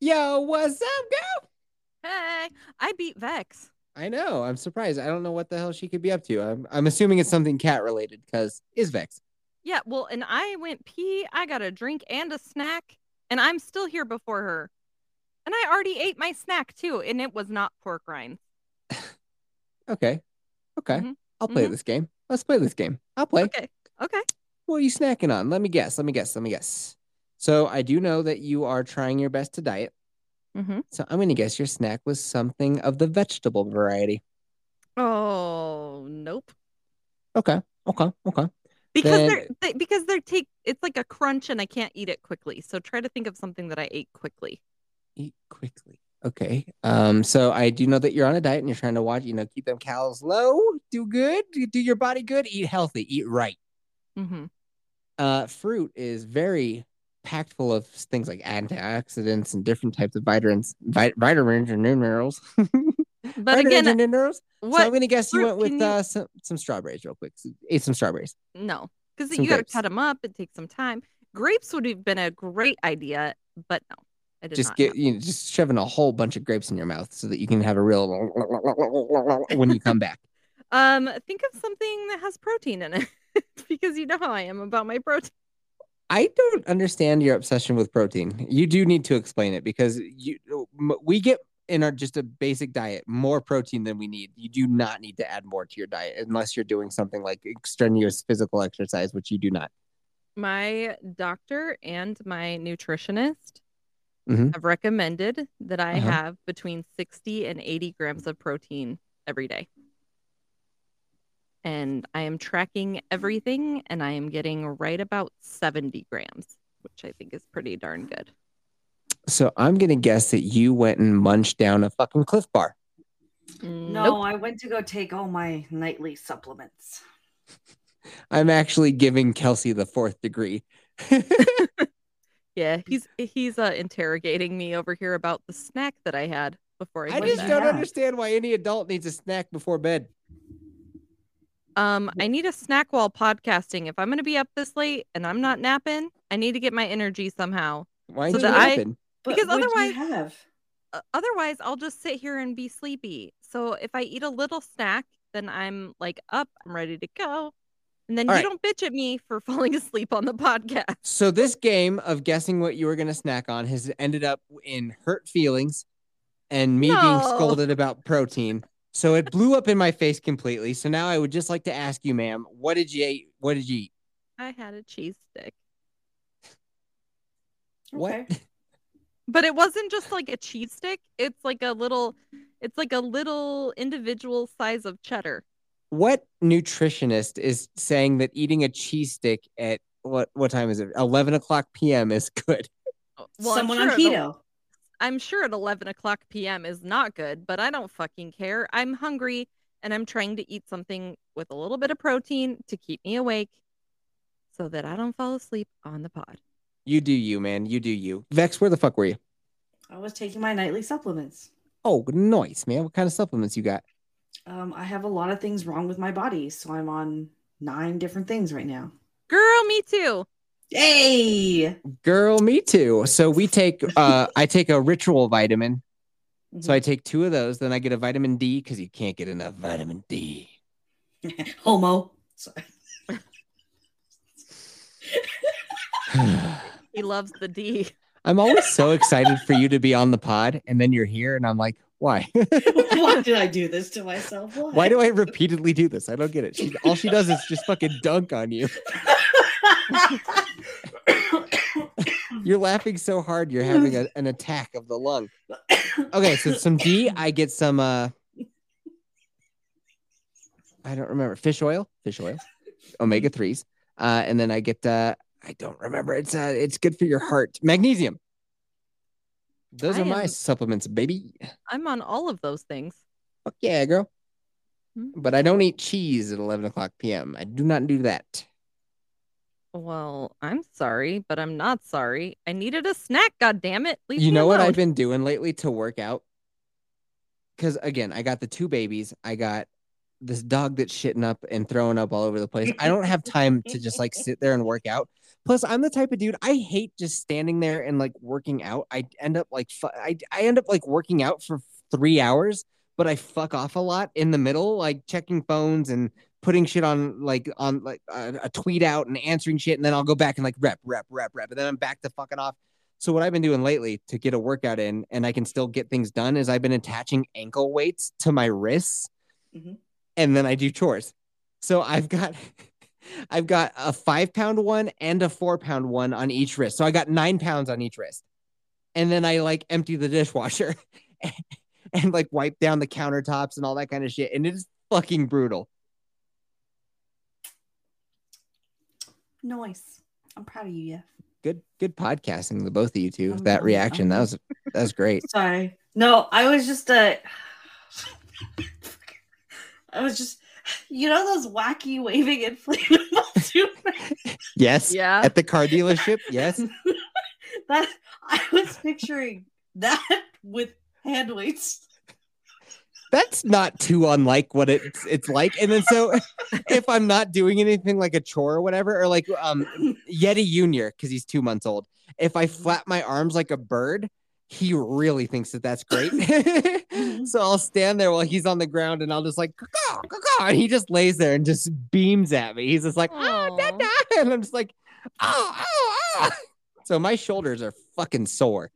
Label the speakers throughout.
Speaker 1: Yo, what's up, girl?
Speaker 2: Hey, I beat Vex.
Speaker 1: I know. I'm surprised. I don't know what the hell she could be up to. I'm I'm assuming it's something cat related because is Vex.
Speaker 2: Yeah, well, and I went pee. I got a drink and a snack, and I'm still here before her. And I already ate my snack too, and it was not pork rinds.
Speaker 1: Okay. Okay.
Speaker 2: Mhm.
Speaker 1: I'll play
Speaker 2: Mhm.
Speaker 1: this game. Let's play this game. I'll play.
Speaker 2: Okay. Okay.
Speaker 1: What are you snacking on? Let me guess. Let me guess. Let me guess. So I do know that you are trying your best to diet.
Speaker 2: Mm-hmm.
Speaker 1: So I'm gonna guess your snack was something of the vegetable variety.
Speaker 2: Oh, nope.
Speaker 1: Okay. Okay. Okay.
Speaker 2: Because
Speaker 1: Then-
Speaker 2: they're they, because they're take it's like a crunch and I can't eat it quickly. So try to think of something that I ate quickly.
Speaker 1: Eat quickly. Okay. Um, so I do know that you're on a diet and you're trying to watch, you know, keep them calories low, do good, do- do your body good, eat healthy, eat right.
Speaker 2: Mm-hmm.
Speaker 1: Uh, fruit is very packed full of things like antioxidants and different types of vitamins, vi- vitamins and minerals.
Speaker 2: But again,
Speaker 1: and minerals.
Speaker 2: what?
Speaker 1: So I'm gonna guess you
Speaker 2: fruit
Speaker 1: went with
Speaker 2: can you-
Speaker 1: uh, some, some strawberries real quick. So ate some strawberries.
Speaker 2: No, because
Speaker 1: Some
Speaker 2: you got to
Speaker 1: grapes.
Speaker 2: cut them up. It takes some time. Grapes would have been a great idea, but no, I did
Speaker 1: Just
Speaker 2: not.
Speaker 1: get you know, just shoving a whole bunch of grapes in your mouth so that you can have a real when you come back.
Speaker 2: Um, think of something that has protein in it, because you know how I am about my protein.
Speaker 1: I don't understand your obsession with protein. You do need to explain it because you m- we get in our just a basic diet more protein than we need. You do not need to add more to your diet unless you're doing something like extraneous physical exercise, which you do not.
Speaker 2: My doctor and my nutritionist
Speaker 1: Mhm.
Speaker 2: have recommended that I
Speaker 1: Uh-huh.
Speaker 2: have between 60 and 80 grams of protein every day. And I am tracking everything and I am getting right about 70 grams, which I think is pretty darn good.
Speaker 1: So I'm gonna guess that you went and munched down a fucking Cliff Bar.
Speaker 2: Nope.
Speaker 3: No, I went to go take all my nightly supplements.
Speaker 1: I'm actually giving Kelsey the fourth degree.
Speaker 2: Yeah, he's he's uh, interrogating me over here about the snack that I had before I,
Speaker 1: I
Speaker 2: went
Speaker 1: just
Speaker 2: back.
Speaker 1: don't
Speaker 3: Yeah.
Speaker 1: understand why any adult needs a snack before bed.
Speaker 2: Um, I need a snack while podcasting. If I'm gonna be up this late and I'm not napping, I need to get my energy somehow.
Speaker 1: Why
Speaker 2: So
Speaker 1: did
Speaker 2: that
Speaker 1: it
Speaker 2: I-
Speaker 1: happen?
Speaker 3: But
Speaker 2: Because
Speaker 3: what do you
Speaker 2: otherwise-
Speaker 3: have
Speaker 2: Uh, otherwise, I'll just sit here and be sleepy. So if I eat a little snack, then I'm like up, I'm ready to go, and then
Speaker 1: All
Speaker 2: you
Speaker 1: right.
Speaker 2: don't bitch at me for falling asleep on the podcast.
Speaker 1: So this game of guessing what you were going to snack on has ended up in hurt feelings and me being
Speaker 2: No.
Speaker 1: scolded about protein. So it blew up in my face completely. So now I would just like to ask you, ma'am, what did you eat? What did you eat?
Speaker 2: I had a cheese stick,
Speaker 1: What?
Speaker 3: Okay.
Speaker 2: but it wasn't just like a cheese stick. It's like a little, it's like a little individual size of cheddar.
Speaker 1: What nutritionist is saying that eating a cheese stick at what what time is it? Eleven o'clock p.m. is good.
Speaker 2: Oh, Well,
Speaker 3: someone
Speaker 2: I'm
Speaker 3: on
Speaker 2: sure at el-
Speaker 3: keto?
Speaker 2: I'm sure at 11 o'clock p.m. is not good, but I don't fucking care. I'm hungry and I'm trying to eat something with a little bit of protein to keep me awake so that I don't fall asleep on the pod.
Speaker 1: You do you, man. You do you. Vex, where the fuck were you?
Speaker 3: I was taking my nightly supplements.
Speaker 1: Oh, nice, man. What kind of supplements you got?
Speaker 3: Um, I have a lot of things wrong with my body, so I'm on nine different things right now.
Speaker 2: Girl, me too.
Speaker 3: Yay!
Speaker 1: Girl, me too. So we take uh I take a ritual vitamin. So I take two of those, then I get a vitamin D because you can't get enough vitamin D.
Speaker 3: Mhm. homo. Sorry.
Speaker 2: He loves the D.
Speaker 1: I'm always so excited for you to be on the pod, and then you're here, and I'm like, why?
Speaker 3: Why did I do this to myself? Why?
Speaker 1: why do I repeatedly do this? I don't get it. She all she does is just fucking dunk on you. You're laughing so hard, you're having a, an attack of the lung. Okay, so some D, I get some uh I don't remember fish oil, fish oil, omega threes, uh, and then I get uh I don't remember. It's uh it's good for your heart, magnesium. Those
Speaker 2: I
Speaker 1: are my
Speaker 2: am-
Speaker 1: supplements, baby.
Speaker 2: I'm on all of those things.
Speaker 1: Fuck yeah, girl.
Speaker 2: Hmm.
Speaker 1: But I don't eat cheese at eleven o'clock p.m. I do not do that.
Speaker 2: Well, I'm sorry, but I'm not sorry. I needed a snack, god damn it. Leave
Speaker 1: you
Speaker 2: me
Speaker 1: know what
Speaker 2: alone.
Speaker 1: I've been doing lately to work out? Because again, I got the two babies. I got this dog that's shitting up and throwing up all over the place. I don't have time to just like sit there and work out. Plus, I'm the type of dude I hate just standing there and like working out. I end up like fu- I I end up like working out for three hours, but I fuck off a lot in the middle, like checking phones and putting shit on like on like a, a tweet out and answering shit, and then I'll go back and like rep rep rep rep, and then I'm back to fucking off. So what I've been doing lately to get a workout in, and I can still get things done, is I've been attaching ankle weights to my wrists,
Speaker 3: Mhm.
Speaker 1: and then I do chores. So I've got. I've got a five pound one and a four pound one on each wrist. So I got nine pounds on each wrist. And then I like empty the dishwasher and like wipe down the countertops and all that kind of shit. And it is fucking brutal.
Speaker 3: Nice. I'm proud of you, yeah.
Speaker 1: Good, good podcasting, the both of you two.
Speaker 3: Um,
Speaker 1: That
Speaker 3: um,
Speaker 1: reaction, that
Speaker 3: um.
Speaker 1: was that was great.
Speaker 3: Sorry. No, I was just uh I was just you know those wacky waving inflatable tubers?
Speaker 1: Yes.
Speaker 2: Yeah.
Speaker 1: At the car dealership, yes.
Speaker 3: that I was picturing that with hand weights.
Speaker 1: That's not too unlike what it's it's like. And then so if I'm not doing anything like a chore or whatever, or like um Yeti Junior because he's two months old. If I flap my arms like a bird, he really thinks that that's great. so I'll stand there while he's on the ground and I'll just like, caw, and he just lays there and just beams at me. He's just like, oh, da,
Speaker 2: Aw.
Speaker 1: da. and I'm just like, oh, oh, oh. So my shoulders are fucking sore.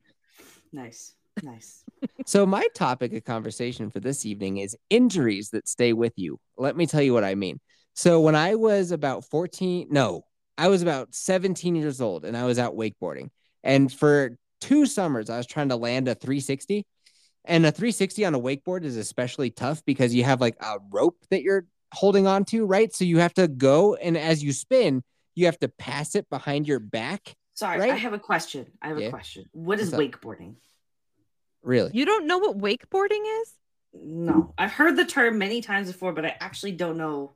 Speaker 3: Nice. Nice.
Speaker 1: So my topic of conversation for this evening is injuries that stay with you. Let me tell you what I mean. So when I was about 14, no, I was about 17 years old and I was out wakeboarding. And for two summers I was trying to land a 360. And a 360 on a wakeboard is especially tough because you have like a rope that you're holding on to, right? So you have to go and as you spin, you have to pass it behind your back.
Speaker 3: Sorry, I
Speaker 1: Right?
Speaker 3: have a question. I have
Speaker 1: Yeah.
Speaker 3: a question. What is
Speaker 1: What's
Speaker 3: wakeboarding?
Speaker 1: Really?
Speaker 2: You don't know what wakeboarding is?
Speaker 3: No. I've heard the term many times before, but I actually don't know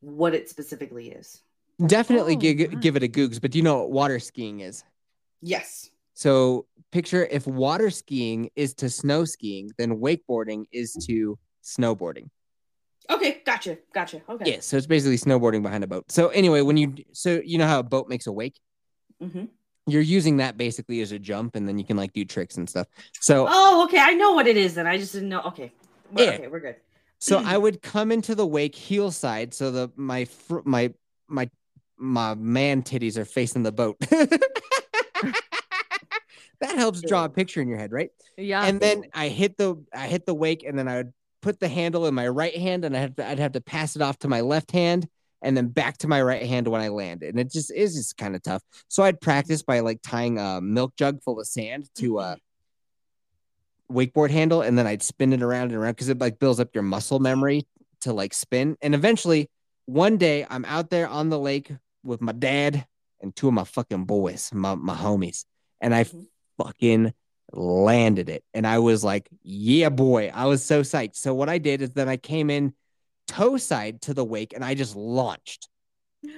Speaker 3: what it specifically is.
Speaker 1: Definitely
Speaker 2: Oh,
Speaker 1: gi-
Speaker 2: my.
Speaker 1: give it a googs, but do you know what water skiing is?
Speaker 3: Yes.
Speaker 1: So picture if water skiing is to snow skiing, then wakeboarding is to snowboarding.
Speaker 3: Okay, gotcha. Gotcha. Okay.
Speaker 1: Yeah, so it's basically snowboarding behind a boat. So anyway, when you so you know how a boat makes a wake,
Speaker 3: hmm
Speaker 1: you're using that basically as a jump, and then you can like do tricks and stuff. So
Speaker 3: Oh, okay. I know what it is then. I just didn't know. Okay. We're,
Speaker 1: Yeah.
Speaker 3: Okay, we're good.
Speaker 1: So I would come into the wake heel side, so the my fr- my my my man titties are facing the boat. that helps draw a
Speaker 3: Ew.
Speaker 1: picture in your head, right?
Speaker 2: Yeah.
Speaker 1: and then I hit the I hit the wake, and then I would put the handle in my right hand, and I had to, I'd have to pass it off to my left hand, and then back to my right hand when I land. And it just is just kind of tough. So I'd practice by like tying a milk jug full of sand to a wakeboard handle, and then I'd spin it around and around because it like builds up your muscle memory to like spin. And eventually, one day, I'm out there on the lake with my dad and two of my fucking boys, my my homies, and I
Speaker 3: Mhm.
Speaker 1: fucking landed it. And I was like, yeah, boy. I was so psyched. So what I did is then I came in toe side to the wake and I just launched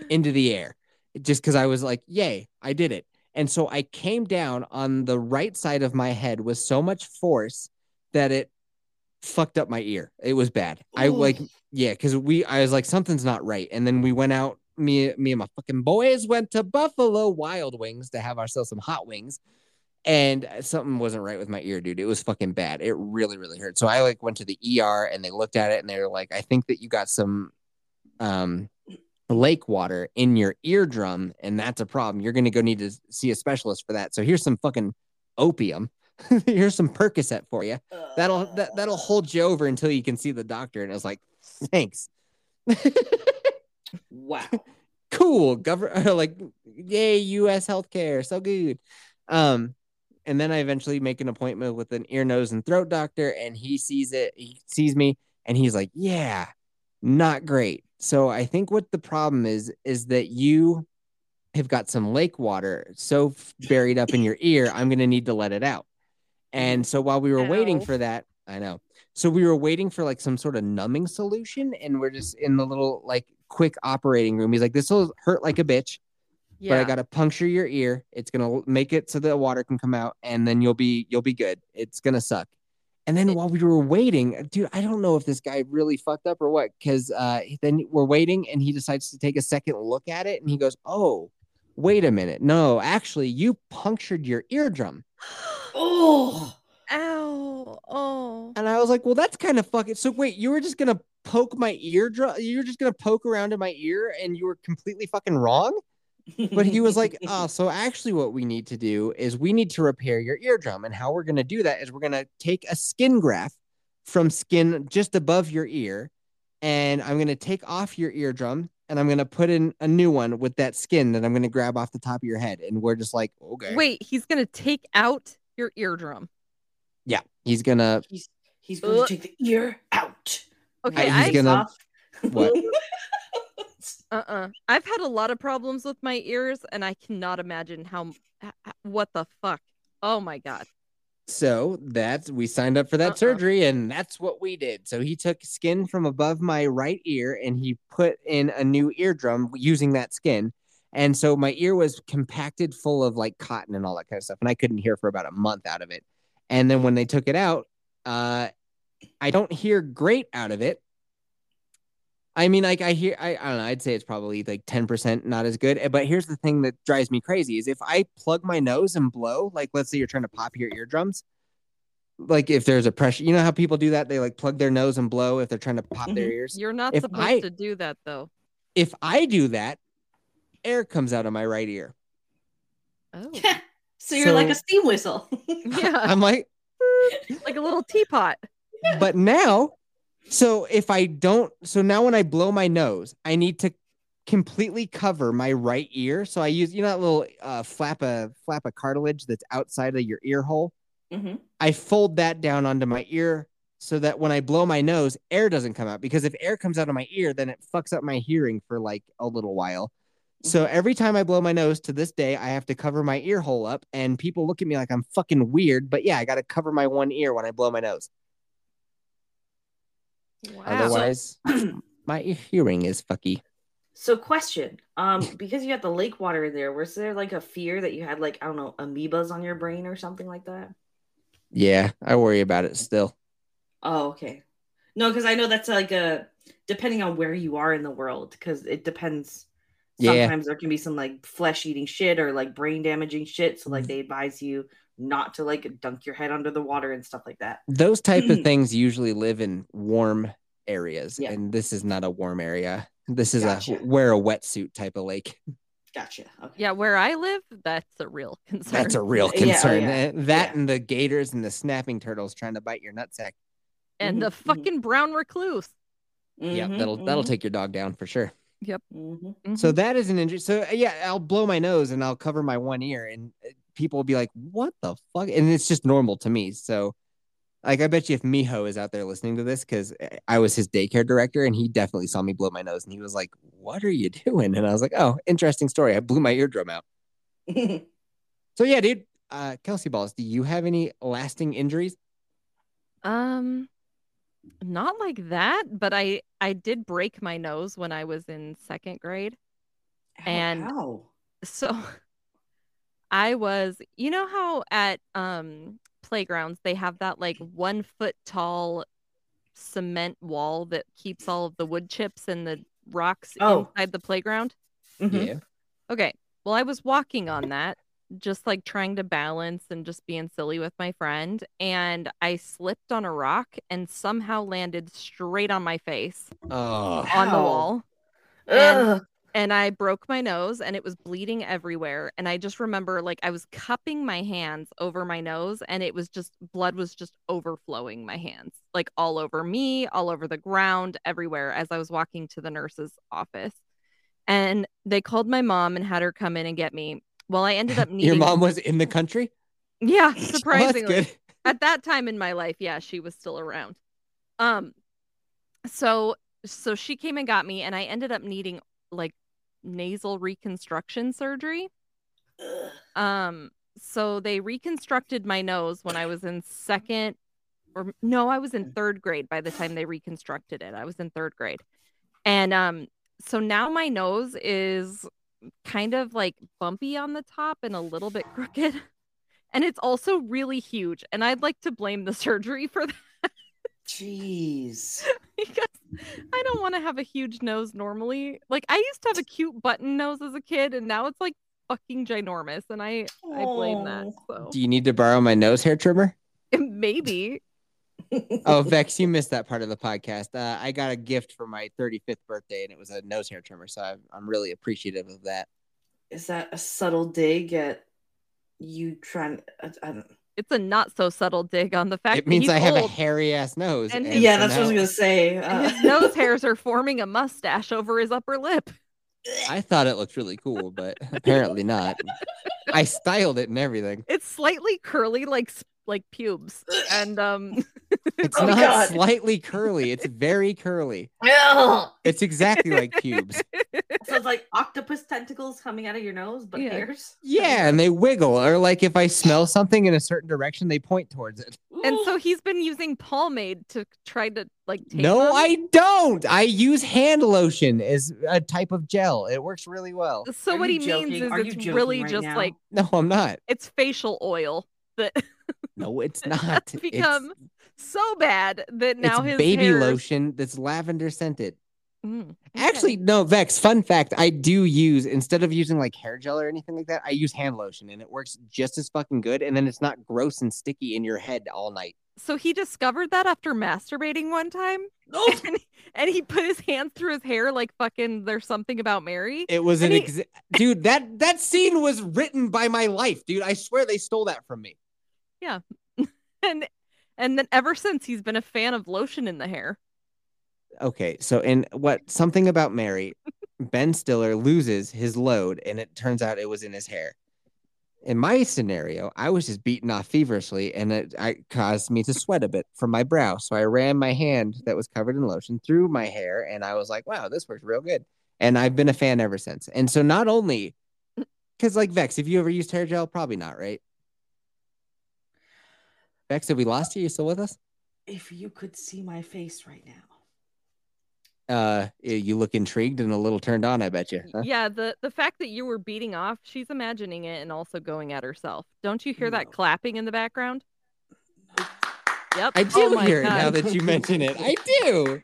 Speaker 1: into the air just because I was like, yay, I did it. And so I came down on the right side of my head with so much force that it fucked up my ear. It was bad. I
Speaker 3: Ooh.
Speaker 1: like, yeah, because we, I was like, something's not right. And then we went out, me, me and my fucking boys went to Buffalo Wild Wings to have ourselves some hot wings and something wasn't right with my ear, dude. It was fucking bad. It really, really hurt. So I like went to the ER and they looked at it and they were like, I think that you got some um lake water in your eardrum, and that's a problem. You're gonna go need to see a specialist for that. So here's some fucking opium. here's some Percocet for you. That'll that, that'll hold you over until you can see the doctor. And I was like, thanks.
Speaker 3: Oh, Wow.
Speaker 1: cool government like yay us healthcare so good um and then i eventually make an appointment with an ear nose and throat doctor and he sees it he sees me and he's like yeah not great so i think what the problem is is that you have got some lake water so f- buried up in your ear i'm going to need to let it out and so while we were waiting
Speaker 2: Ow.
Speaker 1: for that i know so we were waiting for like some sort of numbing solution and we're just in the little like quick operating room he's like this will hurt like a bitch
Speaker 2: yeah.
Speaker 1: but i gotta puncture your ear it's gonna l- make it so the water can come out and then you'll be you'll be good it's gonna suck and then while we were waiting uh, dude i don't know if this guy really fucked up or what because uh, then we're waiting and he decides to take a second look at it and he goes oh wait a minute. No, actually, you punctured your eardrum.
Speaker 3: Oh,
Speaker 2: Ow. Oh.
Speaker 1: And I was like, well, that's kind of fucking. So wait, you were just gonna poke my eardrum? You were just gonna poke around in my ear, and you were completely fucking wrong. But he was like, oh, so actually, what we need to do is we need to repair your eardrum, and how we're gonna do that is we're gonna take a skin graft from skin just above your ear, and I'm gonna take off your eardrum. And I'm gonna put in a new one with that skin that I'm gonna grab off the top of your head, and we're just like, okay,
Speaker 2: Wait, he's going to take out your eardrum.
Speaker 1: yeah, he's gonna
Speaker 3: he's he's going
Speaker 2: Ugh.
Speaker 3: to take the ear out.
Speaker 2: Uh, Okay,
Speaker 1: he's
Speaker 2: I-
Speaker 1: gonna- what?
Speaker 2: Uh-uh. I've had a lot of problems with my ears and I cannot imagine how h- h- what the fuck. Oh my god.
Speaker 1: So that's we signed up for that
Speaker 2: Uh-uh.
Speaker 1: surgery, and that's what we did. So he took skin from above my right ear and he put in a new eardrum using that skin. And so my ear was compacted full of like cotton and all that kind of stuff, and I couldn't hear for about a month out of it. And then when they took it out, uh, I don't hear great out of it. I mean, like I hear, I, I don't know. I'd say it's probably like ten percent, not as good. eh, But here's the thing that drives me crazy: is if I plug my nose and blow, like let's say you're trying to pop your eardrums, like if there's a pressure, you know how people do that? They like plug their nose and blow if they're trying to pop their ears.
Speaker 2: You're not
Speaker 1: If
Speaker 2: supposed
Speaker 1: I-
Speaker 2: to do that though.
Speaker 1: If I do that, air comes out of my right ear.
Speaker 2: Oh.
Speaker 3: so you're like
Speaker 1: So-
Speaker 3: a steam whistle.
Speaker 2: yeah.
Speaker 1: I'm like,
Speaker 2: Like a little teapot.
Speaker 1: but now, so if I don't, so now when I blow my nose, I need to completely cover my right ear. So I use, you know, that little uh, flap of flap of cartilage that's outside of your ear hole.
Speaker 3: Mhm.
Speaker 1: I fold that down onto my ear so that when I blow my nose, air doesn't come out. Because if air comes out of my ear, then it fucks up my hearing for like a little while. So every time I blow my nose to this day, I have to cover my ear hole up, and people look at me like I'm fucking weird. But yeah, I got to cover my one ear when I blow my nose.
Speaker 2: Wow.
Speaker 1: Otherwise,
Speaker 2: Mm-hmm.
Speaker 1: my hearing is fucky.
Speaker 3: So, question: um, Because you got the lake water in there, was there like a fear that you had like I don't know amoebas on your brain or something like that?
Speaker 1: Yeah, I worry about it still.
Speaker 3: Oh, okay. No, because I know that's like a depending on where you are in the world, because it depends.
Speaker 1: Yeah.
Speaker 3: Sometimes there can be some like flesh eating shit or like brain damaging shit. So
Speaker 1: Mm.
Speaker 3: like they advise you not to like dunk your head under the water and stuff like that.
Speaker 1: Those type of things usually live in warm areas,
Speaker 3: Yeah.
Speaker 1: and this is not a warm area. This is
Speaker 3: Gotcha.
Speaker 1: a wear a wetsuit type of lake.
Speaker 3: Gotcha. Okay.
Speaker 2: Yeah, where I live, that's a real concern.
Speaker 1: That's a real
Speaker 3: Yeah, oh,
Speaker 1: concern.
Speaker 3: yeah.
Speaker 1: Uh, That
Speaker 3: Yeah.
Speaker 1: and the gators and the snapping turtles trying to bite your nutsack.
Speaker 2: and the
Speaker 3: Mhm, mhm.
Speaker 2: fucking brown recluse.
Speaker 1: Yeah,
Speaker 3: Mhm,
Speaker 1: that'll that'll
Speaker 3: mhm,
Speaker 1: take your dog down for sure.
Speaker 3: mhm.
Speaker 1: So
Speaker 2: Mhm.
Speaker 1: that is an injury. So uh, yeah, I'll blow my nose and I'll cover my one ear, and uh, people will be like, "What the fuck?" And it's just normal to me. So, like, I bet you if Miho is out there listening to this, because I was his daycare director, and he definitely saw me blow my nose, and he was like, "What are you doing?" And I was like, "Oh, interesting story. I blew my eardrum out."
Speaker 3: Mm-hmm.
Speaker 1: So yeah, dude. Uh, Kelsey Balls, do you have any lasting injuries?
Speaker 2: Um not like that, but I I did break my nose when I was in second grade. And-
Speaker 3: Ow,
Speaker 2: so I was, you know how at um playgrounds they have that like one foot tall cement wall that keeps all of the wood chips and the rocks
Speaker 3: Oh.
Speaker 2: inside the playground?
Speaker 3: ow. Mhm.
Speaker 2: Mm-hmm.
Speaker 1: Yeah.
Speaker 2: Okay. Well, I was walking on that, just like trying to balance and just being silly with my friend. And I slipped on a rock and somehow landed straight on my face
Speaker 1: Oh,
Speaker 2: on the
Speaker 3: Ow.
Speaker 2: wall. And-
Speaker 3: Ugh.
Speaker 2: and I broke my nose and it was bleeding everywhere. And I just remember like I was cupping my hands over my nose and it was just blood was just overflowing my hands, like all over me, all over the ground, everywhere as I was walking to the nurse's office. And they called my mom and had her come in and get me. Well, I ended up needing
Speaker 1: your mom was in the country.
Speaker 2: Yeah,
Speaker 1: Oh,
Speaker 2: surprisingly
Speaker 1: that's good.
Speaker 2: at that time in my life yeah she was still around um so so she came and got me and i ended up needing like nasal reconstruction surgery
Speaker 3: Ugh.
Speaker 2: um so they reconstructed my nose when i was in second or no i was in third grade by the time they reconstructed it i was in third grade and um so now my nose is kind of like bumpy on the top and a little bit crooked and it's also really huge and i'd like to blame the surgery for that
Speaker 3: Jeez.
Speaker 2: because i don't want to have a huge nose normally like i used to have a cute button nose as a kid and now it's like fucking ginormous, and I I blame that. So
Speaker 1: Do you need to borrow my nose hair trimmer?
Speaker 2: maybe
Speaker 1: Oh, Vex, you missed that part of the podcast. Uh, I got a gift for my 35th birthday, and it was a nose hair trimmer. So I'm, I'm really appreciative of that.
Speaker 3: Is that a subtle dig at you trying? I, I don't.
Speaker 2: it's a not so subtle dig on the fact
Speaker 1: it means
Speaker 2: that
Speaker 1: I
Speaker 2: he's
Speaker 1: have a
Speaker 2: old
Speaker 1: hairy ass nose.
Speaker 2: And his-
Speaker 3: Yeah,
Speaker 1: so
Speaker 3: that's what I was
Speaker 1: now-
Speaker 3: gonna say.
Speaker 2: and his
Speaker 3: Uh,
Speaker 2: nose hairs are forming a mustache over his upper lip.
Speaker 1: I thought it looked really cool, but apparently not. I styled it and everything.
Speaker 2: It's slightly curly, like s- like pubes, and um,
Speaker 1: It's
Speaker 3: Oh,
Speaker 1: not
Speaker 3: God.
Speaker 1: slightly curly. It's very curly.
Speaker 3: Ugh.
Speaker 1: It's exactly like pubes.
Speaker 3: so it's like octopus tentacles coming out of your nose, but
Speaker 2: Yeah.
Speaker 3: hairs.
Speaker 1: Yeah, and they wiggle. Or like if I smell something in a certain direction, they point towards it.
Speaker 2: and
Speaker 3: Ooh.
Speaker 2: so he's been using pomade to try to like take
Speaker 1: no,
Speaker 2: them.
Speaker 1: I don't. I use hand lotion as a type of gel. It works really well.
Speaker 2: So
Speaker 3: Are
Speaker 2: what he
Speaker 3: you joking?
Speaker 2: means is
Speaker 3: Are you
Speaker 2: it's
Speaker 3: joking
Speaker 2: really
Speaker 3: right
Speaker 2: just
Speaker 3: now?
Speaker 2: like
Speaker 1: No, I'm not.
Speaker 2: it's facial oil that
Speaker 1: No, it's not. It's-
Speaker 2: become so bad that
Speaker 1: it's,
Speaker 2: now his
Speaker 1: baby
Speaker 2: hair-
Speaker 1: lotion that's lavender scented.
Speaker 2: Mm,
Speaker 1: Actually, no, Vex, fun fact, I do use instead of using like hair gel or anything like that, I use hand lotion and it works just as fucking good and then it's not gross and sticky in your head all night.
Speaker 2: so he discovered that after masturbating one time,
Speaker 3: Oh,
Speaker 2: and, and he put his hands through his hair like fucking. There's something about Mary.
Speaker 1: It was
Speaker 2: And
Speaker 1: an
Speaker 2: he-
Speaker 1: exa- dude, that that scene was written by my life, dude. I swear they stole that from me.
Speaker 2: and and then ever since he's been a fan of lotion in the hair.
Speaker 1: Okay, so in what something about Mary, Ben Stiller loses his load, and it turns out it was in his hair. In my scenario, I was just beating off feverishly, and it I, caused me to sweat a bit from my brow. So I ran my hand that was covered in lotion through my hair, and I was like, "Wow, this works real good." And I've been a fan ever since. And so not only, because like Vex, have you ever used hair gel? Probably not, right? Vex, have we lost you? You still with us?
Speaker 3: if you could see my face right now.
Speaker 1: Uh, you look intrigued and a little turned on. I bet you. huh?
Speaker 2: Yeah, the the fact that you were beating off, she's imagining it and also going at herself. Don't you hear that
Speaker 3: No.
Speaker 2: clapping in the background? Yep.
Speaker 1: I
Speaker 2: Oh
Speaker 1: do
Speaker 2: my
Speaker 1: hear it
Speaker 2: God.
Speaker 1: now that you mention it. I do.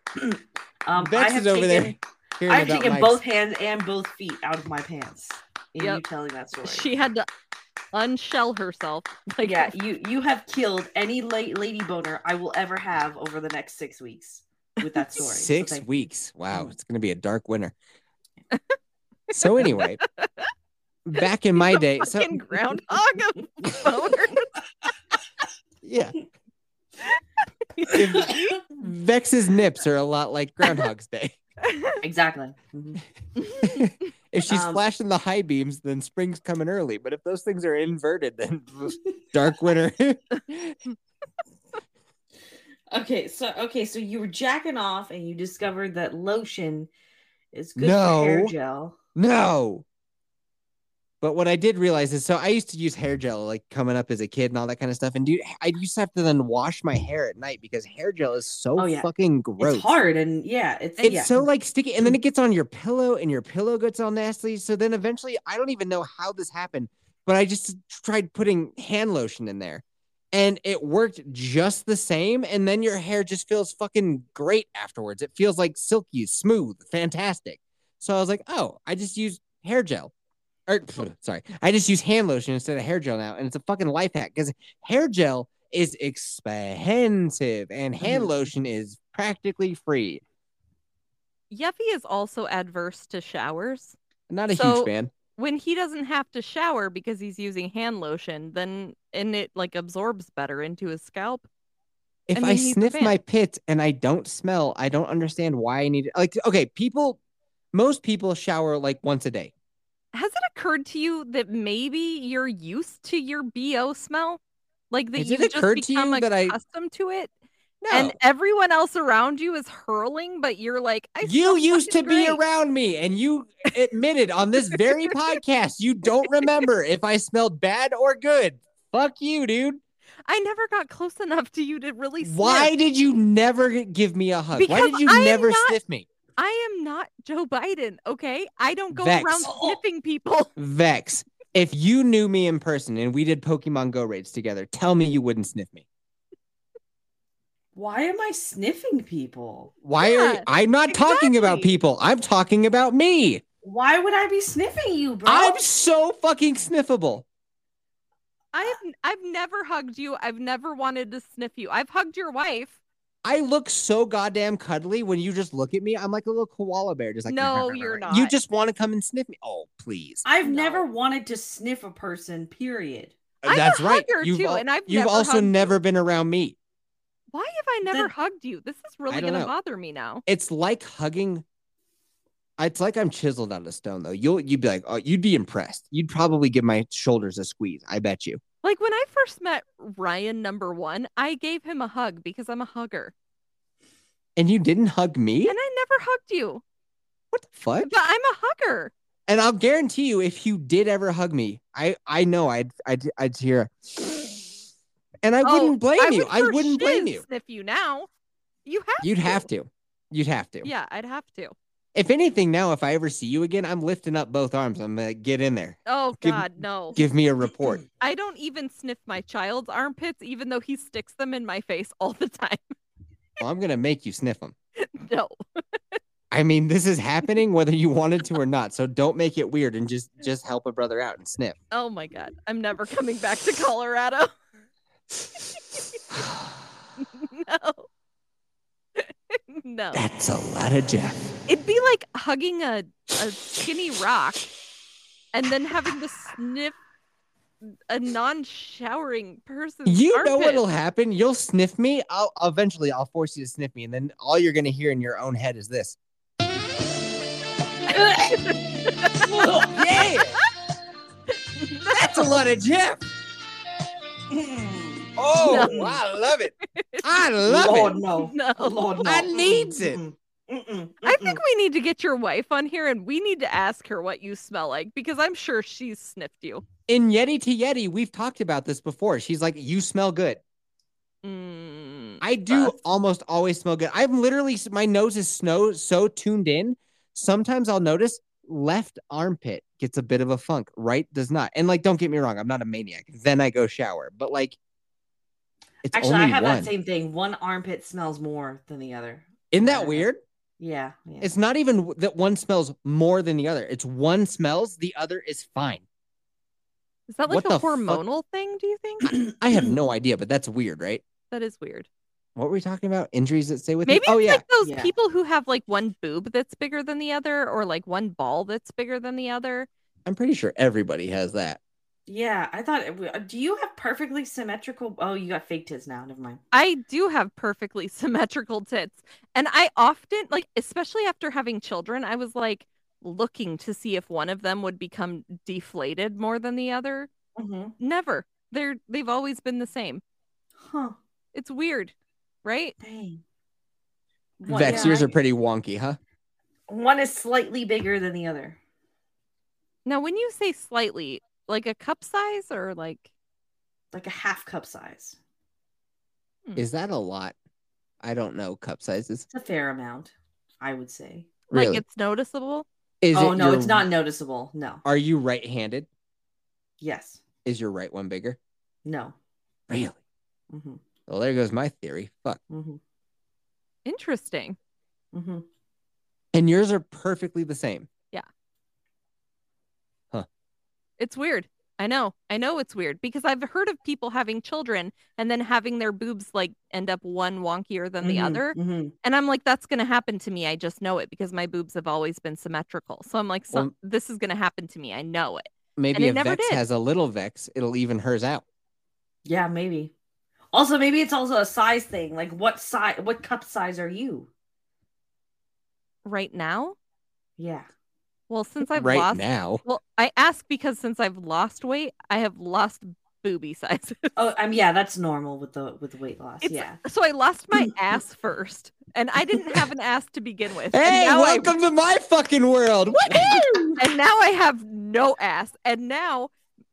Speaker 3: Um,
Speaker 1: Bex
Speaker 3: I have
Speaker 1: is over there
Speaker 3: taken-
Speaker 1: Hearing
Speaker 3: I've
Speaker 1: about
Speaker 3: taken
Speaker 1: mics.
Speaker 3: both hands and both feet out of my pants. In you
Speaker 2: Yep.
Speaker 3: telling that story.
Speaker 2: She had to unshell herself. Like
Speaker 3: yeah, you you have killed any late lady boner I will ever have over the next six weeks with that story. So
Speaker 1: Six
Speaker 3: thank-
Speaker 1: weeks. Wow,
Speaker 3: Mm.
Speaker 1: it's gonna be a dark winter. so anyway, back in my day, so
Speaker 2: fucking groundhog of boner.
Speaker 1: yeah, Vex's nips are a lot like Groundhog's Day.
Speaker 3: exactly. Mhm.
Speaker 1: If she's
Speaker 3: Um,
Speaker 1: flashing the high beams, then spring's coming early. But if those things are inverted, then dark winter.
Speaker 3: Okay, so okay, so you were jacking off and you discovered that lotion is good
Speaker 1: No.
Speaker 3: for hair gel.
Speaker 1: No. But what I did realize is so I used to use hair gel like coming up as a kid and all that kind of stuff. And dude, I used to have to then wash my hair at night because hair gel is so
Speaker 3: Oh, yeah.
Speaker 1: fucking gross.
Speaker 3: It's hard and yeah, it's
Speaker 1: It's
Speaker 3: yeah.
Speaker 1: so like sticky. And then it gets on your pillow and your pillow gets all nasty. So then eventually, I don't even know how this happened, but I just tried putting hand lotion in there and it worked just the same. And then your hair just feels fucking great afterwards. It feels like silky, smooth, fantastic. So I was like, oh, I just use hair gel. Or pff, sorry, I just use hand lotion instead of hair gel now, and it's a fucking life hack because hair gel is expensive and hand
Speaker 3: Mhm.
Speaker 1: lotion is practically free.
Speaker 2: Yeffy is also adverse to showers.
Speaker 1: Not a
Speaker 2: So-
Speaker 1: huge fan.
Speaker 2: When he doesn't have to shower because he's using hand lotion, then and it like absorbs better into his scalp.
Speaker 1: If
Speaker 2: and
Speaker 1: I
Speaker 2: then he's a
Speaker 1: sniff
Speaker 2: fan.
Speaker 1: my pits and I don't smell, I don't understand why I need it. Like, okay, people, most people shower like once a day.
Speaker 2: Has it occurred to you that maybe you're used to your BO smell? Like that
Speaker 1: Has
Speaker 2: you've
Speaker 1: it
Speaker 2: just
Speaker 1: occurred to you
Speaker 2: become
Speaker 1: that I-
Speaker 2: accustomed to it?
Speaker 1: No,
Speaker 2: And everyone else around you is hurling, but you're like, I
Speaker 1: you
Speaker 2: smell
Speaker 1: used to
Speaker 2: fucking
Speaker 1: be
Speaker 2: great.
Speaker 1: around me, and you admitted on this very podcast you don't remember if I smelled bad or good. Fuck you, dude.
Speaker 2: I never got close enough to you to really sniff.
Speaker 1: Why did you never give me a hug? why
Speaker 2: Because
Speaker 1: did you
Speaker 2: I am
Speaker 1: never
Speaker 2: not-
Speaker 1: sniff me?
Speaker 2: I am not Joe Biden, okay? I don't go
Speaker 1: Vex.
Speaker 2: around
Speaker 3: Oh.
Speaker 2: sniffing people.
Speaker 1: Vex, if you knew me in person and we did Pokemon Go raids together, tell me you wouldn't sniff me.
Speaker 3: Why am I sniffing people?
Speaker 1: Why
Speaker 2: Yeah,
Speaker 1: are I'm not talking about
Speaker 2: exactly.
Speaker 1: people. I'm talking about me.
Speaker 3: Why would I be sniffing you, bro?
Speaker 1: I'm so fucking sniffable.
Speaker 2: I've I've never hugged you. I've never wanted to sniff you. I've hugged your wife.
Speaker 1: I look so goddamn cuddly when you just look at me. I'm like a little koala bear, just like
Speaker 2: No, you're not.
Speaker 1: You just want to come and sniff me. Oh, please.
Speaker 3: I've
Speaker 2: No.
Speaker 3: never wanted to sniff a person, period.
Speaker 2: I'm a
Speaker 1: That's right.
Speaker 2: hugger,
Speaker 1: You've,
Speaker 2: too,
Speaker 1: al-
Speaker 2: and I've
Speaker 1: you've
Speaker 2: never
Speaker 1: also
Speaker 2: hugged you.
Speaker 1: never been around me.
Speaker 2: Why have I never
Speaker 3: Then-
Speaker 2: hugged you? This is really
Speaker 1: don't
Speaker 2: gonna
Speaker 1: know.
Speaker 2: bother me now.
Speaker 1: It's like hugging. It's like I'm chiseled out of stone, though. You'll you'd be like, oh, you'd be impressed. You'd probably give my shoulders a squeeze. I bet you.
Speaker 2: Like when I first met Ryan number one, I gave him a hug because I'm a hugger.
Speaker 1: And you didn't hug me.
Speaker 2: And I never hugged you.
Speaker 1: What the fuck?
Speaker 2: But I'm a hugger.
Speaker 1: And I'll guarantee you, if you did ever hug me, I I know I'd I'd, I'd hear, a and I
Speaker 2: Oh,
Speaker 1: wouldn't blame
Speaker 2: I
Speaker 1: you.
Speaker 2: would
Speaker 1: I
Speaker 2: for
Speaker 1: wouldn't blame
Speaker 2: shiz
Speaker 1: you.
Speaker 2: Sniff you now. You have
Speaker 1: You'd
Speaker 2: to.
Speaker 1: have to. You'd have to.
Speaker 2: Yeah, I'd have to.
Speaker 1: If anything, now if I ever see you again, I'm lifting up both arms. I'm gonna get in there.
Speaker 2: Oh
Speaker 1: Give-
Speaker 2: god, no.
Speaker 1: Give me a report.
Speaker 2: I don't even sniff my child's armpits even though he sticks them in my face all the time.
Speaker 1: Well, I'm gonna make you sniff them.
Speaker 2: no.
Speaker 1: I mean, this is happening whether you wanted to or not. So don't make it weird and just just help a brother out and sniff.
Speaker 2: Oh my god. I'm never coming back to Colorado. no. no.
Speaker 1: That's a lot of Jeff.
Speaker 2: It'd be like hugging a, a skinny rock and then having to sniff a non-showering person.
Speaker 1: You know what'll happen? You'll sniff me. I'll eventually I'll force you to sniff me, and then all you're gonna hear in your own head is this. yeah, that's a lot of Jeff.
Speaker 3: Mm.
Speaker 1: Oh,
Speaker 3: No.
Speaker 1: I love it. I love
Speaker 3: Lord,
Speaker 1: it.
Speaker 3: no.
Speaker 2: No.
Speaker 3: Oh, Lord, no.
Speaker 1: I
Speaker 3: Mm-mm,
Speaker 1: needs it.
Speaker 3: mm-mm, mm-mm,
Speaker 2: I
Speaker 3: mm-mm.
Speaker 2: think we need to get your wife on here and we need to ask her what you smell like because I'm sure she's sniffed you.
Speaker 1: In Yeti to Yeti, we've talked about this before. She's like, "You smell good."
Speaker 2: Mm.
Speaker 1: I do
Speaker 2: Rough.
Speaker 1: almost always smell good. I'm literally my nose is snow so tuned in. Sometimes I'll notice left armpit gets a bit of a funk, right does not. And like, don't get me wrong, I'm not a maniac. Then I go shower, but like, it's
Speaker 3: Actually,
Speaker 1: only
Speaker 3: I have
Speaker 1: one.
Speaker 3: that same thing. One armpit smells more than the other.
Speaker 1: Isn't
Speaker 3: I
Speaker 1: that
Speaker 3: don't know.
Speaker 1: weird?
Speaker 3: Yeah. yeah.
Speaker 1: It's not even w- that one smells more than the other. It's one smells, the other is fine.
Speaker 2: Is that like
Speaker 1: What
Speaker 2: a
Speaker 1: the fuck?
Speaker 2: hormonal thing, do you think?
Speaker 1: I have no idea, but that's weird, right?
Speaker 2: that is weird.
Speaker 1: What were we talking about? Injuries that stay with
Speaker 2: Maybe
Speaker 1: me? Oh
Speaker 2: it's
Speaker 1: yeah.
Speaker 2: like those
Speaker 3: Yeah.
Speaker 2: people who have like one boob that's bigger than the other or like one ball that's bigger than the other.
Speaker 1: I'm pretty sure everybody has that.
Speaker 3: yeah. I thought. It, w- do you have perfectly symmetrical? Oh, you got fake tits now. Never mind.
Speaker 2: I do have perfectly symmetrical tits. And I often, like, especially after having children, I was like looking to see if one of them would become deflated more than the other.
Speaker 3: Mm-hmm.
Speaker 2: Never. They're they've always been the same.
Speaker 3: Huh.
Speaker 2: It's weird, right?
Speaker 3: Dang.
Speaker 1: Vex,
Speaker 3: One-
Speaker 1: Vex,
Speaker 3: yeah,
Speaker 1: yours
Speaker 3: I-
Speaker 1: are pretty wonky, huh?
Speaker 3: One is slightly bigger than the other.
Speaker 2: Now when you say slightly, like a cup size or like
Speaker 3: like a half cup size.
Speaker 1: Is that a lot? I don't know cup sizes.
Speaker 3: It's a fair amount, I would say.
Speaker 2: like
Speaker 1: Really?
Speaker 2: it's noticeable?
Speaker 1: Is
Speaker 3: oh
Speaker 1: it
Speaker 3: no,
Speaker 1: your-
Speaker 3: it's not noticeable. No.
Speaker 1: Are you right-handed?
Speaker 3: Yes.
Speaker 1: Is your right one bigger?
Speaker 3: No.
Speaker 1: Really?
Speaker 3: hmm
Speaker 1: Well, there goes my theory. Fuck.
Speaker 3: hmm
Speaker 2: Interesting.
Speaker 3: hmm
Speaker 1: And yours are perfectly the same.
Speaker 2: It's weird. I know. I know it's weird because I've heard of people having children and then having their boobs like end up one wonkier than the other.
Speaker 3: hmm
Speaker 2: And I'm like, that's going to happen to me. I just know it because my boobs have always been symmetrical. So I'm like, so-
Speaker 1: Well-
Speaker 2: this is going to happen to me. I know it.
Speaker 1: Maybe
Speaker 2: it
Speaker 1: if
Speaker 2: never
Speaker 1: Vex
Speaker 2: did.
Speaker 1: has a little Vex, it'll even hers out.
Speaker 3: Yeah, maybe. Also, maybe it's also a size thing. Like, what size? What cup size are you?
Speaker 2: Right now,
Speaker 3: Yeah.
Speaker 2: well, since I've
Speaker 1: right
Speaker 2: lost,
Speaker 1: now.
Speaker 2: well, I ask because since I've lost weight, I have lost booby sizes.
Speaker 3: Oh, um, yeah, that's normal with the with the weight loss.
Speaker 2: It's-
Speaker 3: yeah.
Speaker 2: So I lost my ass first, and I didn't have an ass to begin with. and
Speaker 1: Hey,
Speaker 2: now I-
Speaker 1: welcome to my fucking world. Woohoo!
Speaker 2: and now I have no ass. And now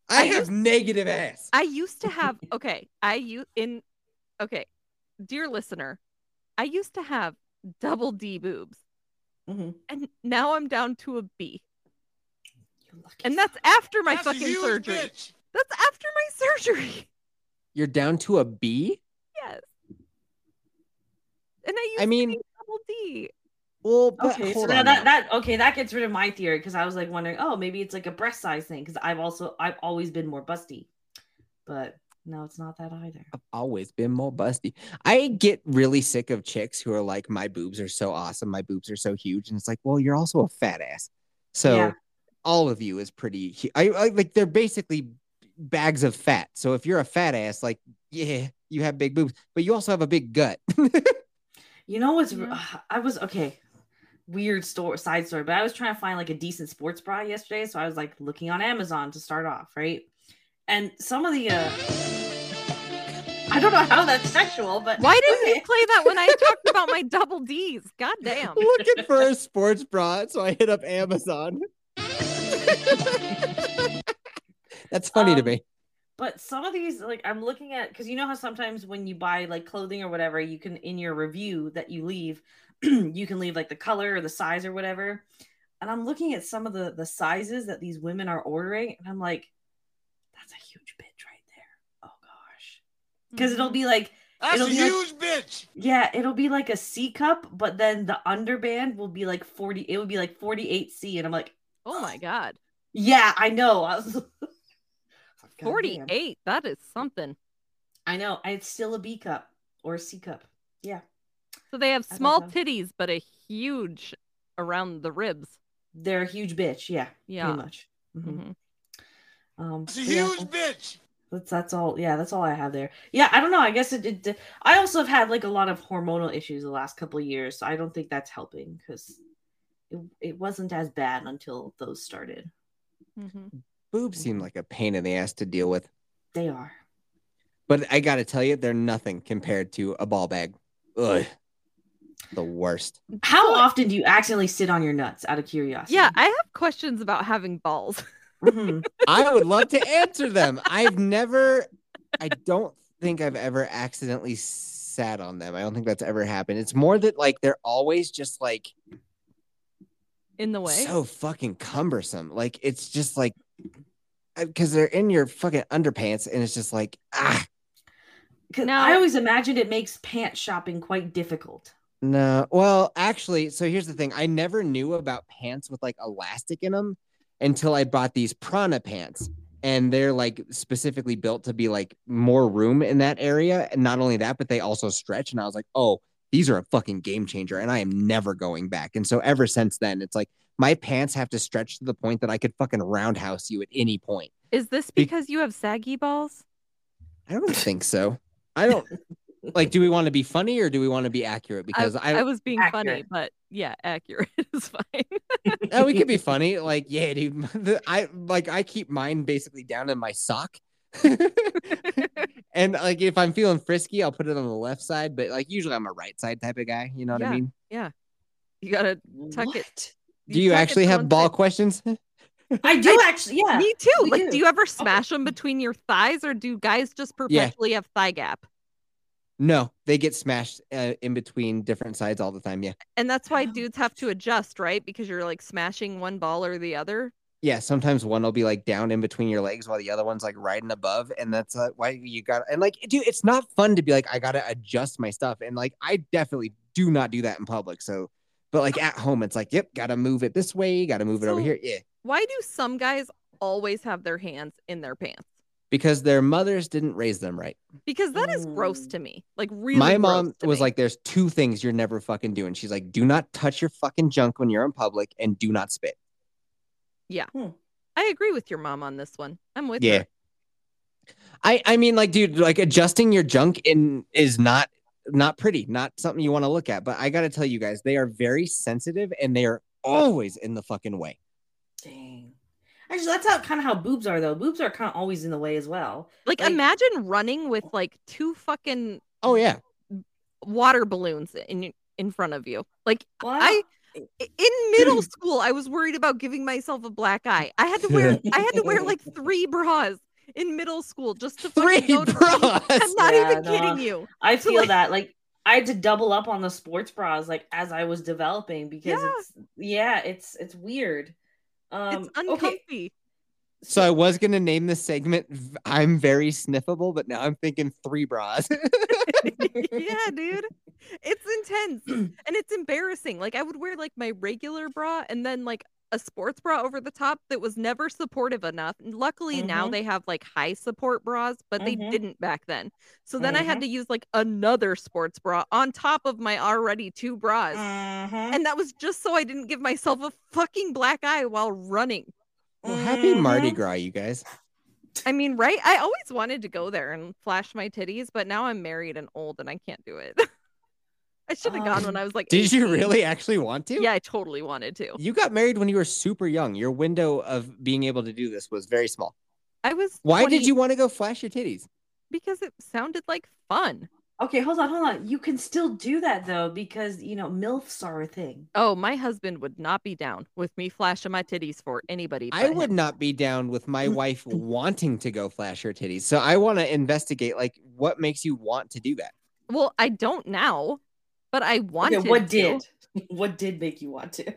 Speaker 1: I have negative ass.
Speaker 2: I used to have okay, I you in okay, dear listener, I used to have double D boobs
Speaker 3: Mhm.
Speaker 2: and now I'm down to a B.
Speaker 3: You're lucky.
Speaker 2: And that's after my fucking surgery. That's after my surgery.
Speaker 1: You're down to a B?
Speaker 2: Yes. And I used
Speaker 1: I mean,
Speaker 2: to be double D.
Speaker 1: Well, but
Speaker 3: Okay, so
Speaker 1: hold
Speaker 3: now
Speaker 1: on
Speaker 3: that,
Speaker 1: now.
Speaker 3: that okay, that gets rid of my theory because I was like wondering, oh, maybe it's like a breast size thing because I've also I've always been more busty, but no, it's not that either.
Speaker 1: I've always been more busty. I get really sick of chicks who are like, my boobs are so awesome, my boobs are so huge, and it's like, well, you're also a fat ass. So
Speaker 3: Yeah.
Speaker 1: all of you is pretty. hu- I, I like they're basically bags of fat. So if you're a fat ass, like yeah, you have big boobs, but you also have a big gut.
Speaker 3: You know what's?
Speaker 2: Yeah.
Speaker 3: ugh, I was okay. Weird store side story, but I was trying to find like a decent sports bra yesterday, so I was like looking on Amazon to start off, right? And some of the uh I don't know how that's sexual, but
Speaker 2: Why didn't
Speaker 3: okay.
Speaker 2: you play that when I talked about my double D's? God damn.
Speaker 1: Looking for a sports bra, so I hit up Amazon. That's funny to
Speaker 3: Um,
Speaker 1: me.
Speaker 3: But some of these, like I'm looking at, because you know how sometimes when you buy like clothing or whatever, you can in your review that you leave, you can leave like the color or the size or whatever. And I'm looking at some of the the sizes that these women are ordering, and I'm like, that's a huge bitch right there. Oh gosh, because
Speaker 2: Mm-hmm.
Speaker 3: it'll be like,
Speaker 4: That's
Speaker 3: It'll
Speaker 4: a
Speaker 3: be like-
Speaker 4: huge bitch.
Speaker 3: yeah, it'll be like a C cup, but then the underband will be like 40. It would be like 48 C, and I'm like,
Speaker 2: Oh my god.
Speaker 3: yeah, I know. I was. God damn.
Speaker 2: 48. That is something.
Speaker 3: I know. It's still a B cup or a C cup.
Speaker 2: So they have
Speaker 3: I don't
Speaker 2: small
Speaker 3: know.
Speaker 2: titties, but a huge around the ribs.
Speaker 3: They're a huge bitch. Yeah.
Speaker 2: Yeah.
Speaker 3: Pretty much. Mhm.
Speaker 2: Mhm.
Speaker 3: Um,
Speaker 4: That's a
Speaker 3: but yeah,
Speaker 4: huge bitch.
Speaker 3: that's that's all. Yeah, that's all I have there. Yeah, I don't know. I guess it. it I also have had like a lot of hormonal issues the last couple of years, so I don't think that's helping because it it wasn't as bad until those started.
Speaker 2: Mhm.
Speaker 1: Boobs seem like a pain in the ass to deal with,
Speaker 3: They are.
Speaker 1: but I gotta tell you, they're nothing compared to a ball bag. Ugh, the worst.
Speaker 3: How often do you accidentally sit on your nuts? Out of curiosity.
Speaker 2: Yeah, I have questions about having balls.
Speaker 3: Mhm.
Speaker 1: I would love to answer them. I've never, I don't think I've ever accidentally sat on them. I don't think that's ever happened. It's more that like they're always just like
Speaker 2: In the way.
Speaker 1: so fucking cumbersome. Like it's just like because they're in your fucking underpants and it's just like ah
Speaker 3: 'Cause
Speaker 2: Now-
Speaker 3: I always imagined it makes pant shopping quite difficult.
Speaker 1: no. Well, actually, so here's the thing. I never knew about pants with like elastic in them until I bought these prana pants. And they're like specifically built to be like more room in that area. And not only that, but they also stretch. And I was like, oh, these are a fucking game changer. And I am never going back. And so ever since then, it's like my pants have to stretch to the point that I could fucking roundhouse you at any point.
Speaker 2: Is this
Speaker 1: Be-
Speaker 2: because you have saggy balls?
Speaker 1: I don't think so. I don't like. Do we want to be funny or do we want to be accurate? Because I,
Speaker 2: I was being funny,
Speaker 3: Accurate.
Speaker 2: but yeah, accurate is fine.
Speaker 1: oh, we could be funny. Like, yeah, dude. The, I like I keep mine basically down in my sock, and like if I'm feeling frisky, I'll put it on the left side. But like usually, I'm a right side type of guy. You know what
Speaker 2: Yeah.
Speaker 1: I mean?
Speaker 2: You gotta tuck it.
Speaker 1: Do you
Speaker 2: tuck it
Speaker 1: actually
Speaker 2: to
Speaker 1: have
Speaker 2: one
Speaker 1: ball
Speaker 2: side.
Speaker 1: questions?
Speaker 3: I do actually. Yeah.
Speaker 2: Me too.
Speaker 3: we
Speaker 2: Like,
Speaker 3: do.
Speaker 2: do you ever smash them between your thighs, or do guys just perpetually have thigh gap?
Speaker 1: no, they get smashed uh, in between different sides all the time. Yeah,
Speaker 2: And that's why
Speaker 3: Oh.
Speaker 2: dudes have to adjust, right? Because you're like smashing one ball or the other.
Speaker 1: yeah. Sometimes one will be like down in between your legs while the other one's like riding above, and that's uh, why you got. And like, dude, it's not fun to be like, I gotta adjust my stuff, and like, I definitely do not do that in public. So, but like at home, it's like, yep, gotta move it this way, gotta move it over
Speaker 2: So-
Speaker 1: here. Yeah,
Speaker 2: Why do some guys always have their hands in their pants?
Speaker 1: because their mothers didn't raise them right.
Speaker 2: Because that is gross
Speaker 3: Mm.
Speaker 2: to me. Like, really,
Speaker 1: my
Speaker 2: gross
Speaker 1: mom
Speaker 2: to
Speaker 1: was
Speaker 2: me.
Speaker 1: like, "There's two things you're never fucking doing." She's like, "Do not touch your fucking junk when you're in public, and do not spit."
Speaker 2: I agree with your mom on this one. I'm with
Speaker 1: Yeah.
Speaker 2: her.
Speaker 1: I I mean like dude like adjusting your junk in is not not pretty, not something you want to look at, but I got to tell you guys, they are very sensitive and they are always in the fucking way.
Speaker 3: Dang. Actually, that's how kind of how boobs are though. Boobs are kind of always in the way as well.
Speaker 2: Like,
Speaker 3: Like-
Speaker 2: imagine running with like two fucking
Speaker 1: Oh yeah.
Speaker 2: water balloons in in front of you. Like,
Speaker 3: Well,
Speaker 2: I in middle school i was worried about giving myself a black eye i had to wear i had to wear like three bras in middle school just to fucking
Speaker 1: Three
Speaker 2: go to school.
Speaker 1: bras.
Speaker 2: i'm not
Speaker 3: Yeah,
Speaker 2: even
Speaker 3: no. uh,
Speaker 2: kidding you
Speaker 3: I
Speaker 2: So,
Speaker 3: feel
Speaker 2: like-
Speaker 3: that like I had to double up on the sports bras like as I was developing because
Speaker 2: Yeah.
Speaker 3: it's yeah, it's it's weird. Um
Speaker 2: it's uncomfy
Speaker 3: okay,
Speaker 1: So I was gonna name this segment v- "I'm very sniffable," but now I'm thinking three bras.
Speaker 2: yeah, dude. It's intense and it's embarrassing. Like I would wear like my regular bra and then like a sports bra over the top that was never supportive enough. And Luckily now
Speaker 3: Mhm.
Speaker 2: they have like high support bras, but they
Speaker 3: Mhm.
Speaker 2: didn't back then. So then I had to use like another sports bra on top of my already two bras.
Speaker 3: Mhm.
Speaker 2: And that was just so I didn't give myself a fucking black eye while running.
Speaker 1: well, happy
Speaker 2: Mm-hmm.
Speaker 1: Mardi
Speaker 3: Mhm.
Speaker 1: Gras, you guys.
Speaker 2: I mean, right? I always wanted to go there and flash my titties, but now I'm married and old and I can't do it. I should have gone when I was like,
Speaker 1: Ah. Did you
Speaker 2: 18.
Speaker 1: really actually want to?
Speaker 2: Yeah, I totally wanted to.
Speaker 1: You got married when you were super young. Your window of being able to do this was very small.
Speaker 2: I was.
Speaker 1: Why
Speaker 2: 20
Speaker 1: did you want to go flash your titties?
Speaker 2: Because it sounded like fun.
Speaker 3: Okay, hold on, hold on. You can still do that though, because you know milfs are a thing.
Speaker 2: Oh, my husband would not be down with me flashing my titties for anybody.
Speaker 1: I
Speaker 2: but
Speaker 1: would
Speaker 2: him.
Speaker 1: not be down with my wife wanting to go flash her titties. So I want to investigate like what makes you want to do that.
Speaker 2: Well, I don't now, but I wanted.
Speaker 3: okay,
Speaker 2: to,
Speaker 3: what did? What did make you want to?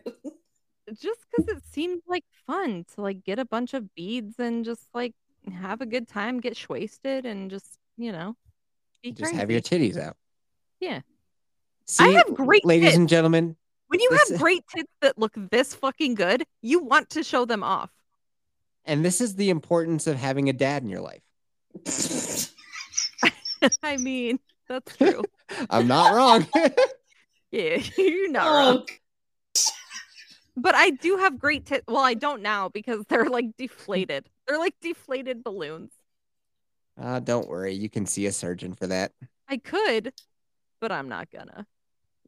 Speaker 2: Just because it seemed like fun to like get a bunch of beads and just like have a good time, get wasted, and just you know, be
Speaker 1: Just
Speaker 2: crazy.
Speaker 1: have your titties out.
Speaker 2: Yeah.
Speaker 1: See,
Speaker 2: have great
Speaker 1: ladies
Speaker 2: tits.
Speaker 1: and gentlemen.
Speaker 2: when you
Speaker 1: this-
Speaker 2: have great tits that look this fucking good, you want to show them off.
Speaker 1: And this is the importance of having a dad in your life.
Speaker 3: Oh,
Speaker 2: I mean, that's true.
Speaker 1: I'm not wrong.
Speaker 2: yeah, you're not wrong.
Speaker 3: oh,
Speaker 2: But I do have great tits. Well, I don't now because they're like deflated. They're like deflated balloons.
Speaker 1: uh, don't worry. You can see a surgeon for that.
Speaker 2: I could, but I'm not gonna.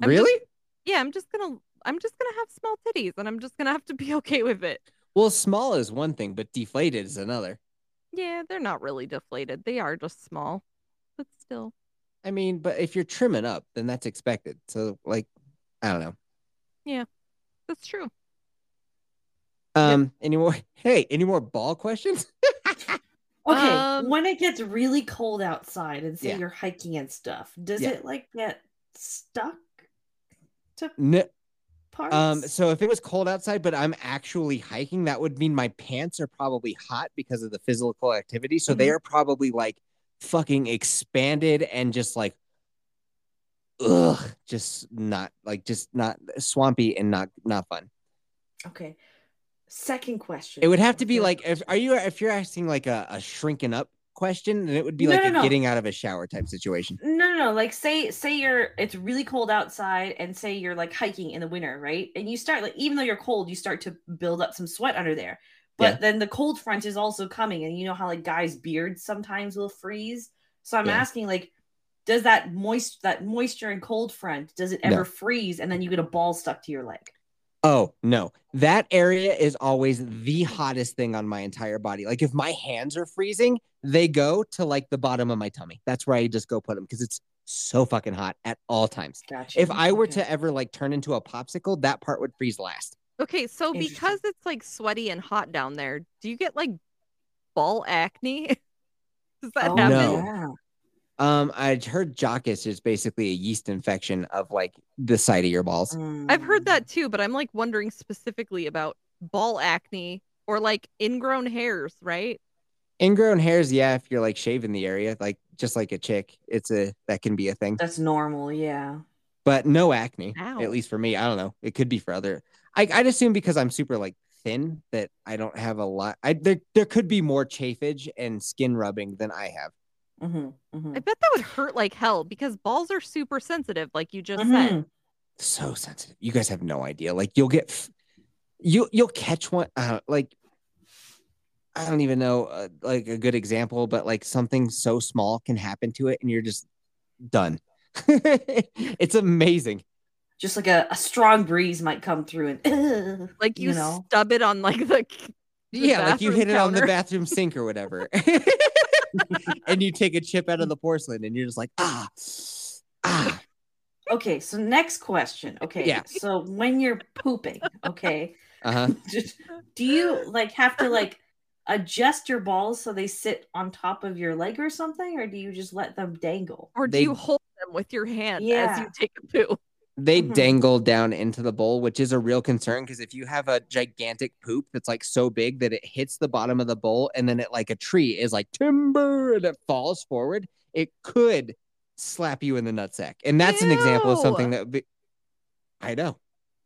Speaker 2: I'm just-
Speaker 1: really?
Speaker 2: Yeah, I'm just gonna. I'm just gonna have small titties, and I'm just gonna have to be okay with it.
Speaker 1: Well, small is one thing, but deflated is another.
Speaker 2: Yeah, they're not really deflated. They are just small, but still.
Speaker 1: I mean, but if you're trimming up, then that's expected. So, like, I don't know.
Speaker 2: That's true.
Speaker 1: Um, any more? Hey, any more ball questions?
Speaker 3: okay,
Speaker 2: Um,
Speaker 3: when it gets really cold outside and say
Speaker 1: Yeah.
Speaker 3: you're hiking and stuff, does
Speaker 1: Yeah.
Speaker 3: it like get stuck to
Speaker 1: No,
Speaker 3: parts?
Speaker 1: Um, so if it was cold outside, but I'm actually hiking, that would mean my pants are probably hot because of the physical activity. So they
Speaker 3: Mhm.
Speaker 1: are probably like fucking expanded and just like, ugh, just not like just not swampy and not not fun.
Speaker 3: okay. Second question.
Speaker 1: It would have to be
Speaker 3: Yeah.
Speaker 1: like if are you if you're asking like a, a shrinking up question, then it would be
Speaker 3: No,
Speaker 1: like
Speaker 3: no,
Speaker 1: a
Speaker 3: no.
Speaker 1: getting out of a shower type situation.
Speaker 3: No, no, no. Like, say, say you're it's really cold outside, and say you're like hiking in the winter, right? And you start like, even though you're cold, you start to build up some sweat under there. But
Speaker 1: Yeah.
Speaker 3: then the cold front is also coming, and you know how like guys' beards sometimes will freeze. So I'm
Speaker 1: Yeah.
Speaker 3: asking, like, does that moist that moisture and cold front does it
Speaker 1: No.
Speaker 3: ever freeze, and then you get a ball stuck to your leg?
Speaker 1: Oh no, that area is always the hottest thing on my entire body. Like if my hands are freezing, they go to like the bottom of my tummy. That's where I just go put them because it's so fucking hot at all times.
Speaker 3: Gotcha.
Speaker 1: If I were
Speaker 3: Okay.
Speaker 1: to ever like turn into a popsicle, that part would freeze last.
Speaker 2: Okay, so
Speaker 3: Interesting.
Speaker 2: because it's like sweaty and hot down there, do you get like ball acne? Does that
Speaker 3: Oh,
Speaker 2: happen?
Speaker 1: No.
Speaker 3: yeah.
Speaker 1: Um, I heard jaundice is basically a yeast infection of like the side of your balls.
Speaker 2: I've heard
Speaker 3: Mm.
Speaker 2: that too, but I'm like wondering specifically about ball acne or like ingrown hairs, right?
Speaker 1: Ingrown hairs, yeah, if you're like shaving the area, like just like a chick, it's a that can be a thing.
Speaker 3: That's normal. Yeah.
Speaker 1: but no acne
Speaker 2: Ow.
Speaker 1: at least for me i don't know it could be for other I, i'd assume because i'm super like thin that i don't have a lot i there, there could be more chafage and skin rubbing than i have
Speaker 3: Mm-hmm. hmm
Speaker 2: I bet
Speaker 1: Mm.
Speaker 2: that would hurt like hell because balls are super sensitive, like you just said.
Speaker 1: Mm-hmm. so sensitive you guys have no idea like you'll get f- you you'll catch one uh, like i don't even know uh, like a good example but like something so small can happen to it and you're just done it's amazing
Speaker 3: Just like a, a strong breeze might come through and
Speaker 2: Like you,
Speaker 3: You know.
Speaker 2: stub it on like the the
Speaker 1: yeah, like you
Speaker 2: bathroom
Speaker 1: hit it on the
Speaker 2: counter.
Speaker 1: bathroom sink or whatever. and you take a chip out of the porcelain and you're just like, ah, ah.
Speaker 3: Okay, so next question. Okay,
Speaker 1: Yeah.
Speaker 3: So when you're pooping, okay,
Speaker 1: Uh-huh.
Speaker 3: just- do you like have to like adjust your balls so they sit on top of your leg or something, or do you just let them dangle?
Speaker 2: or do
Speaker 1: They-
Speaker 2: you hold them with your hand as
Speaker 3: Yeah.
Speaker 2: you take a poo?
Speaker 1: they
Speaker 3: Mhm.
Speaker 1: dangle down into the bowl, which is a real concern because if you have a gigantic poop that's like so big that it hits the bottom of the bowl and then it like a tree is like timber and it falls forward, it could slap you in the nutsack. And that's an example of something that would be, I know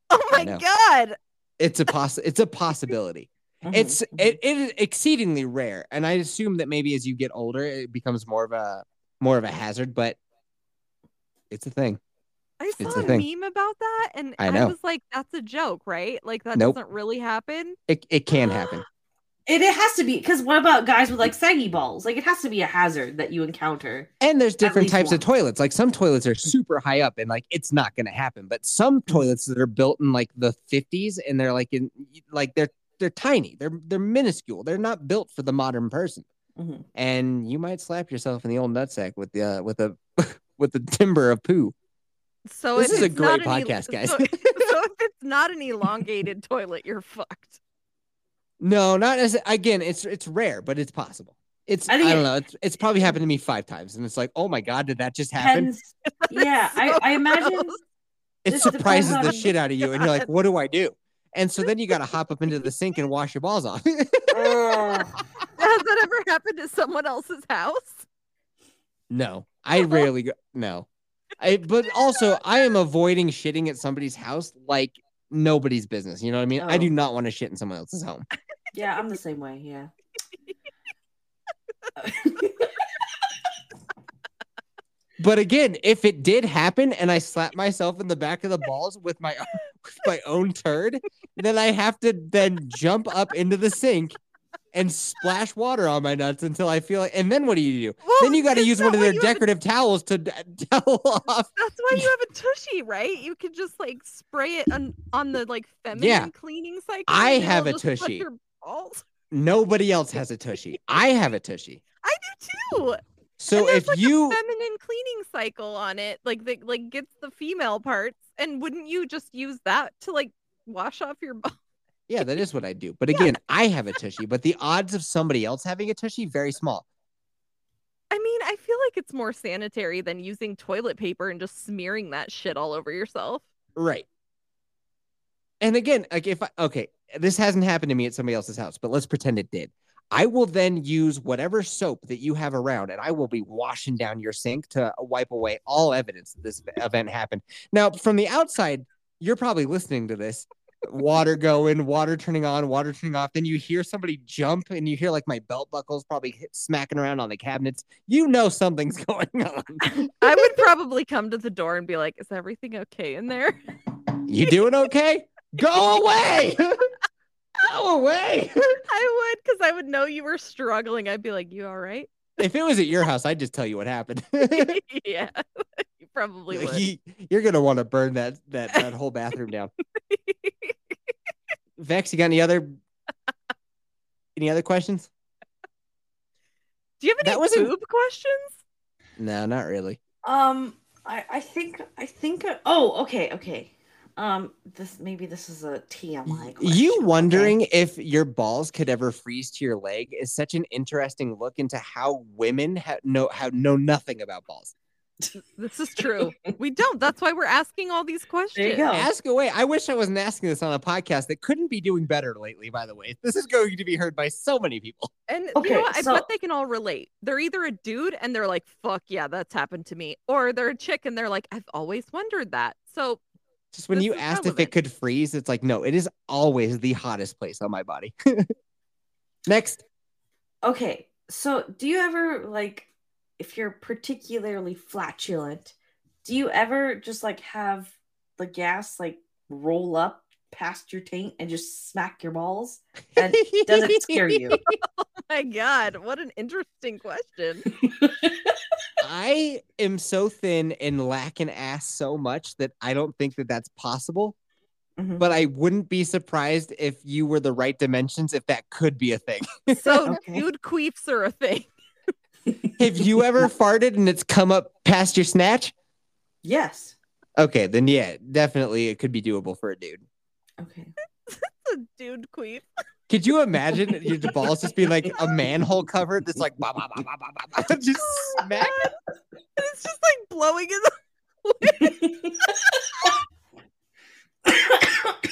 Speaker 2: Oh
Speaker 1: I
Speaker 2: my
Speaker 1: know.
Speaker 2: god.
Speaker 1: it's a poss it's a possibility.
Speaker 3: Mm-hmm,
Speaker 1: It's it, it is exceedingly rare, and I assume that maybe as you get older, it becomes more of a more of a hazard, but it's a thing.
Speaker 2: I saw
Speaker 1: the
Speaker 2: a
Speaker 1: thing.
Speaker 2: meme about that and
Speaker 1: I
Speaker 2: I,
Speaker 1: know.
Speaker 2: was like, that's a joke, right? Like that
Speaker 1: Nope.
Speaker 2: doesn't really happen.
Speaker 1: It it can happen.
Speaker 3: It, it has to be because what about guys with like saggy balls? Like it has to be a hazard that you encounter.
Speaker 1: And there's different
Speaker 3: least
Speaker 1: types of
Speaker 3: once.
Speaker 1: toilets. Like some toilets are super high up and like it's not going to happen. But some toilets that are built in like the 50s and they're like in like they're they're tiny. They're they're minuscule. They're not built for the modern person. Mm-hmm.
Speaker 3: Mhm.
Speaker 1: And you might slap yourself in the old nutsack with the uh, with a with the timber of poo.
Speaker 2: So
Speaker 1: This
Speaker 2: if
Speaker 1: is a
Speaker 2: it's not
Speaker 1: great
Speaker 2: an el-
Speaker 1: podcast, guys.
Speaker 2: So, so if it's not an elongated toilet, you're fucked.
Speaker 1: No, not as again. It's it's rare, but it's possible. It's I,
Speaker 3: I think
Speaker 1: don't
Speaker 3: it-
Speaker 1: know. It's, it's probably happened to me five times, and it's like, oh my god, did that just happen?
Speaker 3: Pens- yeah, I,
Speaker 2: So
Speaker 3: I imagine.
Speaker 2: gross.
Speaker 1: it
Speaker 3: This depends
Speaker 1: surprises the
Speaker 3: on-
Speaker 1: shit out of you, and you're like, what do I do? And so then you got to hop up into the sink and wash your balls off.
Speaker 3: Ugh.
Speaker 2: Has that ever happened to someone else's house?
Speaker 1: no, I rarely go. No, I, but also I am avoiding shitting at somebody's house like nobody's business. You know what I mean? I
Speaker 3: Oh.
Speaker 1: do not want to shit in someone else's home.
Speaker 3: yeah, I'm the same way. Yeah.
Speaker 1: But again, if it did happen and I slap myself in the back of the balls with my with my own turd, then I have to then jump up into the sink and splash water on my nuts until I feel like. And then what do you do? then you got to
Speaker 2: Well,
Speaker 1: use
Speaker 2: isn't
Speaker 1: one
Speaker 2: Oh, that why
Speaker 1: of their
Speaker 2: you have a-
Speaker 1: decorative towels to d- towel off.
Speaker 2: That's why you have a tushy, right? You could just like spray it on, on the like feminine
Speaker 1: Yeah.
Speaker 2: cleaning cycle.
Speaker 1: I
Speaker 2: and it'll
Speaker 1: have a
Speaker 2: just flush
Speaker 1: tushy.
Speaker 2: your balls.
Speaker 1: Nobody else has a tushy. I have a tushy.
Speaker 2: I do too.
Speaker 1: So
Speaker 2: And there's,
Speaker 1: if
Speaker 2: like, a
Speaker 1: you
Speaker 2: feminine cleaning cycle on it, like that, like gets the female parts, and wouldn't you just use that to like wash off your balls?
Speaker 1: Yeah, that is what I do. But again, I have a tushy, but the odds of somebody else having a tushy very small.
Speaker 2: I mean, I feel like it's more sanitary than using toilet paper and just smearing that shit all over yourself.
Speaker 1: Right. And again, like if I, okay, this hasn't happened to me at somebody else's house, but let's pretend it did. I will then use whatever soap that you have around and I will be washing down your sink to wipe away all evidence that this event happened. Now, from the outside, you're probably listening to this water going, water turning on, water turning off. Then you hear somebody jump and you hear like my belt buckles probably hit, smacking around on the cabinets. You know something's going on.
Speaker 2: I would probably come to the door and be like, "Is everything okay in there?"
Speaker 1: You doing okay? Go away. Go away.
Speaker 2: I would, because I would know you were struggling. I'd be like, "You all right?"
Speaker 1: if it was at your house, I'd just tell you what happened.
Speaker 2: yeah, you probably would.
Speaker 1: You- You're gonna want to burn that that that whole bathroom down. Vex, you got any other any other questions?
Speaker 2: Do you have any
Speaker 1: That wasn't-
Speaker 2: boob questions?
Speaker 1: No, not really.
Speaker 3: Um, I, I think I think oh okay okay. Um, this maybe this is a TMI. Question,
Speaker 1: You
Speaker 3: okay?
Speaker 1: wondering if your balls could ever freeze to your leg is such an interesting look into how women ha- know how know nothing about balls.
Speaker 2: This is true. we don't. That's why we're asking all these questions.
Speaker 3: There you go.
Speaker 1: Ask away. I wish I wasn't asking this on a podcast that couldn't be doing better lately. By the way, this is going to be heard by so many people.
Speaker 2: And you
Speaker 3: Okay,
Speaker 2: know what? I
Speaker 3: so-
Speaker 2: bet they can all relate. They're either a dude and they're like, fuck yeah, that's happened to me. Or they're a chick and they're like, I've always wondered that. So
Speaker 1: Just when
Speaker 2: This
Speaker 1: you
Speaker 2: is
Speaker 1: asked if it
Speaker 2: relevant.
Speaker 1: could freeze, it's like, no, it is always the hottest place on my body. Next.
Speaker 3: Okay, so do you ever like if you're particularly flatulent, do you ever just like have the gas like roll up past your taint and just smack your balls? And does it scare you?
Speaker 2: my God, what an interesting question.
Speaker 1: I am so thin and lack an ass so much that I don't think that that's possible.
Speaker 3: Mhm.
Speaker 1: But I wouldn't be surprised if you were the right dimensions, if that could be a thing.
Speaker 2: So
Speaker 3: Okay.
Speaker 2: dude queefs are a thing.
Speaker 1: Have you ever farted and it's come up past your snatch?
Speaker 3: Yes.
Speaker 1: Okay, then yeah, definitely it could be doable for a dude.
Speaker 3: Okay.
Speaker 2: It's a dude queef.
Speaker 1: Could you imagine your balls just being like a manhole cover that's like bah, bah, bah, bah, bah, bah, bah, just smack?
Speaker 2: It's just like blowing in the
Speaker 3: I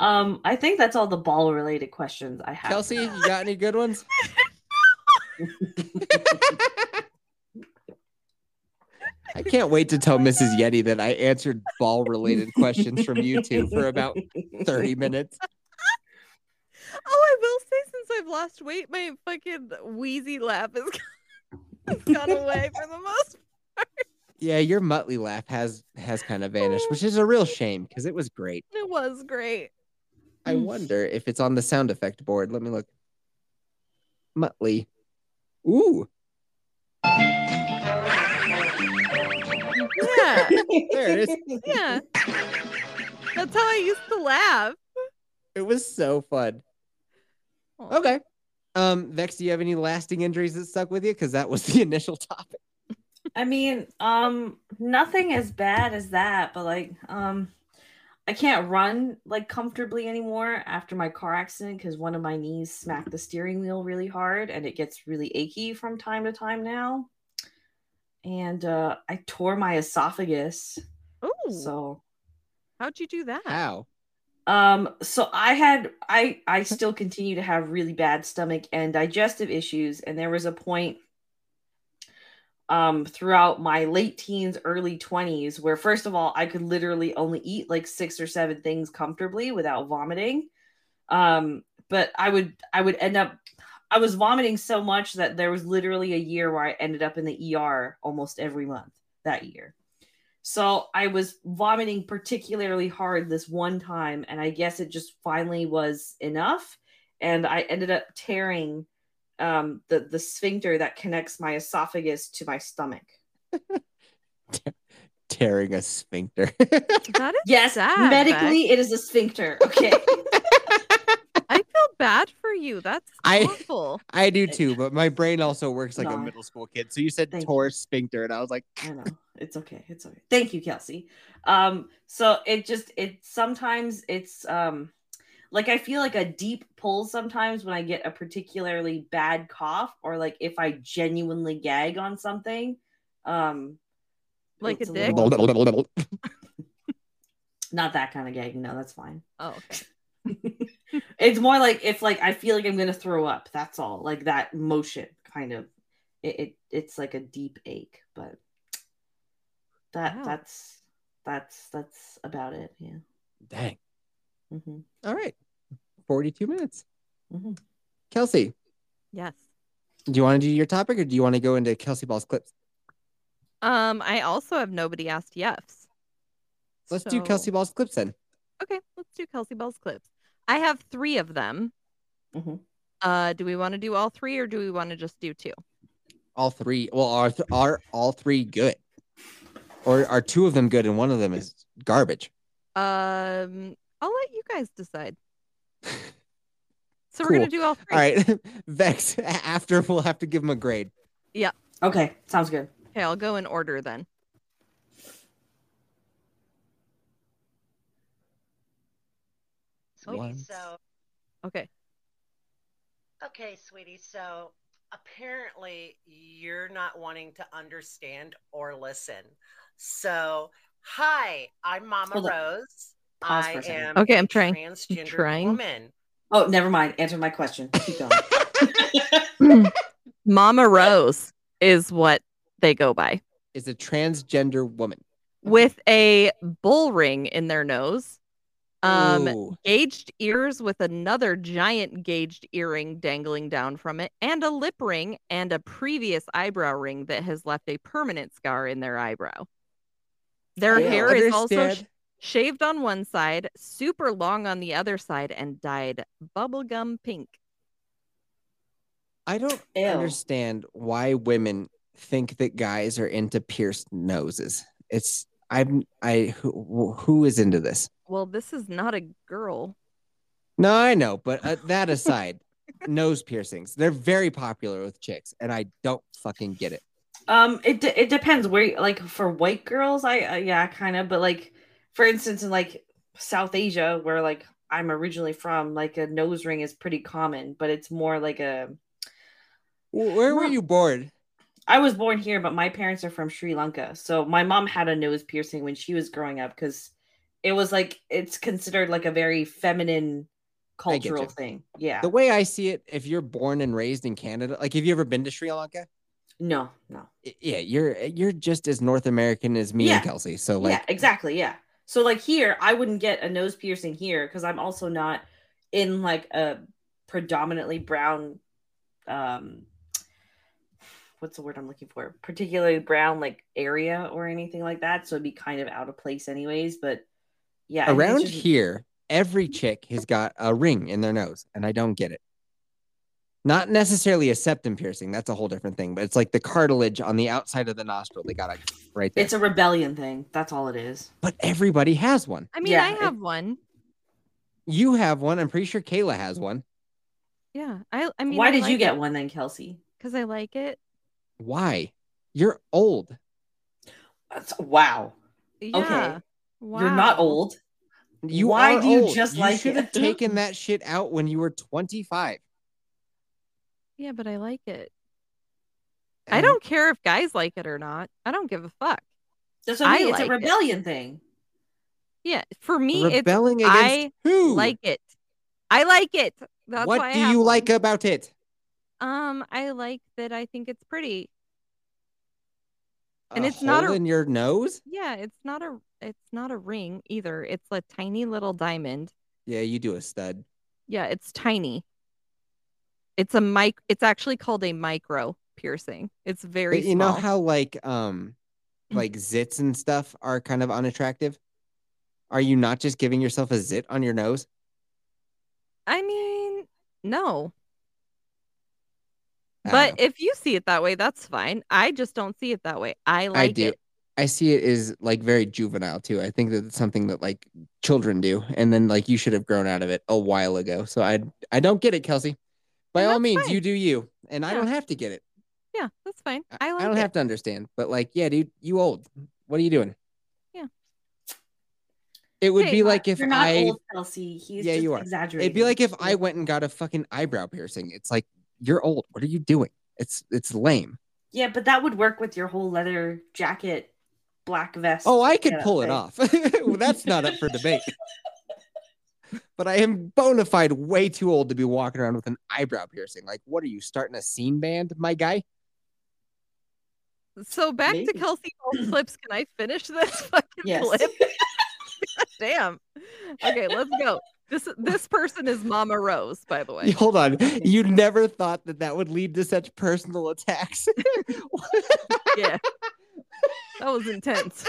Speaker 3: Um, I think that's all the ball related questions I have.
Speaker 1: Chelsea, you got any good ones? I can't wait to tell Mrs. Yeti that I answered ball related questions from you two for about 30 minutes.
Speaker 2: Oh, I will say since I've lost weight, my fucking wheezy laugh has has gone away for the most.
Speaker 1: Yeah, your Muttley laugh has has kind of vanished, which is a real shame because it was great.
Speaker 2: It was great.
Speaker 1: I
Speaker 3: Mm.
Speaker 1: wonder if it's on the sound effect board. Let me look. Muttley. Ooh,
Speaker 2: Yeah,
Speaker 1: there it is.
Speaker 2: yeah. That's how I used to laugh.
Speaker 1: It was so fun.
Speaker 2: Aw.
Speaker 1: Okay. Um, Vex, do you have any lasting injuries that stuck with you? Because that was the initial topic.
Speaker 3: I mean, um, nothing as bad as that, but like, um, I can't run like comfortably anymore after my car accident because one of my knees smacked the steering wheel really hard and it gets really achy from time to time now. And uh, I tore my esophagus,
Speaker 2: Ooh,
Speaker 3: so
Speaker 2: how'd you do that?
Speaker 1: How?
Speaker 3: um so i had i i still continue to have really bad stomach and digestive issues and there was a point um throughout my late teens early 20s where first of all i could literally only eat like six or seven things comfortably without vomiting um but i would i would end up i was vomiting so much that there was literally a year where i ended up in the er almost every month that year so I was vomiting particularly hard this one time, and I guess it just finally was enough. And I ended up tearing um, the the sphincter that connects my esophagus to my stomach.
Speaker 1: Tearing a sphincter.
Speaker 2: That is
Speaker 3: Yes,
Speaker 2: sad,
Speaker 3: medically it is a sphincter. Okay,
Speaker 2: I feel bad for you. That's
Speaker 1: I-
Speaker 2: awful.
Speaker 1: I do too, but my brain also works like a
Speaker 3: No.
Speaker 1: middle school kid. So you said
Speaker 3: Thank you.
Speaker 1: tore sphincter, and I was like,
Speaker 3: I know it's okay. It's okay. Thank you, Kelsey. Um, so it just it sometimes it's um like I feel like a deep pull sometimes when I get a particularly bad cough or like if I genuinely gag on something. Um
Speaker 2: Like a
Speaker 3: it's
Speaker 2: dick.
Speaker 3: little- not that kind of gag. No, that's fine.
Speaker 2: Oh, okay.
Speaker 3: It's more like if like I feel like I'm gonna throw up. That's all. Like that motion kind of. It, it it's like a deep ache, but that
Speaker 2: Wow.
Speaker 3: that's that's that's about it. Yeah.
Speaker 1: dang.
Speaker 3: hmm
Speaker 1: All right. 42 minutes.
Speaker 3: Mhm.
Speaker 1: Kelsey,
Speaker 2: yes.
Speaker 1: do you want to do your topic or do you want to go into Kelsey Ball's clips?
Speaker 2: Um, I also have nobody asked Yefs.
Speaker 1: Let's do Kelsey Ball's clips then.
Speaker 2: Okay, let's do Kelsey Bell's clips. I have three of them.
Speaker 1: Mm-hmm.
Speaker 3: Mhm.
Speaker 2: Uh, do we want to do all three or do we want to just do two?
Speaker 1: All three. Well, are, th- are all three good? Or are two of them good and one of them is garbage?
Speaker 2: Um, I'll let you guys decide. So
Speaker 1: Cool.
Speaker 2: we're gonna do all three.
Speaker 1: All right. Vex, after we'll have to give him a grade.
Speaker 3: Okay, sounds good.
Speaker 2: Okay, I'll go in order then.
Speaker 4: Sweetie,
Speaker 1: Once.
Speaker 4: so
Speaker 2: Okay.
Speaker 4: okay, sweetie, so apparently you're not wanting to understand or listen. So, hi, I'm Mama
Speaker 3: Hold on.
Speaker 4: Rose.
Speaker 3: Pause for
Speaker 4: I
Speaker 3: a second.
Speaker 4: am
Speaker 2: Okay,
Speaker 4: a
Speaker 2: I'm trying. I'm
Speaker 4: transgender
Speaker 2: trying.
Speaker 4: woman.
Speaker 3: Oh, never mind. Answer my question. Keep going.
Speaker 2: Mama Rose is what they go by
Speaker 1: Is a transgender woman.
Speaker 2: with a bull ring in their nose. Um,
Speaker 1: Ooh.
Speaker 2: gauged ears with another giant gauged earring dangling down from it, and a lip ring and a previous eyebrow ring that has left a permanent scar in their eyebrow. Their
Speaker 1: I
Speaker 2: hair is also sh-
Speaker 1: understand.
Speaker 2: shaved on one side, super long on the other side, and dyed bubblegum pink.
Speaker 1: I don't
Speaker 3: Ew.
Speaker 1: understand why women think that guys are into pierced noses. It's I'm I who, who is into this?
Speaker 2: Well, this is not a girl.
Speaker 1: No, I know, but uh, that aside, nose piercings they're very popular with chicks, and I don't fucking get it.
Speaker 3: Um, it de- it depends where. Like for white girls, I uh, yeah, kind of. But like, for instance, in like South Asia, where like I'm originally from, like a nose ring is pretty common, but it's more like a.
Speaker 1: W- Where were
Speaker 3: Mom.
Speaker 1: you born?
Speaker 3: I was born here, but my parents are from Sri Lanka, so my mom had a nose piercing when she was growing up because it was like it's considered like a very feminine
Speaker 1: I get you.
Speaker 3: cultural thing. Yeah.
Speaker 1: The way I see it, if you're born and raised in Canada, like have you ever been to Sri Lanka?
Speaker 3: no, no.
Speaker 1: I- Yeah, you're you're just as North American as me
Speaker 3: Yeah.
Speaker 1: and Kelsey. So like
Speaker 3: yeah, exactly. Yeah. So like here, I wouldn't get a nose piercing here because I'm also not in like a predominantly brown um what's the word I'm looking for? Particularly brown like area or anything like that. So it'd be kind of out of place anyways. But yeah. I think it's
Speaker 1: around
Speaker 3: just-
Speaker 1: here, every chick has got a ring in their nose, and I don't get it. Not necessarily a septum piercing, that's a whole different thing, but it's like the cartilage on the outside of the nostril. They got it right there.
Speaker 3: It's a rebellion thing. That's all it is.
Speaker 1: but everybody has one.
Speaker 2: I mean,
Speaker 3: Yeah,
Speaker 2: I
Speaker 3: it-
Speaker 2: have one.
Speaker 1: You have one. I'm pretty sure Kayla has one.
Speaker 2: Yeah. I I mean,
Speaker 3: Why did you get one then, Kelsey?
Speaker 2: Because I like it.
Speaker 1: Why? You're old.
Speaker 3: That's wow.
Speaker 2: Yeah. Wow.
Speaker 3: You're not old.
Speaker 1: You
Speaker 3: Why
Speaker 1: are
Speaker 3: do you
Speaker 1: old.
Speaker 3: just
Speaker 1: you
Speaker 3: like
Speaker 1: should have
Speaker 3: it?
Speaker 1: taken that shit out when you were 25.
Speaker 2: Yeah, but I like it. I don't care if guys like it or not. I don't give a fuck.
Speaker 3: That's what I mean.
Speaker 2: I
Speaker 3: it's
Speaker 2: like
Speaker 3: a
Speaker 2: it.
Speaker 3: rebellion thing.
Speaker 2: Yeah. For me, it's
Speaker 1: rebelling against
Speaker 2: I
Speaker 1: who?
Speaker 2: like it. I like it. That's
Speaker 1: what
Speaker 2: why I
Speaker 1: do
Speaker 2: have
Speaker 1: you
Speaker 2: one.
Speaker 1: like about it?
Speaker 2: Um, I like that. I think it's pretty. And
Speaker 1: A
Speaker 2: it's not
Speaker 1: hole
Speaker 2: a-
Speaker 1: in your nose.
Speaker 2: Yeah, it's not a it's not a ring either. It's a tiny little diamond.
Speaker 1: Yeah, you do a stud.
Speaker 2: Yeah, it's tiny. It's a mic. It's actually called a micro piercing. It's very
Speaker 1: But you know
Speaker 2: small. Mm.
Speaker 1: how like um like zits and stuff are kind of unattractive? Are you not just giving yourself a zit on your nose?
Speaker 2: I mean, no.
Speaker 1: I
Speaker 2: But
Speaker 1: don't know.
Speaker 2: if you see it that way, that's fine. I just don't see it that way. I like
Speaker 1: do.
Speaker 2: it.
Speaker 1: I see it as like very juvenile too. I think that it's something that like children do, and then like you should have grown out of it a while ago. So I I don't get it, Kelsey. By
Speaker 2: And
Speaker 1: all
Speaker 2: that's
Speaker 1: means,
Speaker 2: fine.
Speaker 1: you do you, and I
Speaker 2: Yeah.
Speaker 1: don't have to get it.
Speaker 2: Yeah, that's fine.
Speaker 1: I,
Speaker 2: I like
Speaker 1: I don't
Speaker 2: it.
Speaker 1: have to understand, but like, yeah, dude, you old. What are you doing?
Speaker 2: Yeah.
Speaker 1: It would
Speaker 2: Hey,
Speaker 1: be
Speaker 2: you're
Speaker 1: like if
Speaker 3: You're not
Speaker 1: I
Speaker 3: old, Kelsey. He's
Speaker 1: Yeah,
Speaker 3: just
Speaker 1: you are.
Speaker 3: exaggerating.
Speaker 1: It'd be like if I went and got a fucking eyebrow piercing. It's like you're old. What are you doing? It's it's lame.
Speaker 3: Yeah, but that would work with your whole leather jacket, black vest.
Speaker 1: Oh, I could
Speaker 3: Yeah,
Speaker 1: pull it
Speaker 3: right.
Speaker 1: off. Well, That's not up for debate. But I am bona fide way too old to be walking around with an eyebrow piercing. Like, what are you starting a scene band, my guy?
Speaker 2: So back to
Speaker 3: Maybe.
Speaker 2: Kelsey Ball's clips. Can I finish this fucking
Speaker 3: Yes.
Speaker 2: clip? Damn. Okay, let's go. This this person is Mama Rose, by the way.
Speaker 1: Hold on, you never thought that that would lead to such personal attacks.
Speaker 2: Yeah. That was intense.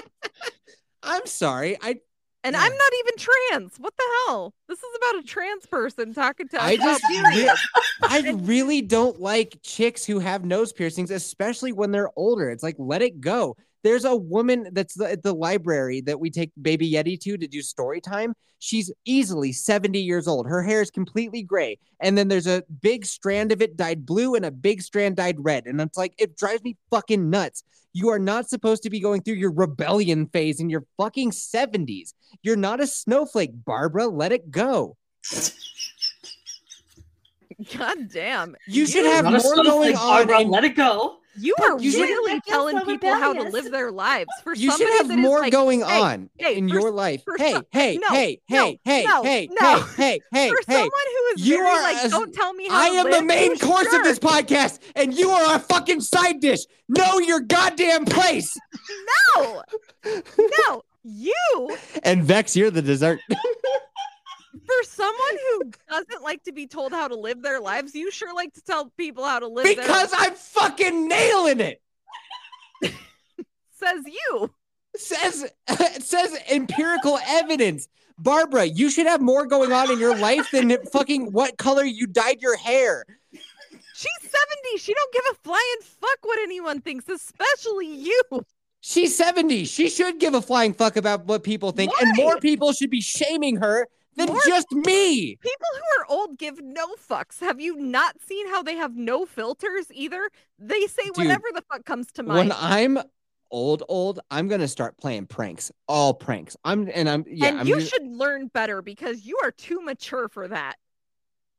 Speaker 1: I'm sorry. I
Speaker 2: And
Speaker 1: Yeah.
Speaker 2: I'm not even trans. What the hell? This is about a trans person talking to us
Speaker 1: I
Speaker 2: about
Speaker 1: just
Speaker 2: periods.
Speaker 1: re- I really don't like chicks who have nose piercings, especially when they're older. It's like let it go. There's a woman that's the, at the library that we take Baby Yeti to to do story time. She's easily 70 years old. Her hair is completely gray, and then there's a big strand of it dyed blue and a big strand dyed red, and it's like it drives me fucking nuts. You are not supposed to be going through your rebellion phase in your fucking 70s. You're not a snowflake, Barbara. Let it go.
Speaker 2: God damn.
Speaker 1: You should
Speaker 3: You're
Speaker 1: have
Speaker 3: not a
Speaker 1: more going
Speaker 3: snowflake,
Speaker 1: on.
Speaker 3: Barbara,
Speaker 1: in-
Speaker 3: let it go.
Speaker 2: You
Speaker 1: But
Speaker 2: are
Speaker 1: you should-
Speaker 2: really
Speaker 3: That feels
Speaker 2: telling
Speaker 3: so
Speaker 2: people how to
Speaker 3: rebellious.
Speaker 2: live their lives. For
Speaker 1: you should
Speaker 2: somebody
Speaker 1: have
Speaker 2: that is
Speaker 1: more
Speaker 2: like,
Speaker 1: going
Speaker 2: hey,
Speaker 1: on
Speaker 2: hey,
Speaker 1: in
Speaker 2: for
Speaker 1: your
Speaker 2: s-
Speaker 1: life.
Speaker 2: for
Speaker 1: Hey,
Speaker 2: some-
Speaker 1: hey,
Speaker 2: no,
Speaker 1: hey, hey, hey,
Speaker 2: no,
Speaker 1: hey,
Speaker 2: no.
Speaker 1: hey, hey, hey,
Speaker 2: for
Speaker 1: hey.
Speaker 2: someone who is
Speaker 1: you
Speaker 2: very
Speaker 1: are
Speaker 2: like,
Speaker 1: as-
Speaker 2: don't tell me how
Speaker 1: I
Speaker 2: to
Speaker 1: am the
Speaker 2: live,"
Speaker 1: main
Speaker 2: you
Speaker 1: course of this
Speaker 2: jerk.
Speaker 1: podcast, and you are a fucking side dish. Know your goddamn place.
Speaker 2: No, no, you
Speaker 1: And Vex, you're the dessert.
Speaker 2: for someone who doesn't like to be told how to live their lives, you sure like to tell people how to live their
Speaker 1: because I'm fucking nailing it.
Speaker 2: Says you.
Speaker 1: Says says empirical evidence. Barbara, you should have more going on in your life than fucking what color you dyed your hair.
Speaker 2: She's 70. She don't give a flying fuck what anyone thinks, especially you.
Speaker 1: She's 70. She should give a flying fuck about what people think, and
Speaker 2: Why?
Speaker 1: more people should be shaming her than
Speaker 2: More-
Speaker 1: just me.
Speaker 2: People who are old give no fucks. Have you not seen how they have no filters either? They say
Speaker 1: Dude,
Speaker 2: whatever the fuck comes to mind.
Speaker 1: When I'm old, old, I'm gonna start playing pranks, all pranks. I'm and I'm yeah,
Speaker 2: and
Speaker 1: I'm
Speaker 2: you
Speaker 1: gonna-
Speaker 2: should learn better because you are too mature for that.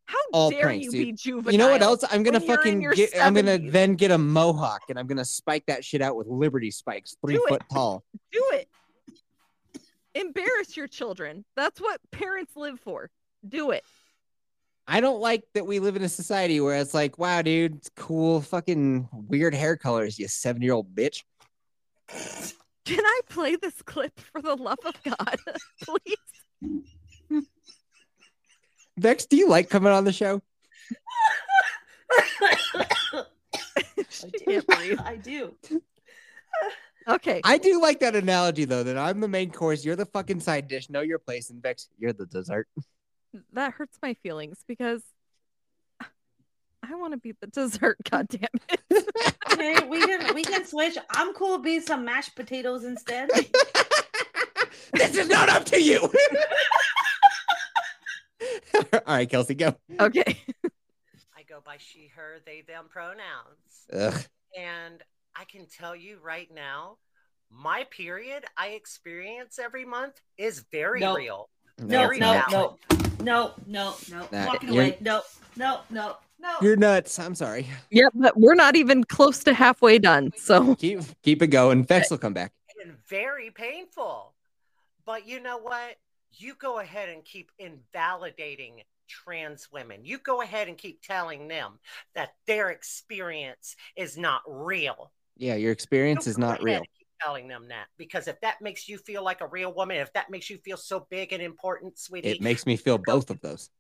Speaker 2: How
Speaker 1: All
Speaker 2: dare
Speaker 1: pranks,
Speaker 2: you
Speaker 1: dude.
Speaker 2: be juvenile?
Speaker 1: you know what else? I'm gonna
Speaker 2: when you're in
Speaker 1: fucking
Speaker 2: your
Speaker 1: get, I'm gonna
Speaker 2: 70s.
Speaker 1: then get a mohawk and I'm gonna spike that shit out with liberty spikes, three
Speaker 2: Do it.
Speaker 1: foot tall.
Speaker 2: Do it. Embarrass your children. That's what parents live for. Do it.
Speaker 1: I don't like that we live in a society where it's like, wow, dude, it's cool, fucking weird hair colors, you seven year old bitch.
Speaker 2: Can I play this clip for the love of God, please?
Speaker 1: Vex, do you like coming on the show?
Speaker 2: She
Speaker 3: I do.
Speaker 2: can't breathe.
Speaker 3: I do.
Speaker 2: Okay.
Speaker 1: I do like that analogy though, that I'm the main course, you're the fucking side dish, know your place, and Vex, you're the dessert.
Speaker 2: that hurts my feelings because I want to be the dessert. God damn it!
Speaker 3: Okay, we can we can switch. I'm cool with being some mashed potatoes instead.
Speaker 1: this is not up to you. All right, Kelsey, go.
Speaker 2: Okay.
Speaker 4: I go by she, her, they, them pronouns.
Speaker 1: Ugh.
Speaker 4: And I can tell you right now, my period I experience every month is very
Speaker 3: No.
Speaker 4: real.
Speaker 3: No,
Speaker 1: it's
Speaker 4: Very
Speaker 3: no,
Speaker 1: not.
Speaker 3: no, no, no, no.
Speaker 1: Nah,
Speaker 3: Walking
Speaker 1: you're-
Speaker 3: away. No, no, no, no.
Speaker 1: You're nuts. I'm sorry.
Speaker 2: Yeah, but we're not even close to halfway done. So
Speaker 1: Keep keep it going. Vex will come back.
Speaker 4: and very painful. But you know what? You go ahead and keep invalidating trans women. You go ahead and keep telling them that their experience is not real.
Speaker 1: Yeah, your experience
Speaker 4: You
Speaker 1: is
Speaker 4: go
Speaker 1: not
Speaker 4: ahead
Speaker 1: real.
Speaker 4: and keep Telling them that because if that makes you feel like a real woman, if that makes you feel so big and important, sweetie,
Speaker 1: It makes me feel both of those.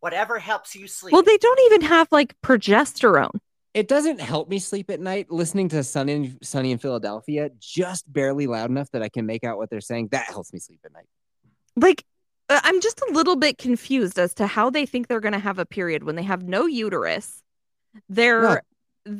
Speaker 4: whatever helps you sleep.
Speaker 2: well, they don't even have like progesterone.
Speaker 1: It doesn't help me sleep at night listening to Sunny in, Sunny in Philadelphia just barely loud enough that I can make out what they're saying. That helps me sleep at night.
Speaker 2: Like, uh, I'm just a little bit confused as to how they think they're going to have a period when they have no uterus. They're th-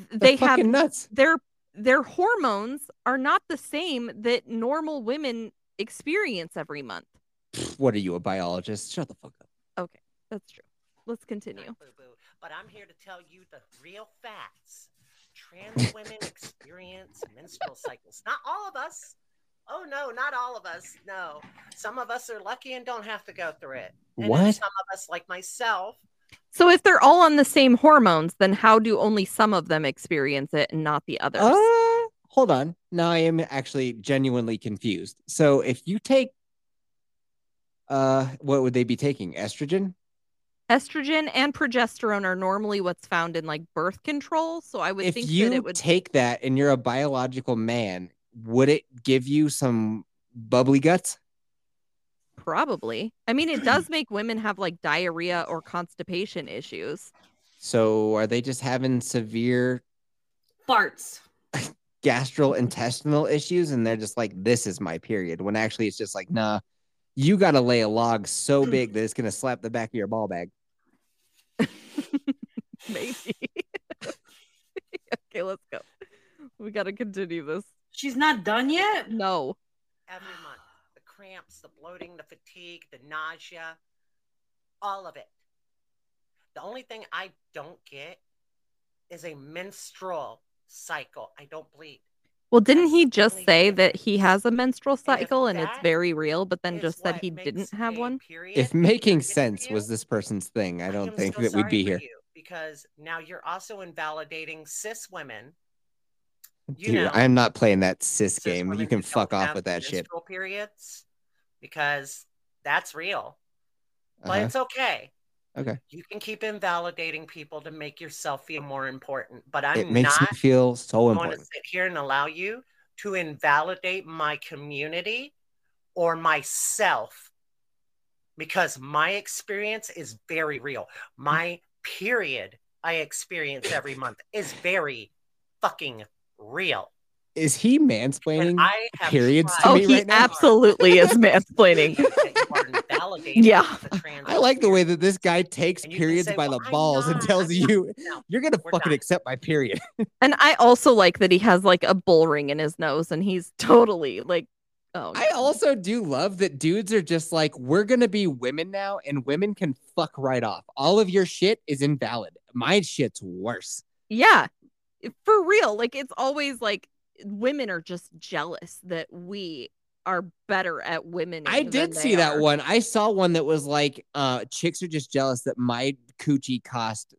Speaker 1: They're
Speaker 2: they have
Speaker 1: fucking nuts.
Speaker 2: their their hormones are not the same that normal women experience every month.
Speaker 1: Pfft, What are you, a biologist? Shut the fuck up.
Speaker 2: That's true. Let's
Speaker 4: Not
Speaker 2: continue.
Speaker 4: boo-boo, But I'm here to tell you the real facts. Trans women experience menstrual cycles. Not all of us. Oh no, not all of us. No. Some of us are lucky and don't have to go through it. And then
Speaker 1: What?
Speaker 4: Some of us, like myself,
Speaker 2: So if they're all on the same hormones, then how do only some of them experience it and not the others?
Speaker 1: Uh, hold on. Now I am actually genuinely confused. So if you take, uh, what would they be taking? Estrogen?
Speaker 2: Estrogen and progesterone are normally what's found in like birth control, so I would
Speaker 1: if
Speaker 2: think
Speaker 1: you
Speaker 2: that it would
Speaker 1: take that and you're a biological man, would it give you some bubbly guts?
Speaker 2: probably. I mean, it does make women have like diarrhea or constipation issues.
Speaker 1: So are they just having severe
Speaker 3: Farts.
Speaker 1: gastrointestinal issues and they're just like, this is my period? When actually it's just like, nah, you got to lay a log so big that it's going to slap the back of your ball bag.
Speaker 2: Maybe. okay, let's go. We got to continue this.
Speaker 3: She's not done yet.
Speaker 2: No.
Speaker 4: every month, the cramps, the bloating, the fatigue, the nausea, all of it. The only thing I don't get is a menstrual cycle. I don't bleed.
Speaker 2: Well, didn't
Speaker 4: That's
Speaker 2: he
Speaker 4: the
Speaker 2: just
Speaker 4: only
Speaker 2: say that
Speaker 4: difference.
Speaker 2: he has a menstrual
Speaker 4: And if
Speaker 2: cycle and it's
Speaker 4: that
Speaker 2: very real, but then
Speaker 4: It's
Speaker 2: just said
Speaker 4: what
Speaker 2: he
Speaker 4: makes
Speaker 2: didn't have
Speaker 4: a
Speaker 2: one?
Speaker 4: period
Speaker 1: If making
Speaker 4: good for
Speaker 1: sense was
Speaker 4: you,
Speaker 1: this person's thing, I don't
Speaker 4: am
Speaker 1: think
Speaker 4: so
Speaker 1: that we'd
Speaker 4: sorry
Speaker 1: be
Speaker 4: for
Speaker 1: here.
Speaker 4: you because now you're also invalidating cis women. You
Speaker 1: Dude,
Speaker 4: know,
Speaker 1: I'm not playing that cis
Speaker 4: cis
Speaker 1: game. You
Speaker 4: women
Speaker 1: can
Speaker 4: who don't
Speaker 1: fuck off
Speaker 4: have
Speaker 1: with that shit.
Speaker 4: menstrual Periods, because that's real, but
Speaker 1: Uh-huh.
Speaker 4: it's okay.
Speaker 1: Okay.
Speaker 4: You can keep invalidating people to make yourself feel more important, but I'm
Speaker 1: it makes me
Speaker 4: not
Speaker 1: feel so
Speaker 4: going to
Speaker 1: important.
Speaker 4: sit here and allow you to invalidate my community or myself because my experience is very real. My period I experience every month is very fucking real.
Speaker 1: Is he mansplaining?
Speaker 4: And I have
Speaker 1: periods to
Speaker 4: tried
Speaker 2: Oh,
Speaker 1: me
Speaker 2: he
Speaker 1: right now?
Speaker 2: absolutely is mansplaining.
Speaker 4: that you are invalidating
Speaker 2: Yeah.
Speaker 4: the trans
Speaker 1: I like the way
Speaker 4: experience.
Speaker 1: that this guy takes
Speaker 4: And you can
Speaker 1: periods
Speaker 4: say,
Speaker 1: by
Speaker 4: "Well,
Speaker 1: the
Speaker 4: I'm
Speaker 1: balls and
Speaker 4: not,
Speaker 1: tells
Speaker 4: I'm
Speaker 1: you,
Speaker 4: No,
Speaker 1: you're going to
Speaker 4: we're
Speaker 1: fucking
Speaker 4: done.
Speaker 1: accept my period.
Speaker 2: And I also like that he has like a bull ring in his nose and he's totally like, oh,
Speaker 1: I also do love that dudes are just like, we're going to be women now and women can fuck right off. All of your shit is invalid. My shit's worse.
Speaker 2: yeah, for real. Like, it's always like women are just jealous that we are better at women.
Speaker 1: I did see that one. I saw one that was like, uh, chicks are just jealous that my coochie cost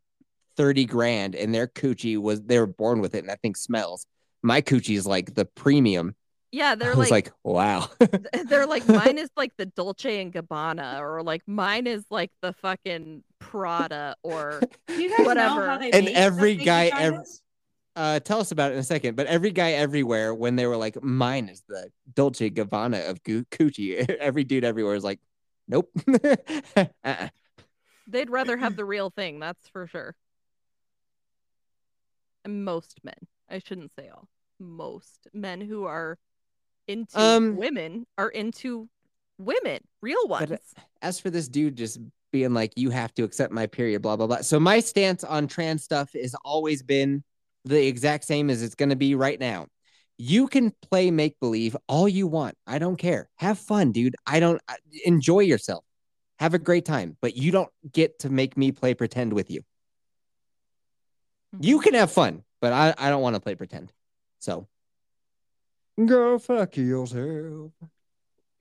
Speaker 1: 30 grand and their coochie was, they were born with it and that thing smells. My coochie's like the premium.
Speaker 2: yeah,
Speaker 1: I
Speaker 2: they're
Speaker 1: was
Speaker 2: like,
Speaker 1: like, wow.
Speaker 2: they're like mine is like the Dolce and Gabbana, or like mine is like the fucking Prada, or
Speaker 3: Do you guys
Speaker 2: Whatever.
Speaker 3: know how they
Speaker 1: And
Speaker 3: make
Speaker 1: every
Speaker 3: stuff
Speaker 1: guy
Speaker 3: in China?
Speaker 1: ev- uh, tell us about it in a second. But every guy everywhere, when they were like, mine is the Dolce Gabbana of Gu- Gucci, every dude everywhere is like, nope. Uh-uh.
Speaker 2: they'd rather have the real thing. That's for sure. And most men, I shouldn't say all, most men who are into
Speaker 1: Um,
Speaker 2: women are into women, real
Speaker 1: But,
Speaker 2: ones.
Speaker 1: uh, As for this dude just being like, you have to accept my period, blah, blah, blah. So my stance on trans stuff has always been the exact same as it's going to be right now. You can play make believe all you want. I don't care. Have fun, dude. I don't I- enjoy yourself. Have a great time, but you don't get to make me play pretend with you.
Speaker 2: Mm-hmm.
Speaker 1: You can have fun, but I, I don't want to play pretend. So go fuck yourself.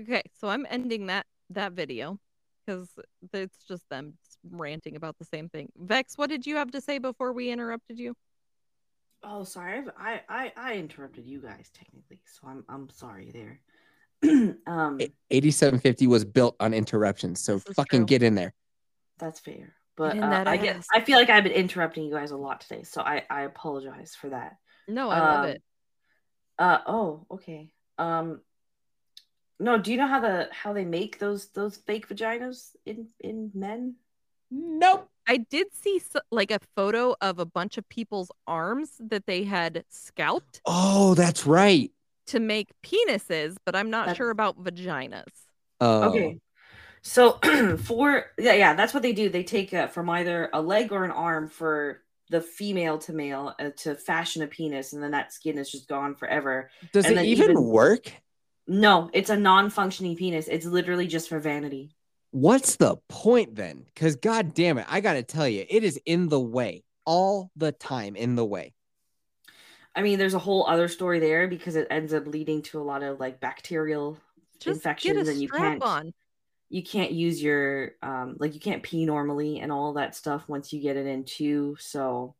Speaker 2: Okay, so I'm ending that that video because it's just them ranting about the same thing. Vex, what did you have to say before we interrupted you?
Speaker 3: Oh, sorry. I've- I, I I interrupted you guys technically, so I'm I'm sorry there. um,
Speaker 1: E- 8750 was built on interruptions. So
Speaker 2: This is
Speaker 1: fucking
Speaker 2: true.
Speaker 1: get in there.
Speaker 3: that's fair, but
Speaker 2: in
Speaker 3: uh,
Speaker 2: that
Speaker 3: I get
Speaker 2: ass.
Speaker 3: I feel like I've been interrupting you guys a lot today, so I I apologize for that.
Speaker 2: No, I love
Speaker 3: Um,
Speaker 2: it.
Speaker 3: Uh oh, okay. Um, no, do you know how the how they make those those fake vaginas in in men?
Speaker 1: Nope.
Speaker 2: I did see so, like a photo of a bunch of people's arms that they had scalped
Speaker 1: Oh, that's right.
Speaker 2: to make penises, but I'm not
Speaker 3: That's-
Speaker 2: sure about vaginas.
Speaker 1: Oh,
Speaker 3: Okay. So for yeah, yeah, that's what they do. They take uh, from either a leg or an arm for the female to male uh, to fashion a penis, and then that skin is just gone forever.
Speaker 1: Does
Speaker 3: And
Speaker 1: it
Speaker 3: then
Speaker 1: even,
Speaker 3: even-
Speaker 1: work?
Speaker 3: No, it's a non-functioning penis. It's literally just for vanity.
Speaker 1: What's the point then? Because god damn it, I gotta tell you, it is in the way all the time. In the way.
Speaker 3: I mean, there's a whole other story there because it ends up leading to a lot of like bacterial
Speaker 2: Just get a
Speaker 3: Infections and you
Speaker 2: strap
Speaker 3: can't-
Speaker 2: on.
Speaker 3: you can't use your um like you can't pee normally and all that stuff once you get it in too so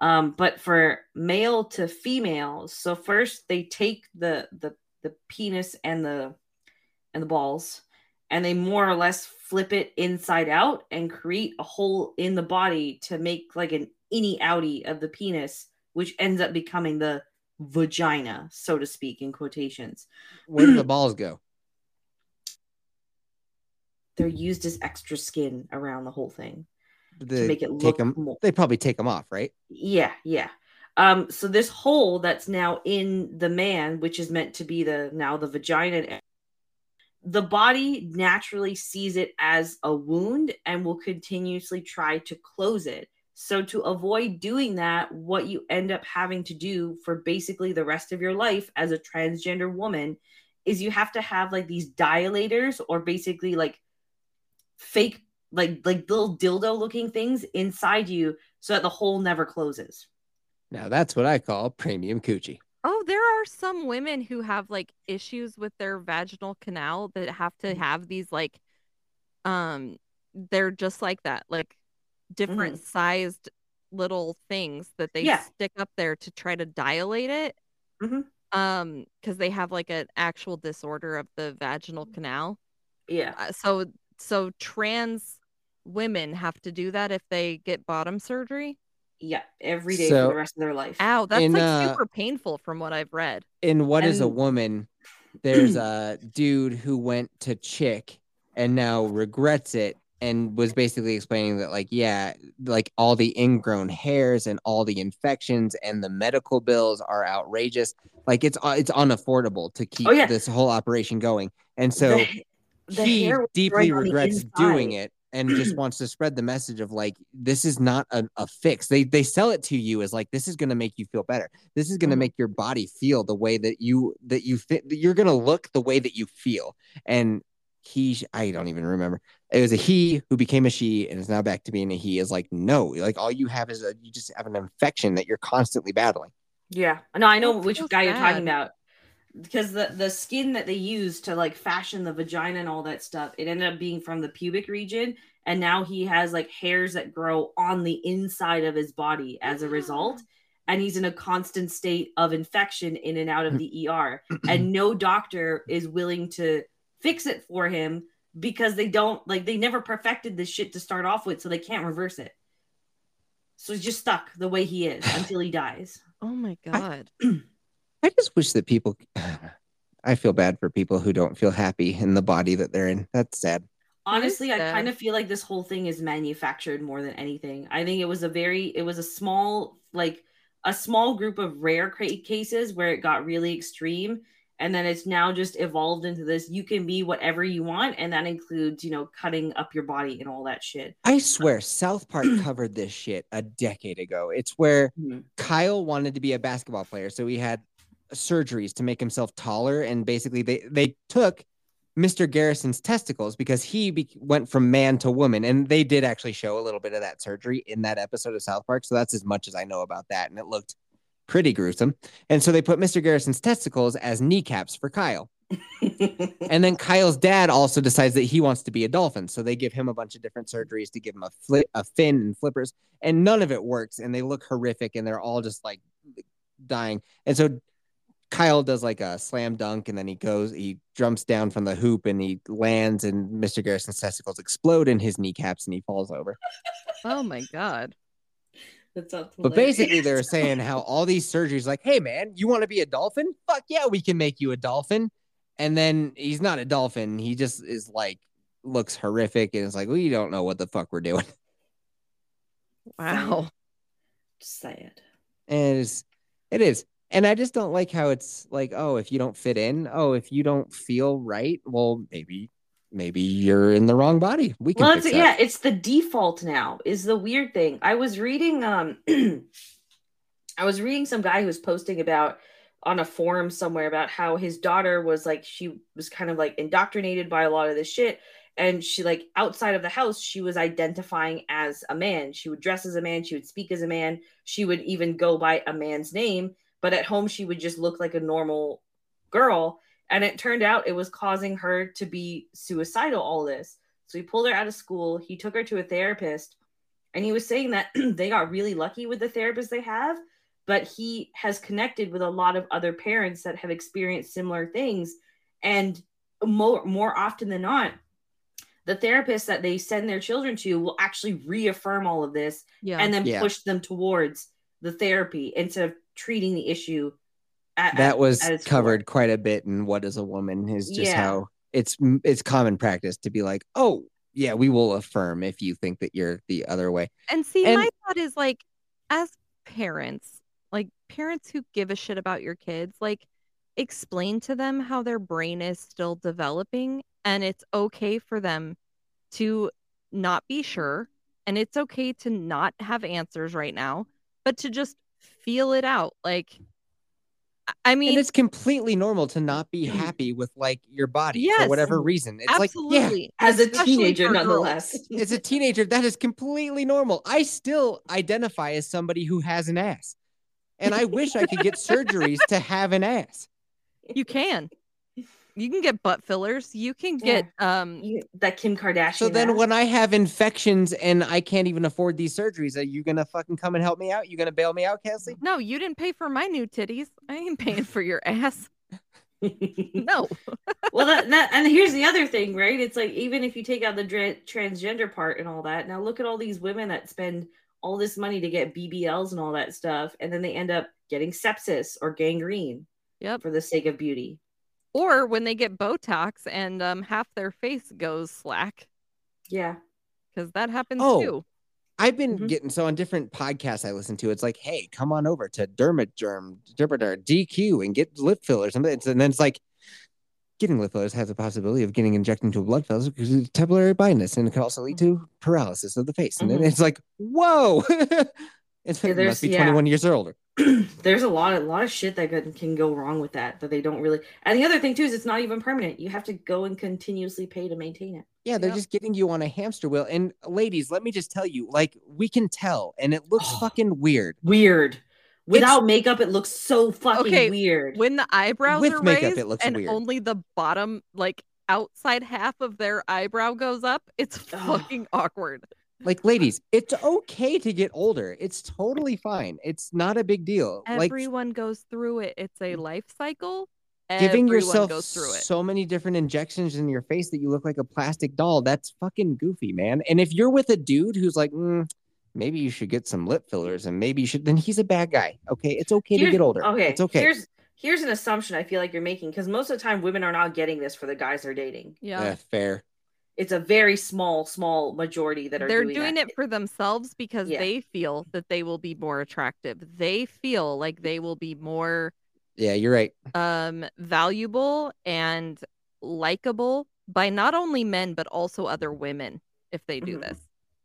Speaker 3: um but for male to female so first they take the the the penis and the and the balls and they more or less flip it inside out and create a hole in the body to make like an innie outie of the penis which ends up becoming the vagina so to speak in quotations
Speaker 1: Where do the balls go?
Speaker 3: they're used as extra skin around the whole thing
Speaker 1: They
Speaker 3: to make it
Speaker 1: take
Speaker 3: look
Speaker 1: 'em-
Speaker 3: more.
Speaker 1: They probably take them off, right?
Speaker 3: Yeah, yeah. Um, so this hole that's now in the man, which is meant to be the now the vagina, the body naturally sees it as a wound and will continuously try to close it. So to avoid doing that, what you end up having to do for basically the rest of your life as a transgender woman is you have to have like these dilators or basically like fake like like little dildo looking things inside you so that the hole never closes.
Speaker 1: Now that's what I call premium coochie.
Speaker 2: Oh, there are some women who have like issues with their vaginal canal that have to have these like um they're just like that, like different sized little things that they
Speaker 3: Yeah.
Speaker 2: stick up there to try to dilate it.
Speaker 3: Mhm.
Speaker 2: Um, because they have like an actual disorder of the vaginal canal.
Speaker 3: Yeah.
Speaker 2: Uh, So so trans women have to do that if they get bottom surgery.
Speaker 3: Yeah. Every day
Speaker 1: So-
Speaker 3: for the rest of their life.
Speaker 2: Ow, that's
Speaker 1: In,
Speaker 2: like
Speaker 1: uh,
Speaker 2: super painful from what I've read.
Speaker 1: in What Is a
Speaker 3: And-
Speaker 1: Woman, there's a dude who went to chick and now regrets it and was basically explaining that like yeah like all the ingrown hairs and all the infections and the medical bills are outrageous like it's uh, it's unaffordable to keep
Speaker 3: Oh, yeah.
Speaker 1: this whole operation going and so
Speaker 3: The- the
Speaker 1: he
Speaker 3: hair was
Speaker 1: deeply
Speaker 3: growing on the
Speaker 1: regrets doing
Speaker 3: inside.
Speaker 1: it and just wants to spread the message of like this is not a, a fix they they sell it to you as like this is going to make you feel better this is going to
Speaker 3: Mhm.
Speaker 1: make your body feel the way that you that you fit that you're going to look the way that you feel and he i don't even remember it was a he who became a she and is now back to being a he is like no like all you have is a you just have an infection that you're constantly battling
Speaker 3: Yeah. No, I know
Speaker 2: That's
Speaker 3: which
Speaker 2: so
Speaker 3: guy you're
Speaker 2: sad.
Speaker 3: talking about. Because the, the skin that they use to like fashion the vagina and all that stuff, it ended up being from the pubic region. And now he has like hairs that grow on the inside of his body as a result. and he's in a constant state of infection in and out of the ER. And no doctor is willing to fix it for him because they don't like they never perfected this shit to start off with, so they can't reverse it. So he's just stuck the way he is until he dies.
Speaker 2: Oh my god.
Speaker 1: I just wish that people. I feel bad for people who don't feel happy in the body that they're in. That's sad.
Speaker 3: honestly i
Speaker 2: sad.
Speaker 3: kind of feel like this whole thing is manufactured more than anything i think it was a very it was a small like a small group of rare cra- cases where it got really extreme and then it's now just evolved into this you can be whatever you want and that includes you know cutting up your body and all that shit
Speaker 1: I swear, South Park covered this shit a decade ago. It's where Kyle wanted to be a basketball player, so he had surgeries to make himself taller, and basically they they took Mr. Garrison's testicles because he be- went from man to woman, and they did actually show a little bit of that surgery in that episode of South Park. So that's as much as I know about that, and it looked pretty gruesome. And so they put Mr. Garrison's testicles as kneecaps for Kyle. And then Kyle's dad also decides that he wants to be a dolphin. So they give him a bunch of different surgeries to give him a, fli- a fin and flippers, and none of it works. And they look horrific and they're all just like dying. And so Kyle does like a slam dunk and then he goes, he jumps down from the hoop and he lands, and Mr. Garrison's testicles explode in his kneecaps and he falls over.
Speaker 2: Oh my god.
Speaker 3: that sounds
Speaker 1: But
Speaker 3: hilarious.
Speaker 1: basically, they were saying how all these surgeries, like, hey, man, you want to be a dolphin? Fuck yeah, we can make you a dolphin. And then he's not a dolphin. He just is like, looks horrific. And it's like, we don't know what the fuck we're doing.
Speaker 2: Wow.
Speaker 3: sad
Speaker 1: And it is, it is. And I just don't like how it's like, oh, if you don't fit in, oh, if you don't feel right, well, maybe, maybe you're in the wrong body. We can
Speaker 3: well
Speaker 1: fix
Speaker 3: it's,
Speaker 1: that.
Speaker 3: yeah it's the default now is the weird thing i was reading um i was reading some guy who was posting about on a forum somewhere about how his daughter was like she was kind of like indoctrinated by a lot of this shit and she like outside of the house she was identifying as a man she would dress as a man she would speak as a man she would even go by a man's name but at home she would just look like a normal girl and it turned out it was causing her to be suicidal all this so he pulled her out of school. He took her to a therapist, and he was saying that they got really lucky with the therapist they have, but he has connected with a lot of other parents that have experienced similar things, and more more often than not, the therapists that they send their children to will actually reaffirm all of this
Speaker 2: Yeah.
Speaker 3: and then
Speaker 1: Yeah.
Speaker 3: push them towards the therapy instead of treating the issue. At,
Speaker 1: that was
Speaker 3: at its core.
Speaker 1: covered quite a bit in what is a woman is just
Speaker 3: Yeah.
Speaker 1: how it's it's common practice to be like oh yeah we will affirm if you think that you're the other way
Speaker 2: And see,
Speaker 1: And-
Speaker 2: my thought is like, as parents, like parents who give a shit about your kids, like explain to them how their brain is still developing and it's okay for them to not be sure and it's okay to not have answers right now, but to just feel it out. Like, I- I mean,
Speaker 1: and it's completely normal to not be happy with like your body for
Speaker 2: Yes.
Speaker 1: whatever reason it's
Speaker 2: absolutely.
Speaker 1: like yeah
Speaker 3: as a
Speaker 2: especially
Speaker 3: teenager,
Speaker 2: for girls.
Speaker 3: nonetheless.
Speaker 1: as a teenager that is completely normal i still identify as somebody who has an ass and i wish i could get surgeries to have an ass
Speaker 2: You can. You can get butt fillers. You can
Speaker 3: Yeah.
Speaker 2: get um
Speaker 3: You- that Kim Kardashian.
Speaker 1: so then
Speaker 3: ass.
Speaker 1: when i have infections and i can't even afford these surgeries are you gonna fucking come and help me out you gonna bail me out Cassie?
Speaker 2: no, you didn't pay for my new titties. I ain't paying for your ass. No.
Speaker 3: well, that, that and here's the other thing, right? It's like even if you take out the dra- transgender part and all that, now look at all these women that spend all this money to get BBLs and all that stuff, and then they end up getting sepsis or gangrene
Speaker 2: Yep.
Speaker 3: for the sake of beauty.
Speaker 2: Or when they get Botox and um half their face goes slack
Speaker 3: Yeah,
Speaker 2: because that happens
Speaker 1: Oh.
Speaker 2: too.
Speaker 1: I've been
Speaker 3: Mhm.
Speaker 1: getting so on different podcasts I listen to. It's like, hey, come on over to Dermaderm, Dermaderm, DQ, and get lip fillers. And then it's- and then it's like, getting lip fillers has the possibility of getting injected into a blood vessel because of temporary blindness, and it can also lead
Speaker 3: Mm-hmm.
Speaker 1: to paralysis of the face. And then
Speaker 3: Mhm.
Speaker 1: it's like, whoa, it's, it
Speaker 3: Yeah, there's-
Speaker 1: must be
Speaker 3: yeah.
Speaker 1: 21 years older.
Speaker 3: there's a lot, a lot of shit that can, can go wrong with that that they don't really. And the other thing too is it's not even permanent. You have to go and continuously pay to maintain it.
Speaker 1: Yeah, they're
Speaker 2: Yep.
Speaker 1: just getting you on a hamster wheel. And ladies, let me just tell you, like, we can tell, and it
Speaker 3: Oh.
Speaker 1: looks fucking weird.
Speaker 3: Weird. Without makeup, it looks so fucking
Speaker 2: Okay,
Speaker 3: weird.
Speaker 2: When the eyebrows
Speaker 1: With
Speaker 2: are
Speaker 1: makeup,
Speaker 2: raised
Speaker 1: it looks
Speaker 2: and
Speaker 1: weird.
Speaker 2: only the bottom like outside half of their eyebrow goes up, it's
Speaker 3: Ugh.
Speaker 2: fucking awkward.
Speaker 1: Like, ladies, it's okay to get older. It's totally fine. It's not a big deal. like,
Speaker 2: Everyone goes through it. It's a life cycle.
Speaker 1: giving
Speaker 2: Everyone
Speaker 1: yourself
Speaker 2: goes through it.
Speaker 1: so many different injections in your face that you look like a plastic doll that's fucking goofy man and if you're with a dude who's like "Mm, maybe you should get some lip fillers and maybe you should then he's a bad guy okay it's okay to
Speaker 3: Here's-
Speaker 1: get older
Speaker 3: Okay,
Speaker 1: it's okay
Speaker 3: Here's here's an assumption I feel like you're making because most of the time women are not getting this for the guys they're dating.
Speaker 2: yeah.
Speaker 1: Eh, fair
Speaker 3: It's a very small, small majority that are
Speaker 2: They're
Speaker 3: doing,
Speaker 2: doing,
Speaker 3: that.
Speaker 2: it for themselves because
Speaker 3: Yeah.
Speaker 2: they feel that they will be more attractive. They feel like they will be more
Speaker 1: yeah you're right
Speaker 2: um valuable and likable by not only men but also other women if they do
Speaker 3: Mhm.
Speaker 2: this.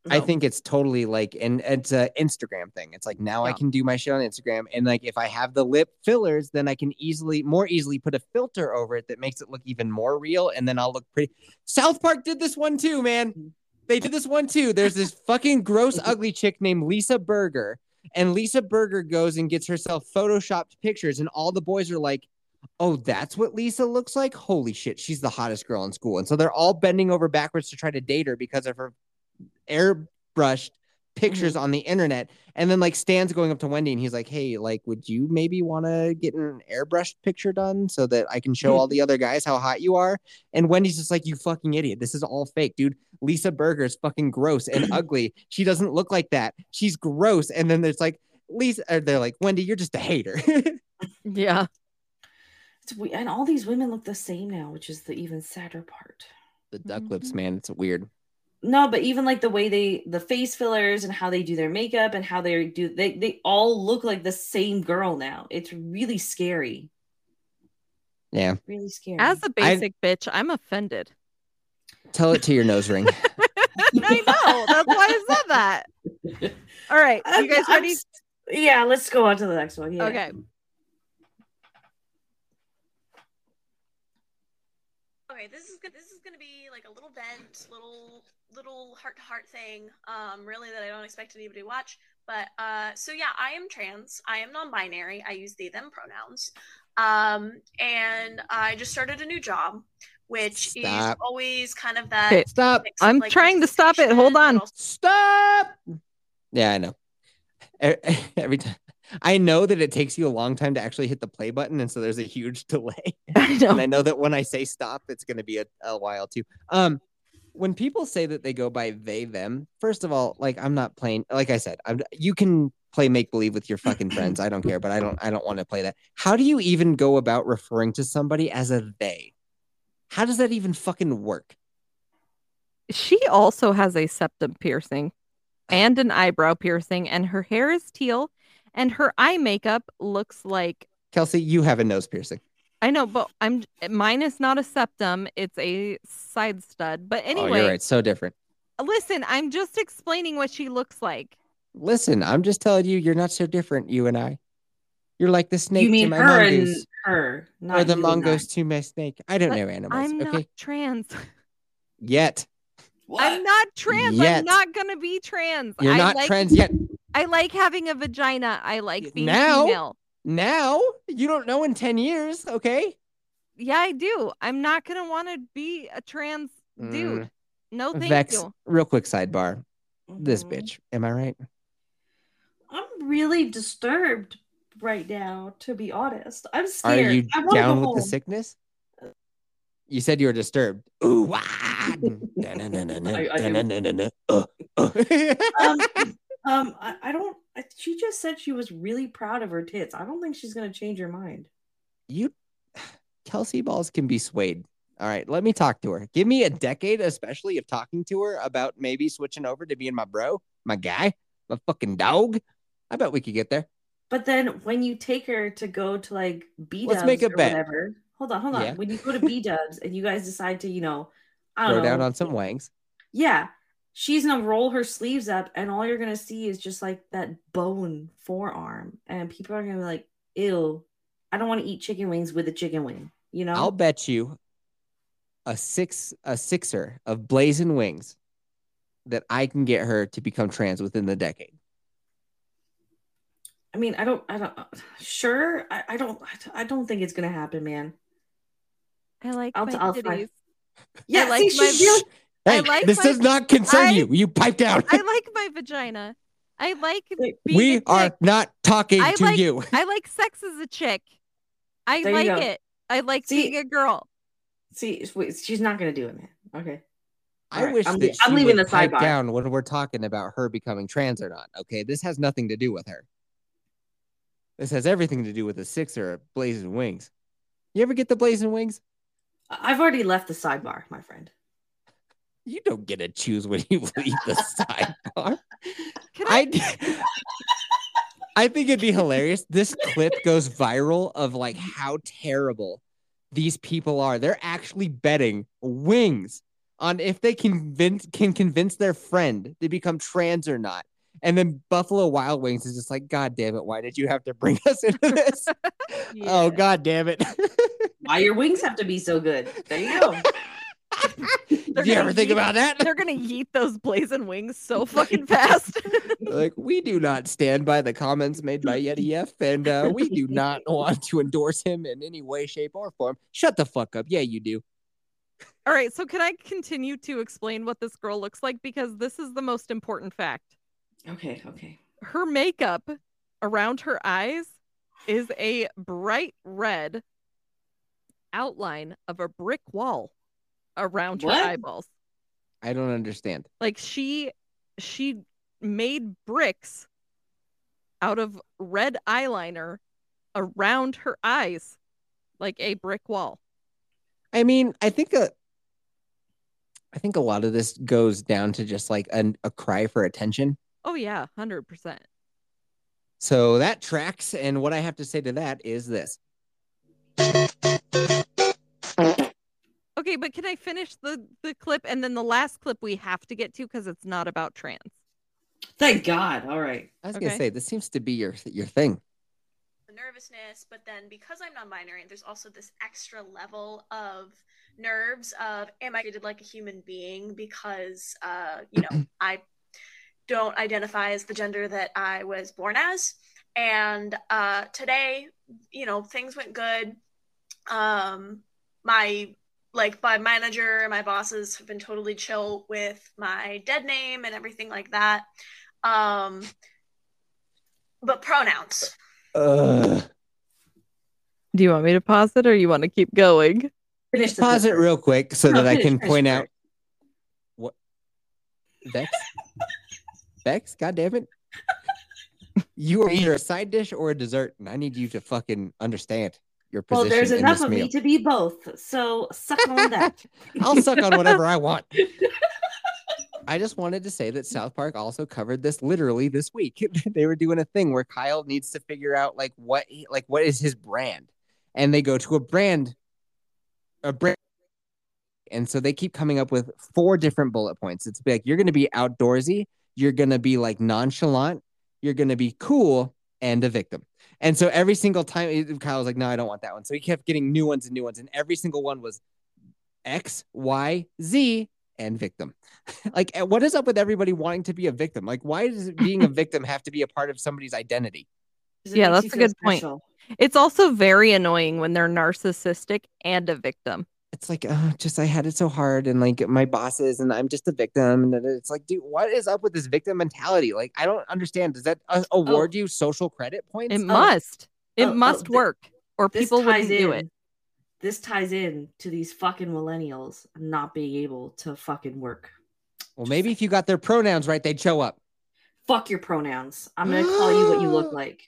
Speaker 1: i
Speaker 3: No.
Speaker 1: think it's totally like and it's an instagram thing it's like now i
Speaker 2: Yeah.
Speaker 1: can do my shit on instagram and like if i have the lip fillers then i can easily more easily put a filter over it that makes it look even more real and then i'll look pretty south park did this one too man they did this one too there's this fucking gross ugly chick named lisa berger and lisa berger goes and gets herself photoshopped pictures and all the boys are like oh, that's what Lisa looks like. Holy shit, she's the hottest girl in school. And so they're all bending over backwards to try to date her because of her airbrushed pictures on the internet. And then like Stan's going up to Wendy and he's like, "Hey, like would you maybe want to get an airbrushed picture done so that I can show all the other guys how hot you are?" And Wendy's just like, "You fucking idiot. This is all fake, dude. Lisa Berger is fucking gross and ugly. She doesn't look like that. She's gross." And then there's like Lisa, or they're like, Wendy, you're just a hater.
Speaker 2: Yeah.
Speaker 3: It's we- and all these women look the same now, which is the even sadder part.
Speaker 1: the duck lips, man. It's weird.
Speaker 3: No, but even like the way they the face fillers and how they do their makeup and how they do they they all look like the same girl now. It's really scary.
Speaker 1: Yeah.
Speaker 3: Really scary.
Speaker 2: As a
Speaker 1: I-
Speaker 2: basic bitch, I'm offended.
Speaker 1: Tell it to your nose ring.
Speaker 2: I know. That's why I said that. All right. You guys
Speaker 3: I'm-
Speaker 2: ready?
Speaker 3: yeah, let's go on to the next one. Yeah.
Speaker 2: Okay.
Speaker 5: Okay, this is gonna this is gonna be like a little bent, little little heart to heart thing. Um, really that I don't expect anybody to watch. But uh, so yeah, I am trans. I am non-binary. I use they them pronouns. Um, and I just started a new job, which is
Speaker 1: Stop.
Speaker 5: always kind of that.
Speaker 2: Okay,
Speaker 1: Stop.
Speaker 5: mix of,
Speaker 2: I'm
Speaker 5: like,
Speaker 2: trying to stop it. Hold
Speaker 5: representation, but
Speaker 2: on.
Speaker 5: also-
Speaker 1: Stop. Yeah, I know. E- Every time I know that it takes you a long time to actually hit the play button, and so there's a huge delay.
Speaker 2: I
Speaker 1: And
Speaker 2: know.
Speaker 1: I know that when I say stop, it's going to be a, a while too. Um, when people say that they go by they them, first of all, like I'm not playing. Like I said, I'm, you can play make believe with your fucking friends. I don't care, but I don't. I don't want to play that. How do you even go about referring to somebody as a they? How does that even fucking work?
Speaker 2: She also has a septum piercing and an eyebrow piercing, and her hair is teal, and her eye makeup looks like
Speaker 1: Kelsey, you have a nose piercing.
Speaker 2: I know, but I'm mine is not a septum, it's a side stud. But
Speaker 1: oh,
Speaker 2: anyway,
Speaker 1: you're right. So different.
Speaker 2: listen, I'm just explaining what she looks like.
Speaker 1: Listen, I'm just telling you, you're not so different. You and I, you're like the snake
Speaker 3: You mean
Speaker 1: to my
Speaker 3: her
Speaker 1: mongoose,
Speaker 3: and her, not
Speaker 1: or the
Speaker 3: you and I.
Speaker 1: mongoose to my snake. I don't
Speaker 2: But
Speaker 1: know animals.
Speaker 2: I'm
Speaker 1: okay,
Speaker 2: not trans.
Speaker 1: yet
Speaker 2: I'm not trans.
Speaker 1: Yet.
Speaker 2: I'm not gonna be trans.
Speaker 1: you're
Speaker 2: I
Speaker 1: not
Speaker 2: like,
Speaker 1: trans yet.
Speaker 2: I like having a vagina. I like being
Speaker 1: Now?
Speaker 2: female.
Speaker 1: Now you don't know in ten years. Okay,
Speaker 2: Yeah, I do. I'm not gonna want to be a trans dude.
Speaker 1: Mm,
Speaker 2: No, thank
Speaker 1: Vex.
Speaker 2: you.
Speaker 1: Real quick sidebar. This
Speaker 3: Mhm.
Speaker 1: bitch. Am I right?
Speaker 3: I'm really disturbed right now, to be honest. I'm
Speaker 1: Are
Speaker 3: scared.
Speaker 1: you
Speaker 3: I want to go
Speaker 1: down with
Speaker 3: home.
Speaker 1: the sickness? You said you were disturbed. Ooh, ah. Dun-dun-dun-dun-dun,
Speaker 3: I- I do.
Speaker 1: dun-dun-dun-dun-dun, uh, uh.
Speaker 3: um, um, I, I don't. I, she just said she was really proud of her tits. I don't think she's gonna change her mind.
Speaker 1: you Kelsey Balls can be swayed. All right, let me talk to her. Give me a decade, especially of talking to her about maybe switching over to being my bro, my guy, my fucking dog. I bet we could get there.
Speaker 3: But then when you take her to go to like B
Speaker 1: Let's
Speaker 3: Dubs
Speaker 1: make a
Speaker 3: or
Speaker 1: bet.
Speaker 3: whatever, hold on, hold on.
Speaker 1: Yeah.
Speaker 3: When you go to B Dubs and you guys decide to, you know, I
Speaker 1: Throw
Speaker 3: don't know,
Speaker 1: down on some wangs.
Speaker 3: yeah, she's gonna roll her sleeves up, and all you're gonna see is just like that bone forearm, and people are gonna be like, "Ew, I don't want to eat chicken wings with a chicken wing." You know,
Speaker 1: I'll bet you a six a sixer of blazing wings that I can get her to become trans within the decade.
Speaker 3: I mean, I don't, I don't, sure, I, I don't, I don't think it's gonna happen, man.
Speaker 2: I like
Speaker 3: I'll-
Speaker 2: my
Speaker 3: I'll find-
Speaker 2: titties.
Speaker 3: Yeah,
Speaker 2: like
Speaker 3: see,
Speaker 2: my-
Speaker 3: she's really,
Speaker 1: Hey,
Speaker 2: I like
Speaker 1: this
Speaker 2: my-
Speaker 1: does not concern
Speaker 2: I-
Speaker 1: you. You pipe down.
Speaker 2: I like my vagina. I like
Speaker 3: Wait,
Speaker 2: being a
Speaker 1: we
Speaker 2: chick.
Speaker 1: are not talking
Speaker 2: I
Speaker 1: to
Speaker 2: like-
Speaker 1: you.
Speaker 2: I like sex as a chick. I
Speaker 3: There you
Speaker 2: like
Speaker 3: go.
Speaker 2: it. I like
Speaker 3: See-
Speaker 2: being a girl.
Speaker 3: See, wait, she's not gonna do it, man. Okay.
Speaker 1: I
Speaker 3: Alright,
Speaker 1: wish
Speaker 3: I'm-
Speaker 1: that
Speaker 3: I'm
Speaker 1: she
Speaker 3: leaving
Speaker 1: would
Speaker 3: the
Speaker 1: pipe
Speaker 3: sidebar.
Speaker 1: down when we're talking about her becoming trans or not. Okay, this has nothing to do with her. This has everything to do with a six or a blazing wings. You ever get the blazing wings?
Speaker 3: I- I've already left the sidebar, my friend.
Speaker 1: You don't get to choose when you leave the sidebar.
Speaker 2: Can I?
Speaker 1: I, d- I think it'd be hilarious. This clip goes viral of like how terrible these people are. They're actually betting wings on if they convince can convince their friend to become trans or not. And then Buffalo Wild Wings is just like, God damn it, why did you have to bring us into this?
Speaker 2: Yeah.
Speaker 1: Oh god damn it.
Speaker 3: Why your wings have to be so good? There you go.
Speaker 1: Did you
Speaker 2: gonna
Speaker 1: ever think
Speaker 2: eat-
Speaker 1: about that?
Speaker 2: They're gonna yeet those blazing wings so fucking fast.
Speaker 1: like we do not stand by the comments made by Yeti F, and uh, we do not want to endorse him in any way, shape, or form. Shut the fuck up. Yeah, you do.
Speaker 2: All right, so can I continue to explain what this girl looks like because this is the most important fact.
Speaker 3: Okay, okay.
Speaker 2: Her makeup around her eyes is a bright red outline of a brick wall around
Speaker 3: What?
Speaker 2: her eyeballs.
Speaker 1: I don't understand.
Speaker 2: like she she made bricks out of red eyeliner around her eyes like a brick wall
Speaker 1: I mean, I think a, I think a lot of this goes down to just like an, a cry for attention.
Speaker 2: oh yeah 100%
Speaker 1: So that tracks. And what I have to say to that is this.
Speaker 2: okay but can i finish the the clip and then the last clip we have to get to because it's not about trans
Speaker 3: Thank God. All right.
Speaker 1: I was
Speaker 2: Okay.
Speaker 1: gonna say this seems to be your your thing.
Speaker 5: the nervousness, but then because I'm non-binary, there's also this extra level of nerves of am I treated like a human being because uh, you know I don't identify as the gender that I was born as. And uh, today, you know, things went good. Um, my like my manager and my bosses have been totally chill with my dead name and everything like that. Um, but pronouns.
Speaker 1: Ugh.
Speaker 2: do you want me to pause it or you want to keep going
Speaker 3: Finish the
Speaker 1: Pause it
Speaker 3: picture.
Speaker 1: real quick so
Speaker 3: No,
Speaker 1: that I
Speaker 3: finish,
Speaker 1: can
Speaker 3: finish
Speaker 1: point
Speaker 3: first.
Speaker 1: out what Bex. Bex, god damn it. You are either a side dish or a dessert, and I need you to fucking understand your
Speaker 3: Well,
Speaker 1: position
Speaker 3: there's
Speaker 1: in
Speaker 3: enough
Speaker 1: this
Speaker 3: of
Speaker 1: meal.
Speaker 3: me to be both, so suck on that.
Speaker 1: I'll suck on whatever I want. I just wanted to say that South Park also covered this literally this week. they were doing a thing where Kyle needs to figure out like what he, like what is his brand, and they go to a brand, a brand, and so they keep coming up with four different bullet points. It's like you're going to be outdoorsy, you're going to be like nonchalant, you're going to be cool, and a victim. And so every single time it- Kyle was like, "No, I don't want that one." So he kept getting new ones and new ones, and every single one was X, Y, Z, and victim. like, eh, what is up with everybody wanting to be a victim? Like, why does being a victim have to be a part of somebody's identity?
Speaker 3: 'Cause it
Speaker 2: Yeah,
Speaker 3: makes
Speaker 2: that's
Speaker 3: you
Speaker 2: a
Speaker 3: feel
Speaker 2: good point.
Speaker 3: special.
Speaker 2: it's also very annoying when they're narcissistic and a victim
Speaker 1: It's like, oh, just I had it so hard, and like my bosses, and I'm just a victim. And then it's like, dude, what is up with this victim mentality? Like, I don't understand. Does that uh, award you social credit points?
Speaker 2: Oh.
Speaker 1: Oh.
Speaker 2: it must it
Speaker 3: oh,
Speaker 2: must
Speaker 3: thi-
Speaker 2: work or
Speaker 3: This
Speaker 2: people
Speaker 3: ties
Speaker 2: wouldn't
Speaker 3: in.
Speaker 2: do it
Speaker 3: This ties in to these fucking millennials not being able to fucking work.
Speaker 1: well, maybe if you got their pronouns right, they'd show up.
Speaker 3: Fuck your pronouns. I'm gonna call you what you look like.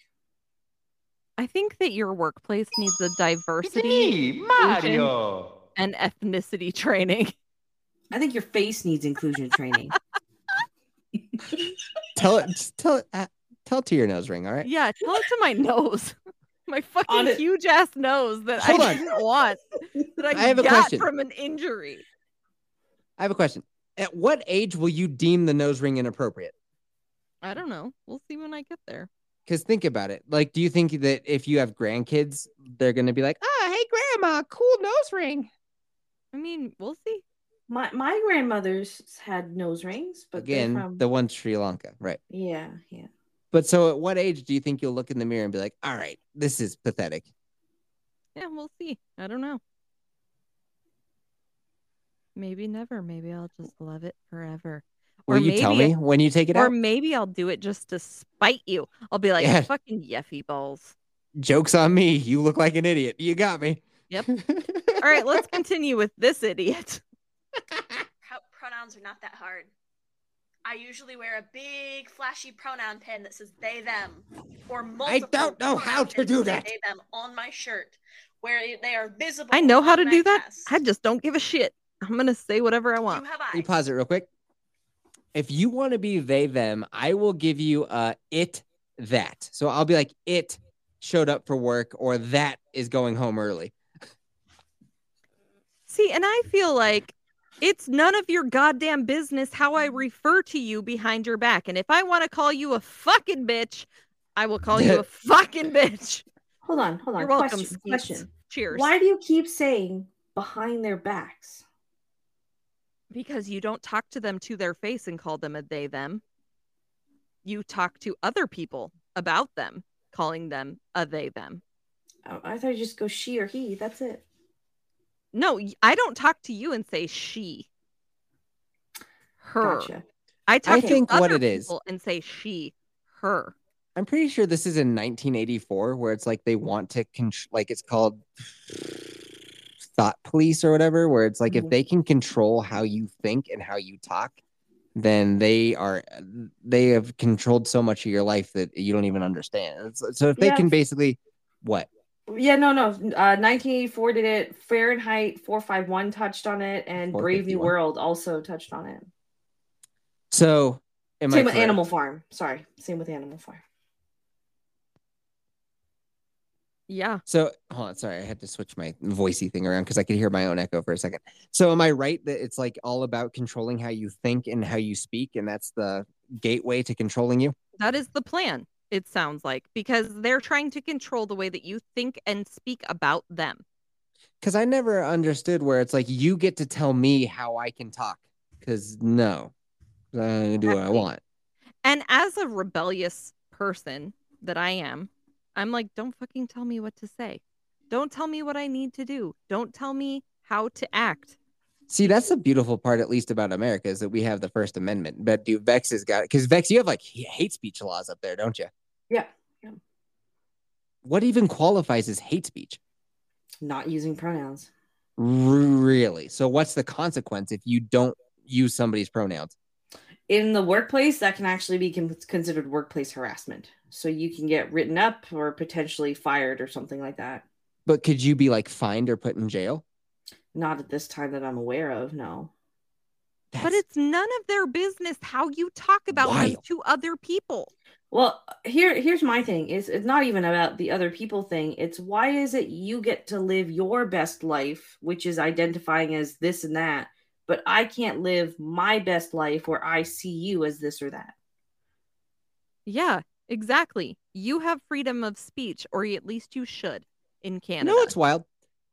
Speaker 2: I think that your workplace needs a diversity
Speaker 6: City, Mario.
Speaker 2: and ethnicity training.
Speaker 3: I think your face needs inclusion training.
Speaker 1: Tell it, just tell it, uh, tell it to your nose ring. All right.
Speaker 2: Yeah, tell it to my nose. My fucking
Speaker 3: On it.
Speaker 2: huge ass nose that
Speaker 1: Hold
Speaker 2: I
Speaker 1: on.
Speaker 2: didn't want that I,
Speaker 1: I have a
Speaker 2: got
Speaker 1: question.
Speaker 2: from an injury.
Speaker 1: I have a question. At what age will you deem the nose ring inappropriate?
Speaker 2: I don't know. We'll see when I get there.
Speaker 1: Because think about it. Like, do you think that if you have grandkids, they're going to be like, oh, hey, grandma, cool nose ring?
Speaker 2: I mean, we'll see.
Speaker 3: my my grandmother's had nose rings, but they're
Speaker 1: Again,
Speaker 3: from-
Speaker 1: the one Sri Lanka, right?
Speaker 3: yeah, yeah.
Speaker 1: But so at what age do you think you'll look in the mirror and be like, all right, this is pathetic?
Speaker 2: Yeah, we'll see. I don't know. Maybe never. Maybe I'll just love it forever.
Speaker 1: Will
Speaker 2: Or
Speaker 1: you tell
Speaker 2: maybe-
Speaker 1: me when you take it
Speaker 2: or
Speaker 1: out?
Speaker 2: maybe I'll do it just to spite you. I'll be like,
Speaker 1: Yeah.
Speaker 2: fucking yeffy balls.
Speaker 1: Jokes on me. You look like an idiot. You got me.
Speaker 2: Yep. All right, let's continue with this idiot.
Speaker 5: Pro- pronouns are not that hard. I usually wear a big flashy pronoun pin that says they them or multiple.
Speaker 1: don't know
Speaker 5: pronoun
Speaker 1: how to
Speaker 5: pins
Speaker 1: do
Speaker 5: say
Speaker 1: that.
Speaker 5: They them on my shirt where it- they are visible.
Speaker 2: I know how
Speaker 5: on
Speaker 2: to
Speaker 5: my
Speaker 2: do that.
Speaker 5: chest.
Speaker 2: I just don't give a shit. I'm gonna say whatever I
Speaker 5: You
Speaker 2: want.
Speaker 5: have
Speaker 1: Can you
Speaker 5: eyes.
Speaker 1: pause it real quick? If you want to be they them, I will give you uh it that. So I'll be like it showed up for work or that is going home early.
Speaker 2: See, and I feel like it's none of your goddamn business how I refer to you behind your back. And if I want to call you a fucking bitch, I will call you a fucking bitch.
Speaker 3: Hold on, hold on.
Speaker 2: You're welcome.
Speaker 3: question,
Speaker 2: Skeets.
Speaker 3: question.
Speaker 2: Cheers.
Speaker 3: Why do you keep saying behind their backs?
Speaker 2: Because you don't talk to them to their face and call them a they them. You talk to other people about them, calling them a they them.
Speaker 3: Oh, I thought you just go she or he. That's it.
Speaker 2: No, y- I don't talk to you and say she. Her.
Speaker 3: Gotcha.
Speaker 2: I talk
Speaker 1: I
Speaker 2: to
Speaker 1: think
Speaker 2: other
Speaker 1: what it is-
Speaker 2: people and say she, her.
Speaker 1: I'm pretty sure this is in 1984 where it's like they want to con- like it's called thought police or whatever where it's like if
Speaker 3: Mhm.
Speaker 1: they can control how you think and how you talk then they are they have controlled so much of your life that you don't even understand. It's- So if they
Speaker 3: Yeah.
Speaker 1: can basically what
Speaker 3: Yeah, no, no. Uh, 1984 did it. Fahrenheit 451 touched on it, and Brave New
Speaker 1: 451.
Speaker 3: World also touched on it.
Speaker 1: So, am I
Speaker 3: Same with
Speaker 1: correct?
Speaker 3: Animal Farm. Sorry, same with Animal Farm.
Speaker 2: Yeah.
Speaker 1: So, hold on. Sorry, I had to switch my voicey thing around because I could hear my own echo for a second. So, am I right that it's like all about controlling how you think and how you speak, and that's the gateway to controlling you?
Speaker 2: That is the plan, it sounds like, because they're trying to control the way that you think and speak about them.
Speaker 1: Because I never understood where it's like you get to tell me how I can talk. Because no, I'm gonna do what I
Speaker 2: Exactly.
Speaker 1: want.
Speaker 2: And as a rebellious person that I am, I'm like, don't fucking tell me what to say. Don't tell me what I need to do. Don't tell me how to act.
Speaker 1: See, that's the beautiful part, at least about America, is that we have the First Amendment. But do Vex has got because Vex, you have like h- hate speech laws up there, don't you?
Speaker 3: Yeah,
Speaker 1: What even qualifies as hate speech?
Speaker 3: not using pronouns.
Speaker 1: Really? So what's the consequence if you don't use somebody's pronouns?
Speaker 3: In the workplace, that can actually be con- considered workplace harassment. So you can get written up or potentially fired or something like that.
Speaker 1: But could you be like fined or put in jail?
Speaker 3: Not at this time that I'm aware of, no.
Speaker 2: But
Speaker 1: That's-
Speaker 2: it's none of their business how you talk about them
Speaker 1: Wild.
Speaker 2: to other people.
Speaker 3: Well, here here's my thing. It's it's not even about the other people thing. It's why is it you get to live your best life, which is identifying as this and that, but I can't live my best life where I see you as this or that.
Speaker 2: Yeah, exactly. You have freedom of speech, or at least you should in
Speaker 1: you
Speaker 2: Canada.
Speaker 1: know it's wild.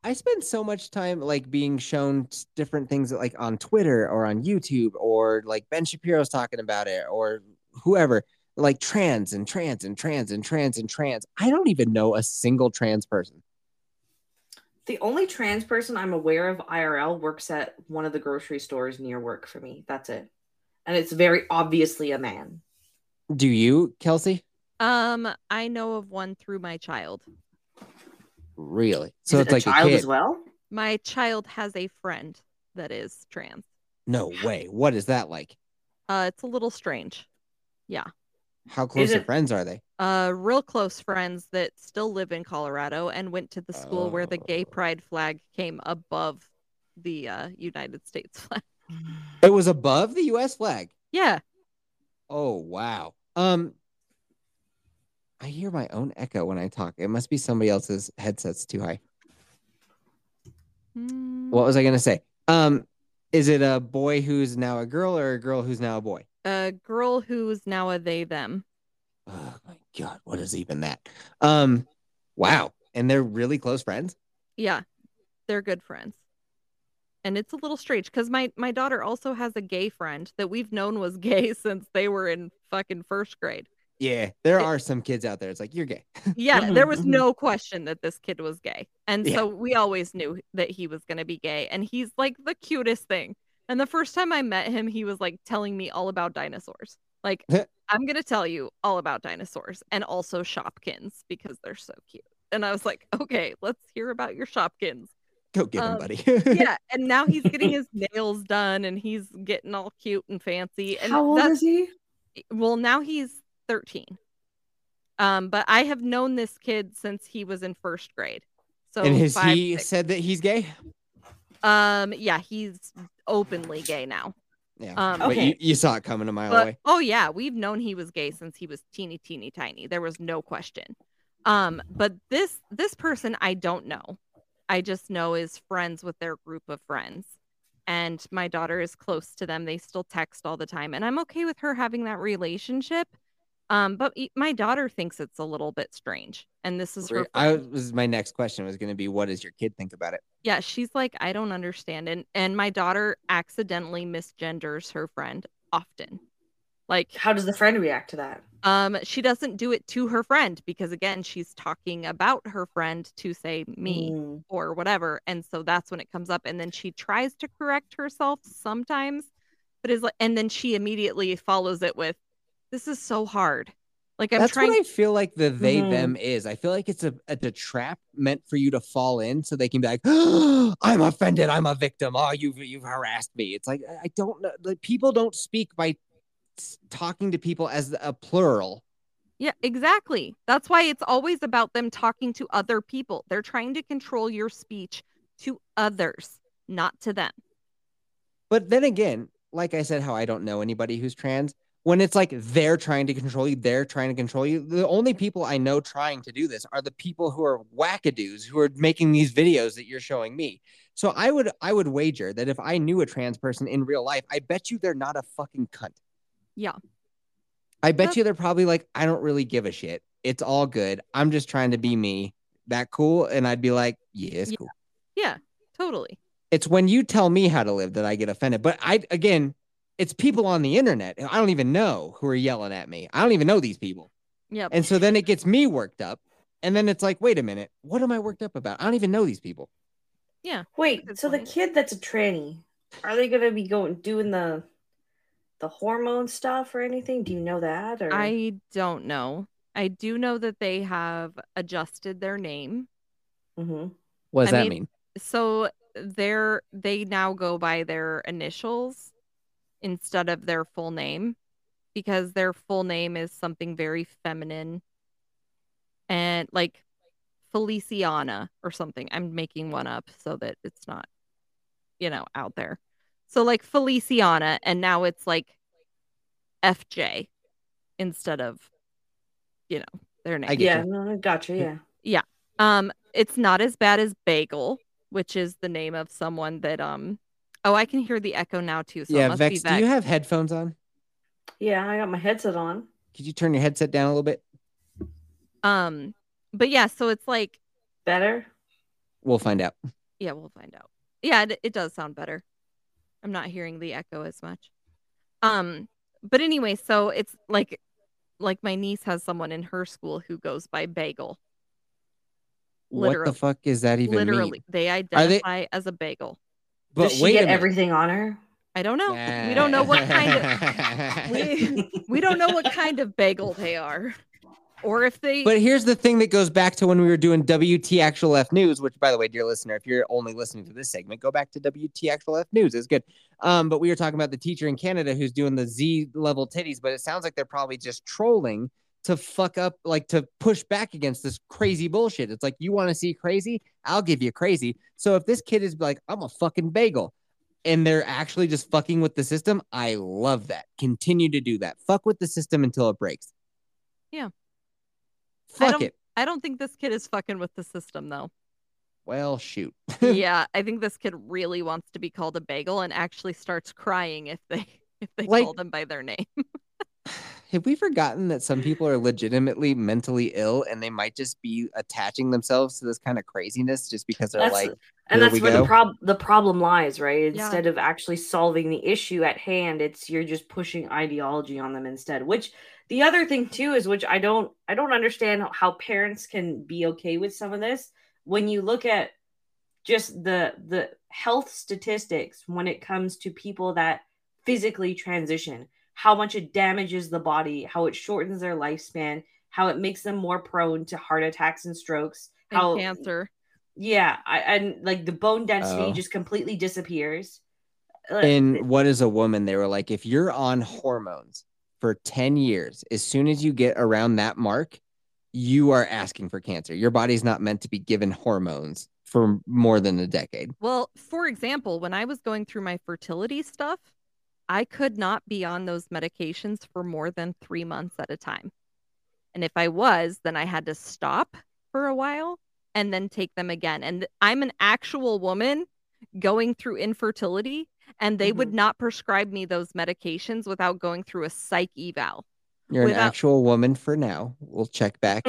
Speaker 1: I spend so much time like being shown s- different things like on Twitter or on YouTube or like Ben Shapiro's talking about it or whoever, like trans and trans and trans and trans and trans. I don't even know a single trans person.
Speaker 3: The only trans person I'm aware of IRL works at one of the grocery stores near work for me. That's it. And it's very obviously a man.
Speaker 1: Do you, Kelsey?
Speaker 2: Um, I know of one through my child.
Speaker 1: Really? So
Speaker 3: is
Speaker 1: it's
Speaker 3: it
Speaker 1: like
Speaker 3: a child
Speaker 1: a kid.
Speaker 3: as well?
Speaker 2: My child has a friend that is trans.
Speaker 1: No way. What is that like?
Speaker 2: Uh, it's a little strange.
Speaker 1: How close of
Speaker 3: it-
Speaker 1: friends are they?
Speaker 2: Uh, real close friends that still live in Colorado and went to the school where the gay
Speaker 1: Oh.
Speaker 2: pride flag came above the uh, United States flag.
Speaker 1: It was above the U.S. flag.
Speaker 2: yeah,
Speaker 1: Oh wow. Um, I hear my own echo when I talk. It must be somebody else's headset's too high.
Speaker 2: Mm,
Speaker 1: What was I gonna say? Um, is it a boy who's now a girl or a girl who's now a boy?
Speaker 2: a girl who is now a they them.
Speaker 1: Oh my god, what is even that? Um, wow. And they're really close friends.
Speaker 2: Yeah, they're good friends. And it's a little strange because my my daughter also has a gay friend that we've known was gay since they were in fucking first grade.
Speaker 1: Yeah, there are some kids out there. It's like you're gay.
Speaker 3: Mm-hmm,
Speaker 2: yeah, there was
Speaker 1: Mhm.
Speaker 2: no question that this kid was gay. And
Speaker 1: Yeah.
Speaker 2: so we always knew that he was going to be gay. And he's like the cutest thing. And the first time I met him, he was like telling me all about dinosaurs. Like, I'm going to tell you all about dinosaurs and also Shopkins because they're so cute. And I was like, okay, let's hear about your Shopkins.
Speaker 1: Go get him,
Speaker 2: Um,
Speaker 1: buddy.
Speaker 2: Yeah. And now he's getting his nails done and he's getting all cute and fancy. And
Speaker 3: How old
Speaker 2: that's-
Speaker 3: is he?
Speaker 2: well now he's 13 um but i have known this kid since he was in first grade so
Speaker 1: and has
Speaker 2: five,
Speaker 1: he
Speaker 2: six.
Speaker 1: said that he's gay?
Speaker 2: um yeah he's openly gay now
Speaker 1: Yeah.
Speaker 2: Um,
Speaker 1: but you,
Speaker 3: Okay.
Speaker 1: you saw it coming a mile
Speaker 2: but
Speaker 1: away.
Speaker 2: oh yeah we've known he was gay since he was teeny teeny tiny there was no question um but this this person i don't know i just know is friends with their group of friends and my daughter is close to them they still text all the time and i'm okay with her having that relationship um but e- my daughter thinks it's a little bit strange and this is her
Speaker 1: I
Speaker 2: friend.
Speaker 1: was my next question was going to be, what does your kid think about it?
Speaker 2: yeah she's like i don't understand and and my daughter accidentally misgenders her friend often like
Speaker 3: How does the friend react to that?
Speaker 2: Um, she doesn't do it to her friend because again, she's talking about her friend to say me
Speaker 3: Mm.
Speaker 2: or whatever, and so that's when it comes up. And then she tries to correct herself sometimes, but is like, and then she immediately follows it with, "This is so hard." Like I'm
Speaker 1: That's
Speaker 2: trying. Mm-hmm.
Speaker 1: what I feel like the they
Speaker 3: Mhm.
Speaker 1: them is. I feel like it's a, a the trap meant for you to fall in so they can be like, "Oh, I'm offended. I'm a victim. Oh, you've you've harassed me. It's like I- I don't know. Like people don't speak by s- talking to people as a plural.
Speaker 2: Yeah, exactly. That's why it's always about them talking to other people. They're trying to control your speech to others, not to them.
Speaker 1: But then again, like I said, how I don't know anybody who's trans. When it's like they're trying to control you, they're trying to control you. The only people I know trying to do this are the people who are wackadoos who are making these videos that you're showing me. So I would I would wager that if I knew a trans person in real life, I bet you they're not a fucking cunt.
Speaker 2: Yeah.
Speaker 1: I bet
Speaker 2: That's-
Speaker 1: you they're probably like, I don't really give a shit. It's all good. I'm just trying to be me. That cool? And I'd be like, yeah, it's
Speaker 2: Yeah.
Speaker 1: cool.
Speaker 2: Totally.
Speaker 1: It's when you tell me how to live that I get offended. But I again, it's people on the internet. who I don't even know who are yelling at me. I don't even know these people.
Speaker 2: Yep.
Speaker 1: And so then it gets me worked up. And then it's like, wait a minute, what am I worked up about? I don't even know these people.
Speaker 2: Good
Speaker 3: Wait, so the
Speaker 2: point.
Speaker 3: kid that's a tranny, are they gonna be going doing the the hormone stuff or anything? Do you know that? Or
Speaker 2: I don't know. I do know that they have adjusted their name.
Speaker 3: Mhm.
Speaker 1: What does
Speaker 2: I
Speaker 1: that
Speaker 2: mean-
Speaker 1: mean?
Speaker 2: So they're they now go by their initials instead of their full name because their full name is something very feminine and like Feliciana or something. I'm making one up so that it's not you know out there. So like Feliciana and now it's like FJ instead of you know their name.
Speaker 1: I get
Speaker 3: yeah,
Speaker 1: you.
Speaker 3: no, I gotcha. Yeah,
Speaker 2: Um, it's not as bad as Bagel, which is the name of someone that um. Oh, I can hear the echo now too. So it
Speaker 1: yeah,
Speaker 2: must
Speaker 1: Vex,
Speaker 2: be
Speaker 1: do
Speaker 2: Vex.
Speaker 1: you have headphones on?
Speaker 3: yeah. I got my headset on.
Speaker 1: Could you turn your headset down a little bit?
Speaker 2: um, but yeah, so it's like
Speaker 3: Better.
Speaker 1: We'll find out.
Speaker 2: yeah, we'll find out. Yeah, it, it does sound better. I'm not hearing the echo as much. Um, but anyway, so it's like like my niece has someone in her school who goes by Bagel.
Speaker 1: What
Speaker 2: Literally.
Speaker 1: the fuck is that even mean?
Speaker 2: Literally, they
Speaker 1: they-
Speaker 2: identify as a bagel.
Speaker 1: But
Speaker 3: Does she
Speaker 1: wait a
Speaker 3: get
Speaker 1: minute.
Speaker 3: everything on her?
Speaker 2: I don't know. We don't know what kind of we, we don't know what kind of bagel they are or if they
Speaker 1: But here's the thing that goes back to when we were doing WT Actual F News, which, by the way, dear listener, if you're only listening to this segment, go back to WT Actual F News. It's good. Um, but we were talking about the teacher in Canada who's doing the Z level titties, but it sounds like they're probably just trolling to fuck up, like to push back against this crazy bullshit. It's like, you want to see crazy? I'll give you crazy. So if this kid is like, I'm a fucking bagel. And they're actually just fucking with the system. I love that. Continue to do that. Fuck with the system until it breaks.
Speaker 2: Yeah. I
Speaker 1: Fuck
Speaker 2: don't-
Speaker 1: it.
Speaker 2: i don't think this kid is fucking with the system though
Speaker 1: Well, shoot.
Speaker 2: yeah i think this kid really wants to be called a bagel and actually starts crying if they if they
Speaker 1: Like-
Speaker 2: call them by their name
Speaker 1: have we forgotten that some people are legitimately mentally ill and they might just be attaching themselves to this kind of craziness just because they're
Speaker 3: That's-
Speaker 1: like, Here
Speaker 3: and that's
Speaker 1: we
Speaker 3: where the
Speaker 1: go.
Speaker 3: problem the problem lies, right?
Speaker 2: Yeah.
Speaker 3: Instead of actually solving the issue at hand, it's you're just pushing ideology on them instead. Which the other thing too is which I don't I don't understand how parents can be okay with some of this when you look at just the the health statistics when it comes to people that physically transition, how much it damages the body, how it shortens their lifespan, how it makes them more prone to heart attacks and strokes,
Speaker 2: and
Speaker 3: how
Speaker 2: cancer.
Speaker 3: yeah, I, and like the bone density
Speaker 1: Oh.
Speaker 3: just completely disappears. Like,
Speaker 1: in What is a Woman? They were like, if you're on hormones for 10 years, as soon as you get around that mark, you are asking for cancer. Your body's not meant to be given hormones for more than a decade.
Speaker 2: Well, for example, when I was going through my fertility stuff, I could not be on those medications for more than three months at a time. And if I was, then I had to stop for a while and then take them again. And I'm an actual woman going through infertility, and they would not prescribe me those medications without going through a psych eval.
Speaker 1: You're an
Speaker 2: Without-
Speaker 1: actual woman for now. We'll check back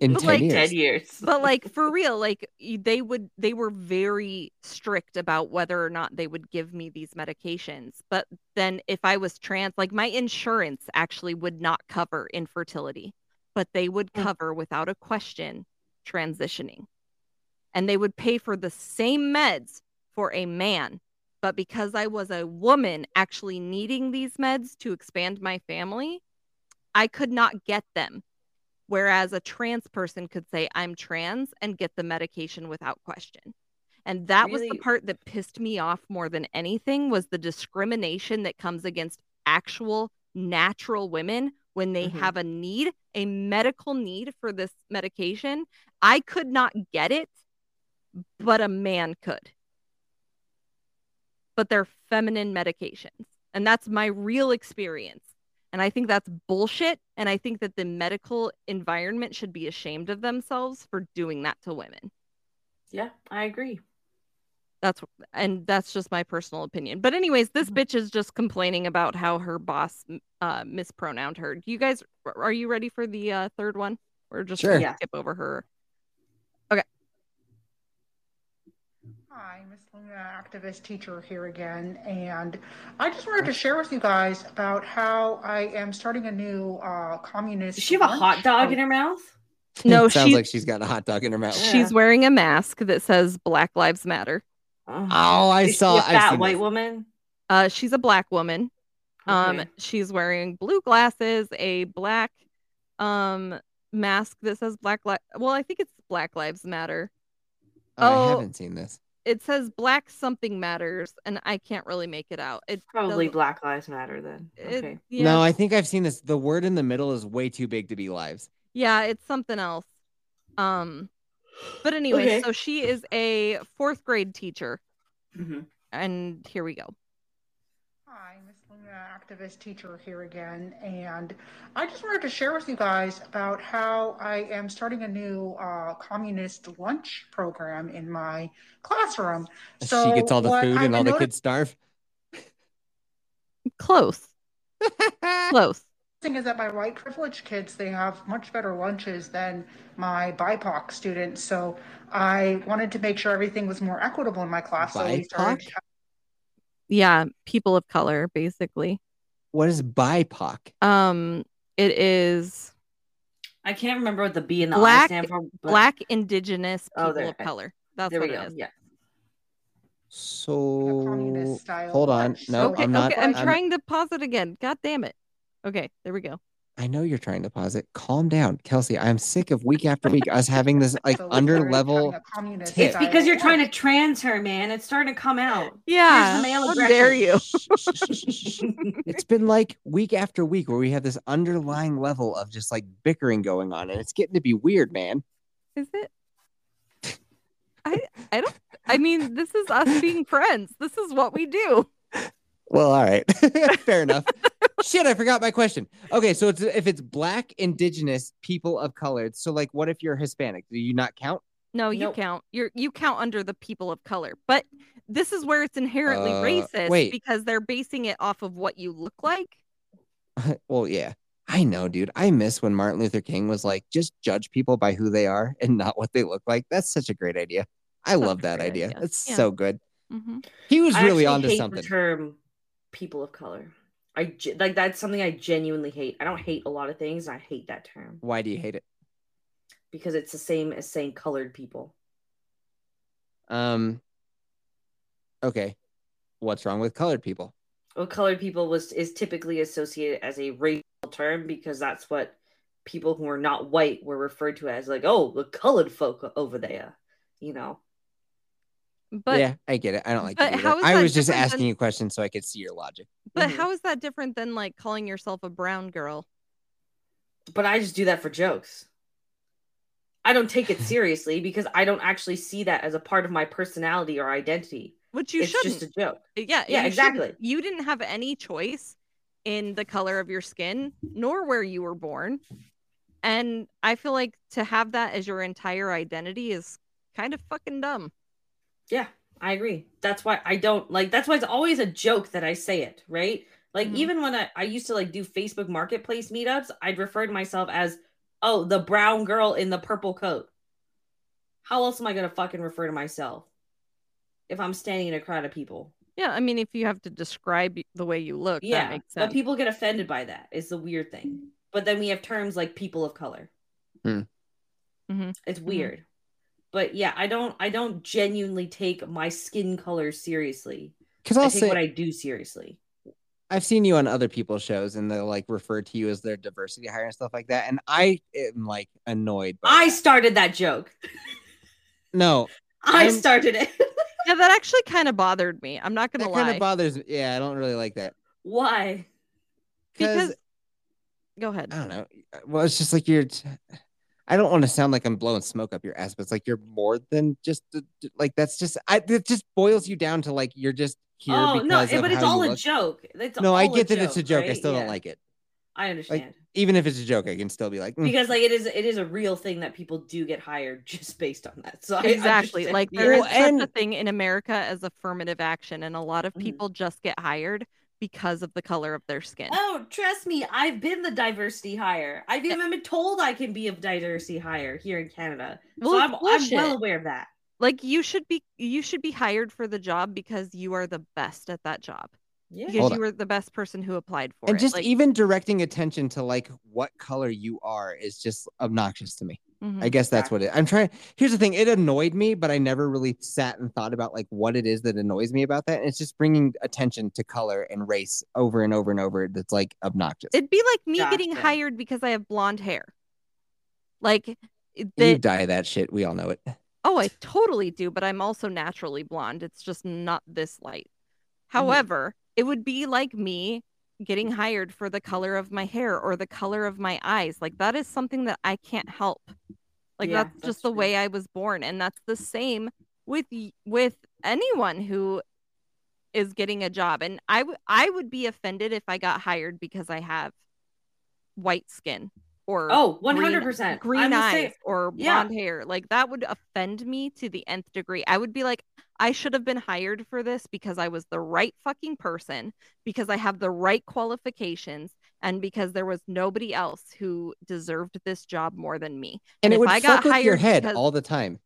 Speaker 1: in
Speaker 2: But
Speaker 1: 10
Speaker 2: like
Speaker 1: years.
Speaker 3: ten years.
Speaker 2: but like for real like y- they would they were very strict about whether or not they would give me these medications but then if i was trans like my insurance actually would not cover infertility but they would
Speaker 3: Mm.
Speaker 2: cover without a question transitioning and they would pay for the same meds for a man but because i was a woman actually needing these meds to expand my family i could not get them whereas a trans person could say i'm trans and get the medication without question and that was
Speaker 3: Really?
Speaker 2: the part that pissed me off more than anything was the discrimination that comes against actual natural women when they
Speaker 3: Mhm.
Speaker 2: have a need a medical need for this medication i could not get it but a man could but they're feminine medications and that's my real experience and I think that's bullshit. And I think that the medical environment should be ashamed of themselves for doing that to women.
Speaker 3: yeah, I agree.
Speaker 2: That's and that's just my personal opinion. But anyways, this
Speaker 3: Mhm.
Speaker 2: bitch is just complaining about how her boss uh, mispronounced her. Do you guys are you ready for the uh, third one? Or just
Speaker 1: Sure.
Speaker 2: gonna
Speaker 3: Yeah.
Speaker 2: skip over her.
Speaker 6: Hi, Miss Luna, activist teacher here again, and I just wanted to share with you guys about how I am starting a new uh, communist.
Speaker 3: Does she have a
Speaker 6: brunch.
Speaker 3: hot dog in her mouth?
Speaker 2: No,
Speaker 1: it sounds
Speaker 2: she-
Speaker 1: like she's got a hot dog in her mouth.
Speaker 3: Yeah.
Speaker 2: She's wearing a mask that says Black Lives Matter.
Speaker 3: Oh,
Speaker 1: Oh, I
Speaker 3: is she
Speaker 1: saw.
Speaker 3: a
Speaker 1: I've
Speaker 3: fat
Speaker 1: seen
Speaker 3: white
Speaker 1: this.
Speaker 3: woman.
Speaker 2: Uh, she's a black woman. Um,
Speaker 3: Okay.
Speaker 2: she's wearing blue glasses, a black um mask that says Black Li- Well, I think it's Black Lives Matter.
Speaker 1: Oh, I
Speaker 2: Oh.
Speaker 1: haven't seen this.
Speaker 2: It says Black something matters, and I can't really make it out. It
Speaker 3: probably
Speaker 2: doesn't-
Speaker 3: Black Lives Matter then.
Speaker 2: it-
Speaker 3: Okay.
Speaker 2: yeah,
Speaker 1: No, I think I've seen this. The word in the middle is way too big to be lives.
Speaker 2: yeah, it's something else. Um, but anyway,
Speaker 3: Okay.
Speaker 2: so she is a fourth grade teacher, Mm-hmm.
Speaker 3: Mhm.
Speaker 2: and here we go.
Speaker 6: Hi, Miss Luna, activist teacher here again, and I just wanted to share with you guys about how I am starting a new uh, communist lunch program in my classroom. So
Speaker 1: she gets all the
Speaker 6: what
Speaker 1: food
Speaker 6: I've
Speaker 1: and all the
Speaker 6: noticing-
Speaker 1: kids starve.
Speaker 2: Close, close.
Speaker 6: thing is that my white privileged kids they have much better lunches than my BIPOC students. So I wanted to make sure everything was more equitable in my class. So we started
Speaker 1: BIPOC?
Speaker 2: Yeah, people of color, basically.
Speaker 1: what is BIPOC?
Speaker 2: Um, it is
Speaker 3: I can't remember what the B and the I
Speaker 2: Black-
Speaker 3: stand for. But
Speaker 2: Black Indigenous
Speaker 3: Oh,
Speaker 2: People
Speaker 3: there-
Speaker 2: of Color. That's
Speaker 3: There we
Speaker 2: what it
Speaker 3: go.
Speaker 2: is.
Speaker 3: Yeah.
Speaker 1: So
Speaker 6: communist style
Speaker 1: hold on.
Speaker 6: lunch.
Speaker 1: No,
Speaker 6: Okay,
Speaker 1: I'm not.
Speaker 2: Okay, I'm,
Speaker 1: I'm,
Speaker 2: trying to pause it again. God damn it. Okay, there we go.
Speaker 1: I know you're trying to pause it. Calm down, Kelsey. I'm sick of week after week us having this like under level. tip.
Speaker 3: It's because you're trying to trans her, man. It's starting to come out.
Speaker 2: Yeah.
Speaker 3: male
Speaker 2: How dare you?
Speaker 3: aggression.
Speaker 1: it's been like week after week where we have this underlying level of just like bickering going on, and it's getting to be weird, man.
Speaker 2: Is it? I I don't I mean, this is us being friends. This is what we do.
Speaker 1: Well, all right. Fair enough. Shit, I forgot my question. Okay, so it's if it's black, indigenous, people of color. So like what if you're Hispanic? Do you not count?
Speaker 2: No, you
Speaker 3: Nope.
Speaker 2: count. You're you count under the people of color. But this is where it's inherently
Speaker 1: Uh,
Speaker 2: racist
Speaker 1: wait.
Speaker 2: because they're basing it off of what you look like
Speaker 1: well, yeah. I know, dude. I miss when Martin Luther King was like, just judge people by who they are and not what they look like. That's such a great idea. I
Speaker 2: Such
Speaker 1: love
Speaker 2: a
Speaker 1: that
Speaker 2: great
Speaker 1: idea.
Speaker 2: idea.
Speaker 1: That's
Speaker 2: Yeah.
Speaker 1: so good.
Speaker 2: hmm
Speaker 1: He was
Speaker 3: I
Speaker 1: really
Speaker 3: actually
Speaker 1: onto
Speaker 3: hate
Speaker 1: something.
Speaker 3: The term people of color. I ge- like that's something I genuinely hate. I don't hate a lot of things. and I hate that term
Speaker 1: Why do you hate it?
Speaker 3: because it's the same as saying colored people.
Speaker 1: Um. Okay, what's wrong with colored people?
Speaker 3: Well, colored people was is typically associated as a racial term because that's what people who are not white were referred to as. Like, oh, the colored folk over there. You know,
Speaker 2: But
Speaker 1: yeah, I get it. I don't like. to
Speaker 2: but
Speaker 1: do that.
Speaker 2: how is
Speaker 1: I
Speaker 2: that
Speaker 1: was just
Speaker 2: different than-
Speaker 1: asking you questions so I could see your logic.
Speaker 2: but
Speaker 3: Mhm.
Speaker 2: how is that different than like calling yourself a brown girl?
Speaker 3: but I just do that for jokes. I don't take it seriously because I don't actually see that as a part of my personality or identity.
Speaker 2: Which you
Speaker 3: it's
Speaker 2: shouldn't.
Speaker 3: just a joke.
Speaker 2: Yeah,
Speaker 3: Yeah,
Speaker 2: you shouldn't.
Speaker 3: exactly.
Speaker 2: You didn't have any choice in the color of your skin nor where you were born. And I feel like to have that as your entire identity is kind of fucking dumb.
Speaker 3: Yeah, I agree. That's why I don't like that's why it's always a joke that I say it, right? Like
Speaker 2: Mhm.
Speaker 3: even when I, I used to like do Facebook marketplace meetups, I'd refer to myself as oh, the brown girl in the purple coat. How else am I gonna fucking refer to myself if I'm standing in a crowd of people?
Speaker 2: Yeah, I mean, if you have to describe y- the way you look, that
Speaker 3: yeah.
Speaker 2: makes sense.
Speaker 3: But people get offended by that. It's the weird thing. But then we have terms like people of color.
Speaker 1: Hmm.
Speaker 2: Mhm.
Speaker 3: It's weird. But yeah, I don't I don't genuinely take my skin color seriously.
Speaker 1: Because
Speaker 3: I
Speaker 1: I'll
Speaker 3: take
Speaker 1: say
Speaker 3: what I do seriously.
Speaker 1: I've seen you on other people's shows and they'll like refer to you as their diversity hire and stuff like that. And I am like annoyed. By
Speaker 3: I
Speaker 1: that.
Speaker 3: started that joke.
Speaker 1: no,
Speaker 3: I
Speaker 1: I'm-
Speaker 3: started it.
Speaker 2: yeah, that actually kind of bothered me. I'm not gonna
Speaker 1: that
Speaker 2: lie.
Speaker 1: kind of bothers. me. Yeah, I don't really like that
Speaker 3: Why?
Speaker 1: because
Speaker 2: because go ahead.
Speaker 3: Uh,
Speaker 1: I don't know. Well, it's just like you're. T- I don't want to sound like I'm blowing smoke up your ass, but it's like you're more than just the- like that's just. I it just boils you down to like you're just here.
Speaker 3: oh no,
Speaker 1: because of
Speaker 3: but it's
Speaker 1: how you
Speaker 3: all a
Speaker 1: look.
Speaker 3: joke. It's
Speaker 1: No, I
Speaker 3: all
Speaker 1: get that it's a joke. I
Speaker 3: right?
Speaker 1: still
Speaker 3: Yeah,
Speaker 1: don't like it.
Speaker 3: I understand
Speaker 1: Even if it's a joke, I can still be like, mm,
Speaker 3: because like it is it is a real thing that people do get hired just based on that. So I
Speaker 2: exactly
Speaker 3: understand.
Speaker 2: like
Speaker 3: Yeah.
Speaker 2: there is
Speaker 1: Well,
Speaker 2: such a
Speaker 1: and-
Speaker 2: thing in america as affirmative action and a lot of
Speaker 3: Mhm.
Speaker 2: people just get hired because of the color of their skin
Speaker 3: Oh, trust me, I've been the diversity hire. I've even been told I can be a diversity hire here in Canada.
Speaker 2: Well,
Speaker 3: so
Speaker 2: it's
Speaker 3: I'm, I'm
Speaker 2: bullshit.
Speaker 3: well aware of that.
Speaker 2: like you should be you should be hired for the job because you are the best at that job
Speaker 3: Yeah.
Speaker 2: because
Speaker 1: Hold
Speaker 2: you
Speaker 1: on.
Speaker 2: were the best person who applied for
Speaker 1: and
Speaker 2: it
Speaker 1: just
Speaker 2: like,
Speaker 1: even directing attention to like what color you are is just obnoxious to me.
Speaker 2: mhm.
Speaker 1: I guess that's what it. I'm trying. Here's the thing. It annoyed me, but I never really sat and thought about like what it is that annoys me about that. And it's just bringing attention to color and race over and over and over. That's like obnoxious.
Speaker 2: it'd be like me getting
Speaker 3: Gotcha.
Speaker 2: hired because i have blonde hair like it-
Speaker 1: you
Speaker 2: that
Speaker 1: die that shit. We all know it.
Speaker 2: Oh, I totally do, but I'm also naturally blonde. It's just not this light.
Speaker 3: Mm-hmm.
Speaker 2: However, it would be like me getting hired for the color of my hair or the color of my eyes. Like that is something that I can't help. Like
Speaker 3: Yeah,
Speaker 2: that's
Speaker 3: that's
Speaker 2: just the
Speaker 3: true.
Speaker 2: way I was born and that's the same with y- with anyone who is getting a job. And I w- I would be offended if I got hired because I have white skin or
Speaker 3: Oh, 100%.
Speaker 2: green
Speaker 3: I'm the
Speaker 2: eyes
Speaker 3: same.
Speaker 2: or
Speaker 3: Yeah.
Speaker 2: blonde hair. Like that would offend me to the nth degree. I would be like, I should have been hired for this because I was the right fucking person, because I have the right qualifications, and because there was nobody else who deserved this job more than me.
Speaker 1: And,
Speaker 2: if
Speaker 1: it would
Speaker 2: I got
Speaker 1: fuck with your
Speaker 2: hired
Speaker 1: head
Speaker 2: because-
Speaker 1: all the time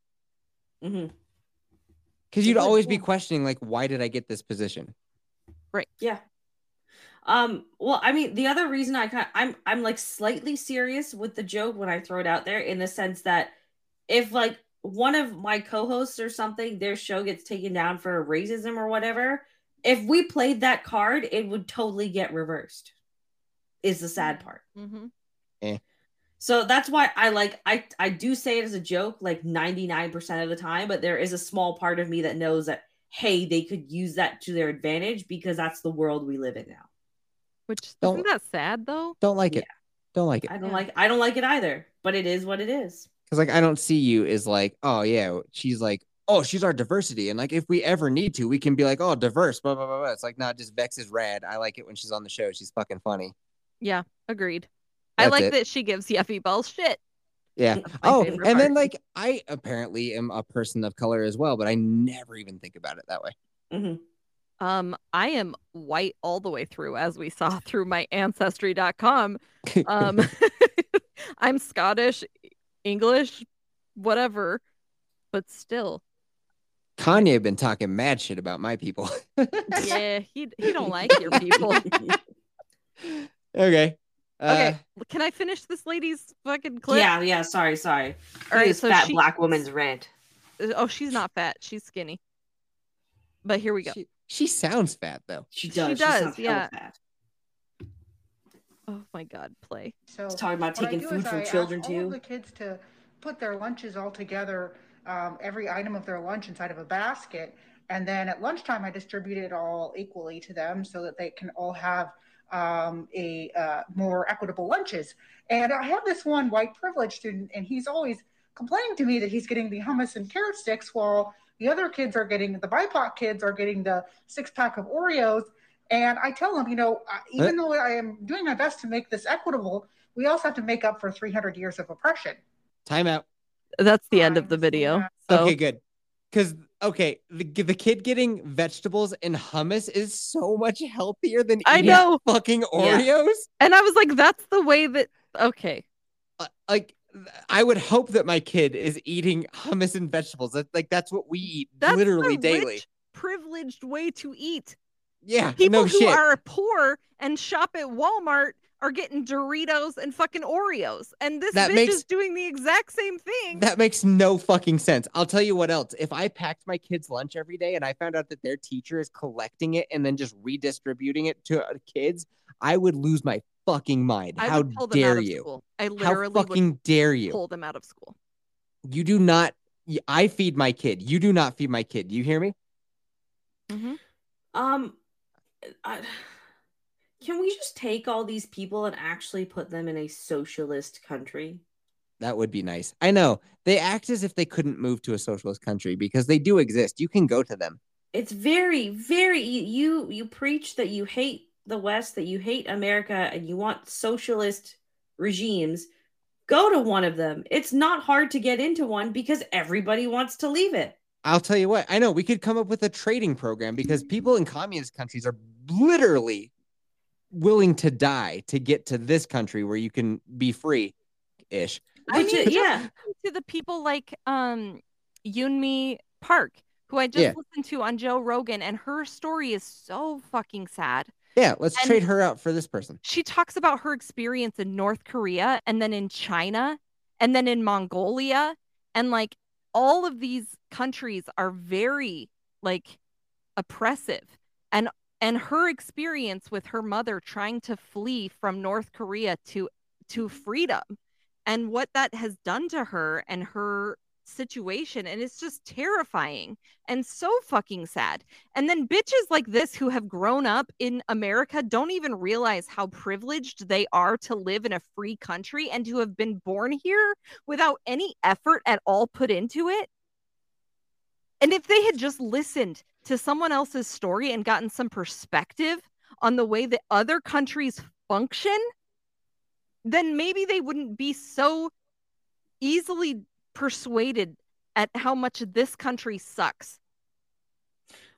Speaker 3: Mhm.
Speaker 1: because
Speaker 3: It
Speaker 1: you'd
Speaker 3: would,
Speaker 1: always be
Speaker 3: yeah.
Speaker 1: questioning like, why did I get this position?
Speaker 3: Yeah. Um, well, I mean, the other reason I kind I'm I'm like slightly serious with the joke when I throw it out there in the sense that if like one of my co-hosts or something, their show gets taken down for racism or whatever, if we played that card, it would totally get reversed. Is the sad part.
Speaker 2: Mhm.
Speaker 3: So that's why I like I I do say it as a joke like 99% of the time, but there is a small part of me that knows that hey, they could use that to their advantage because that's the world we live in now.
Speaker 2: Which
Speaker 1: Don't-
Speaker 2: isn't that sad though?
Speaker 1: Don't like it. Don't like it
Speaker 3: I don't
Speaker 2: Yeah.
Speaker 3: like I don't like it either, but it is what it is.
Speaker 1: because like I don't see you as like, oh yeah, she's like. Oh, she's our diversity. And like, if we ever need to, we can be like, oh, diverse, blah, blah, blah, blah. It's like, not just Vex is rad. I like it when she's on the show. She's fucking funny.
Speaker 2: Yeah, agreed. I
Speaker 1: That's
Speaker 2: like
Speaker 1: it.
Speaker 2: that she gives Yeffy Ball shit.
Speaker 1: Yeah.
Speaker 3: That's
Speaker 2: my
Speaker 1: Oh, and
Speaker 2: favorite
Speaker 1: then
Speaker 2: part.
Speaker 1: like I apparently am a person of color as well, but I never even think about it that way.
Speaker 3: Mhm.
Speaker 2: Um, I am white all the way through, as we saw through my ancestry.com. Um, I'm Scottish, English, whatever, but still,
Speaker 1: Kanye been talking mad shit about my people.
Speaker 2: yeah, he he don't like your people.
Speaker 1: okay. Uh,
Speaker 2: Okay, can I finish this lady's fucking clip?
Speaker 3: Yeah, yeah. Sorry, sorry.
Speaker 2: All right,
Speaker 3: This
Speaker 2: so
Speaker 3: fat
Speaker 2: she-
Speaker 3: black woman's rant.
Speaker 2: Oh, she's not fat. She's skinny. But here we go.
Speaker 1: She, she sounds fat though.
Speaker 3: She
Speaker 2: She
Speaker 3: does.
Speaker 2: does,
Speaker 3: sounds hella
Speaker 2: yeah.
Speaker 3: fat.
Speaker 2: oh my God, play.
Speaker 6: So
Speaker 3: She's talking about
Speaker 6: What I
Speaker 3: taking
Speaker 6: do
Speaker 3: food
Speaker 6: is I
Speaker 3: from
Speaker 6: ask
Speaker 3: children
Speaker 6: all of
Speaker 3: too.
Speaker 6: the kids to put their lunches all together, um, every item of their lunch inside of a basket, and then at lunchtime I distribute it all equally to them so that they can all have um, a uh, more equitable lunches. And I have this one white privileged student, and he's always complaining to me that he's getting the hummus and carrot sticks while the other kids are getting the BIPOC kids are getting the six pack of Oreos. And I tell him, you know, uh, even though I am doing my best to make this equitable, we also have to make up for 300 years of oppression.
Speaker 1: Time out.
Speaker 2: That's the end of
Speaker 6: Fine,
Speaker 2: the
Speaker 6: so
Speaker 2: video.
Speaker 6: that-
Speaker 2: So
Speaker 1: Okay, good. Because okay, the, the kid getting vegetables and hummus is so much healthier than
Speaker 2: I
Speaker 1: eating
Speaker 2: know.
Speaker 1: fucking Oreos.
Speaker 2: And I was like, that's the way that okay.
Speaker 1: Uh, like th- I would hope that my kid is eating hummus and vegetables. That like that's what we eat
Speaker 2: That's
Speaker 1: literally
Speaker 2: the
Speaker 1: daily.
Speaker 2: Rich, privileged way to eat.
Speaker 1: yeah,
Speaker 2: People
Speaker 1: no
Speaker 2: who
Speaker 1: shit.
Speaker 2: are poor and shop at Walmart are getting Doritos and fucking Oreos. And this
Speaker 1: That
Speaker 2: bitch
Speaker 1: makes-
Speaker 2: is doing the exact same thing.
Speaker 1: That makes no fucking sense. I'll tell you what else. If I packed my kids' lunch every day and I found out that their teacher is collecting it and then just redistributing it to uh, kids, I would lose my fucking mind.
Speaker 2: I
Speaker 1: How
Speaker 2: would pull them out
Speaker 1: dare
Speaker 2: of
Speaker 1: you?
Speaker 2: school. I
Speaker 1: How
Speaker 2: literally
Speaker 1: fucking dare
Speaker 2: would
Speaker 1: you?
Speaker 2: pull them out of school.
Speaker 1: You do not. y- I feed my kid. You do not feed my kid. You hear me?
Speaker 3: Um, I, can we just take all these people and actually put them in a socialist country?
Speaker 1: That would be nice. I know they act as if they couldn't move to a socialist country because they do exist. You can go to them.
Speaker 3: It's very, very you. You, you preach that you hate the West, that you hate America, and you want socialist regimes. Go to one of them. It's not hard to get into one because everybody wants to leave it.
Speaker 1: I'll tell you what, I know we could come up with a trading program because people in communist countries are literally willing to die to get to this country where you can be free ish.
Speaker 2: I
Speaker 3: Which
Speaker 2: mean,
Speaker 3: is-
Speaker 2: just
Speaker 3: yeah.
Speaker 2: listen to the people like um Yoonmi Park, who I just
Speaker 1: Yeah.
Speaker 2: listened to on Joe Rogan, and her story is so fucking sad.
Speaker 1: Yeah, let's
Speaker 2: And-
Speaker 1: trade her out for this person.
Speaker 2: she talks about her experience in North Korea and then in China and then in Mongolia and like all of these countries are very like oppressive and and her experience with her mother trying to flee from North Korea to to freedom and what that has done to her and her situation and it's just terrifying and so fucking sad and then bitches like this who have grown up in America don't even realize how privileged they are to live in a free country and to have been born here without any effort at all put into it. And if they had just listened to someone else's story and gotten some perspective on the way that other countries function, then maybe they wouldn't be so easily persuaded at how much this country sucks.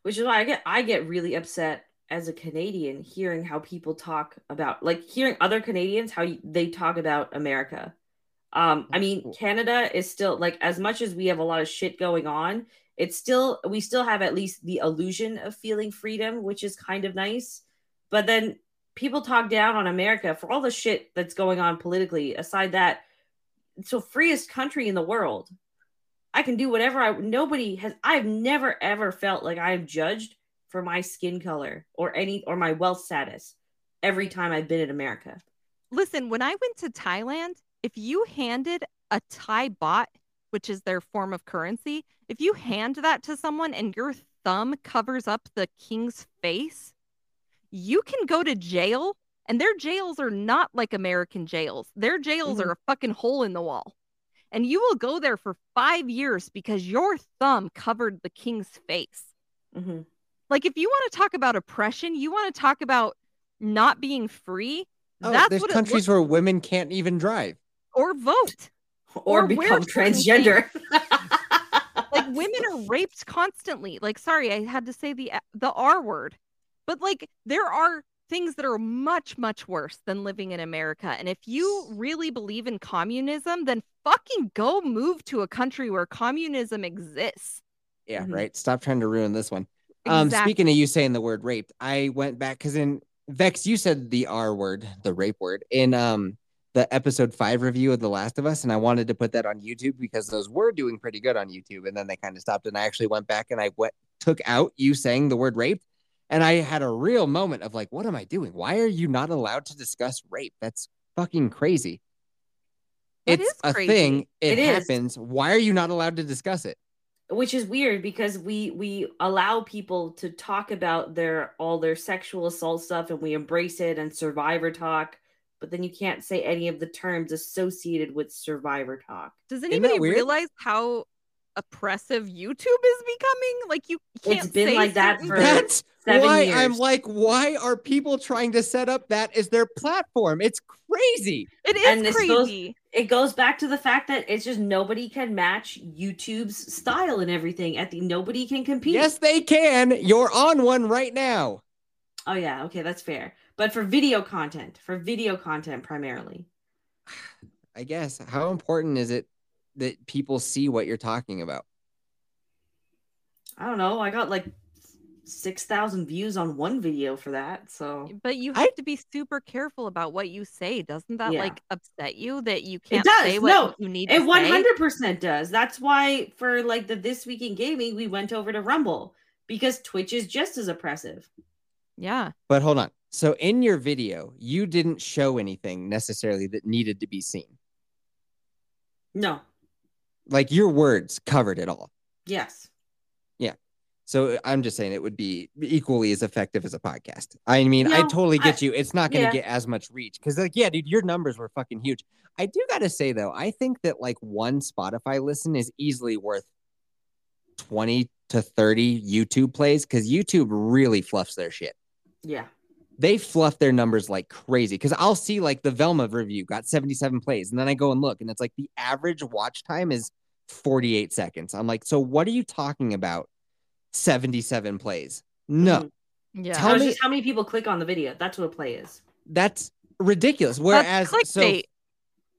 Speaker 3: which is why I get I get really upset as a Canadian hearing how people talk about like hearing other Canadians how you- they talk about America. Um, I mean, Canada is still like as much as we have a lot of shit going on, it's still we still have at least the illusion of feeling freedom, which is kind of nice. But then people talk down on America for all the shit that's going on politically. Aside that, it's the freest country in the world. I can do whatever I nobody has I've never ever felt like I am judged for my skin color or any or my wealth status every time I've been in America.
Speaker 2: listen, when I went to Thailand, if you handed a Thai baht, which is their form of currency, if you hand that to someone and your thumb covers up the king's face, you can go to jail. And their jails are not like American jails. Their jails
Speaker 1: Mm-hmm.
Speaker 3: Mhm.
Speaker 2: are a fucking hole in the wall. And you will go there for five years because your thumb covered the king's face
Speaker 1: Mm-hmm.
Speaker 3: Mhm.
Speaker 2: like if you want to talk about oppression you want to talk about not being free
Speaker 1: Oh,
Speaker 2: that's
Speaker 1: there's
Speaker 2: what
Speaker 1: countries
Speaker 2: countries
Speaker 1: where women can't even drive.
Speaker 2: or vote
Speaker 3: Or,
Speaker 2: Or wear
Speaker 3: become
Speaker 2: certain
Speaker 3: transgender.
Speaker 2: like women are raped constantly like sorry i had to say the the r word but like there are things that are much much worse than living in america and if you really believe in communism then fucking go move to a country where communism exists
Speaker 1: Yeah,
Speaker 2: Mhm.
Speaker 1: right. Stop trying to ruin this one. Um, speaking of you saying the word raped, I went back because in Vex, you said the R word, the rape word, in um the episode five review of The Last of Us, and I wanted to put that on YouTube because those were doing pretty good on YouTube, and then they kind of stopped. And I actually went back and I went took out you saying the word rape, and I had a real moment of like, what am I doing? Why are you not allowed to discuss rape? That's fucking crazy.
Speaker 2: That
Speaker 1: it's
Speaker 2: is
Speaker 1: a
Speaker 2: crazy.
Speaker 1: thing. It,
Speaker 3: It is.
Speaker 1: happens. Why are you not allowed to discuss it?
Speaker 3: which is weird because we we allow people to talk about their all their sexual assault stuff and we embrace it and survivor talk but then you can't say any of the terms associated with survivor talk
Speaker 2: does
Speaker 1: that
Speaker 2: anybody
Speaker 1: weird?
Speaker 2: realize how oppressive youtube is becoming like you can't
Speaker 3: been
Speaker 2: say
Speaker 3: like that
Speaker 2: certain
Speaker 3: for-
Speaker 2: things.
Speaker 1: That's
Speaker 3: seven
Speaker 1: why
Speaker 3: years.
Speaker 1: I'm like, why are people trying to set up that as their platform? It's crazy.
Speaker 2: it is
Speaker 3: and it's
Speaker 2: crazy
Speaker 3: those- it goes back to the fact that it's just nobody can match youtube's style and everything at the nobody can compete
Speaker 1: Yes, they can. You're on one right now.
Speaker 3: oh yeah okay that's fair but for video content for video content primarily
Speaker 1: I guess. How important is it that people see what you're talking about?
Speaker 3: i don't know i got like 6000 views on one video for that so
Speaker 2: But you
Speaker 1: I-
Speaker 2: have to be super careful about what you say. Doesn't that
Speaker 3: Yeah.
Speaker 2: like upset you that you can't
Speaker 3: does,
Speaker 2: say what
Speaker 3: no.
Speaker 2: you need
Speaker 3: It
Speaker 2: to
Speaker 3: one
Speaker 2: say?
Speaker 3: hundred percent does. That's why for like the this week in gaming, we went over to Rumble because Twitch is just as oppressive.
Speaker 2: Yeah.
Speaker 1: But hold on. So in your video, you didn't show anything necessarily that needed to be seen.
Speaker 3: No,
Speaker 1: Like your words covered it all.
Speaker 3: yes,
Speaker 1: So uh, I'm just saying it would be equally as effective as a podcast. I mean, I
Speaker 3: No,
Speaker 1: totally
Speaker 3: I-
Speaker 1: get you. It's not going to
Speaker 3: yeah.
Speaker 1: get as much reach because, like, yeah, dude, your numbers were fucking huge. I do got to say though, I think that like one Spotify listen is easily worth twenty to thirty YouTube plays because YouTube really fluffs their shit.
Speaker 3: yeah,
Speaker 1: They fluff their numbers like crazy because I'll see like the Velma review got 77 plays, and then I go and look, and it's like the average watch time is 48 seconds. I'm like, so what are you talking about? 77 plays. No,
Speaker 3: Mhm.
Speaker 2: Yeah.
Speaker 1: Tell
Speaker 3: That was
Speaker 1: me-
Speaker 3: just how many people click on the video. That's what a play is.
Speaker 1: that's ridiculous. Whereas so
Speaker 2: clickbait.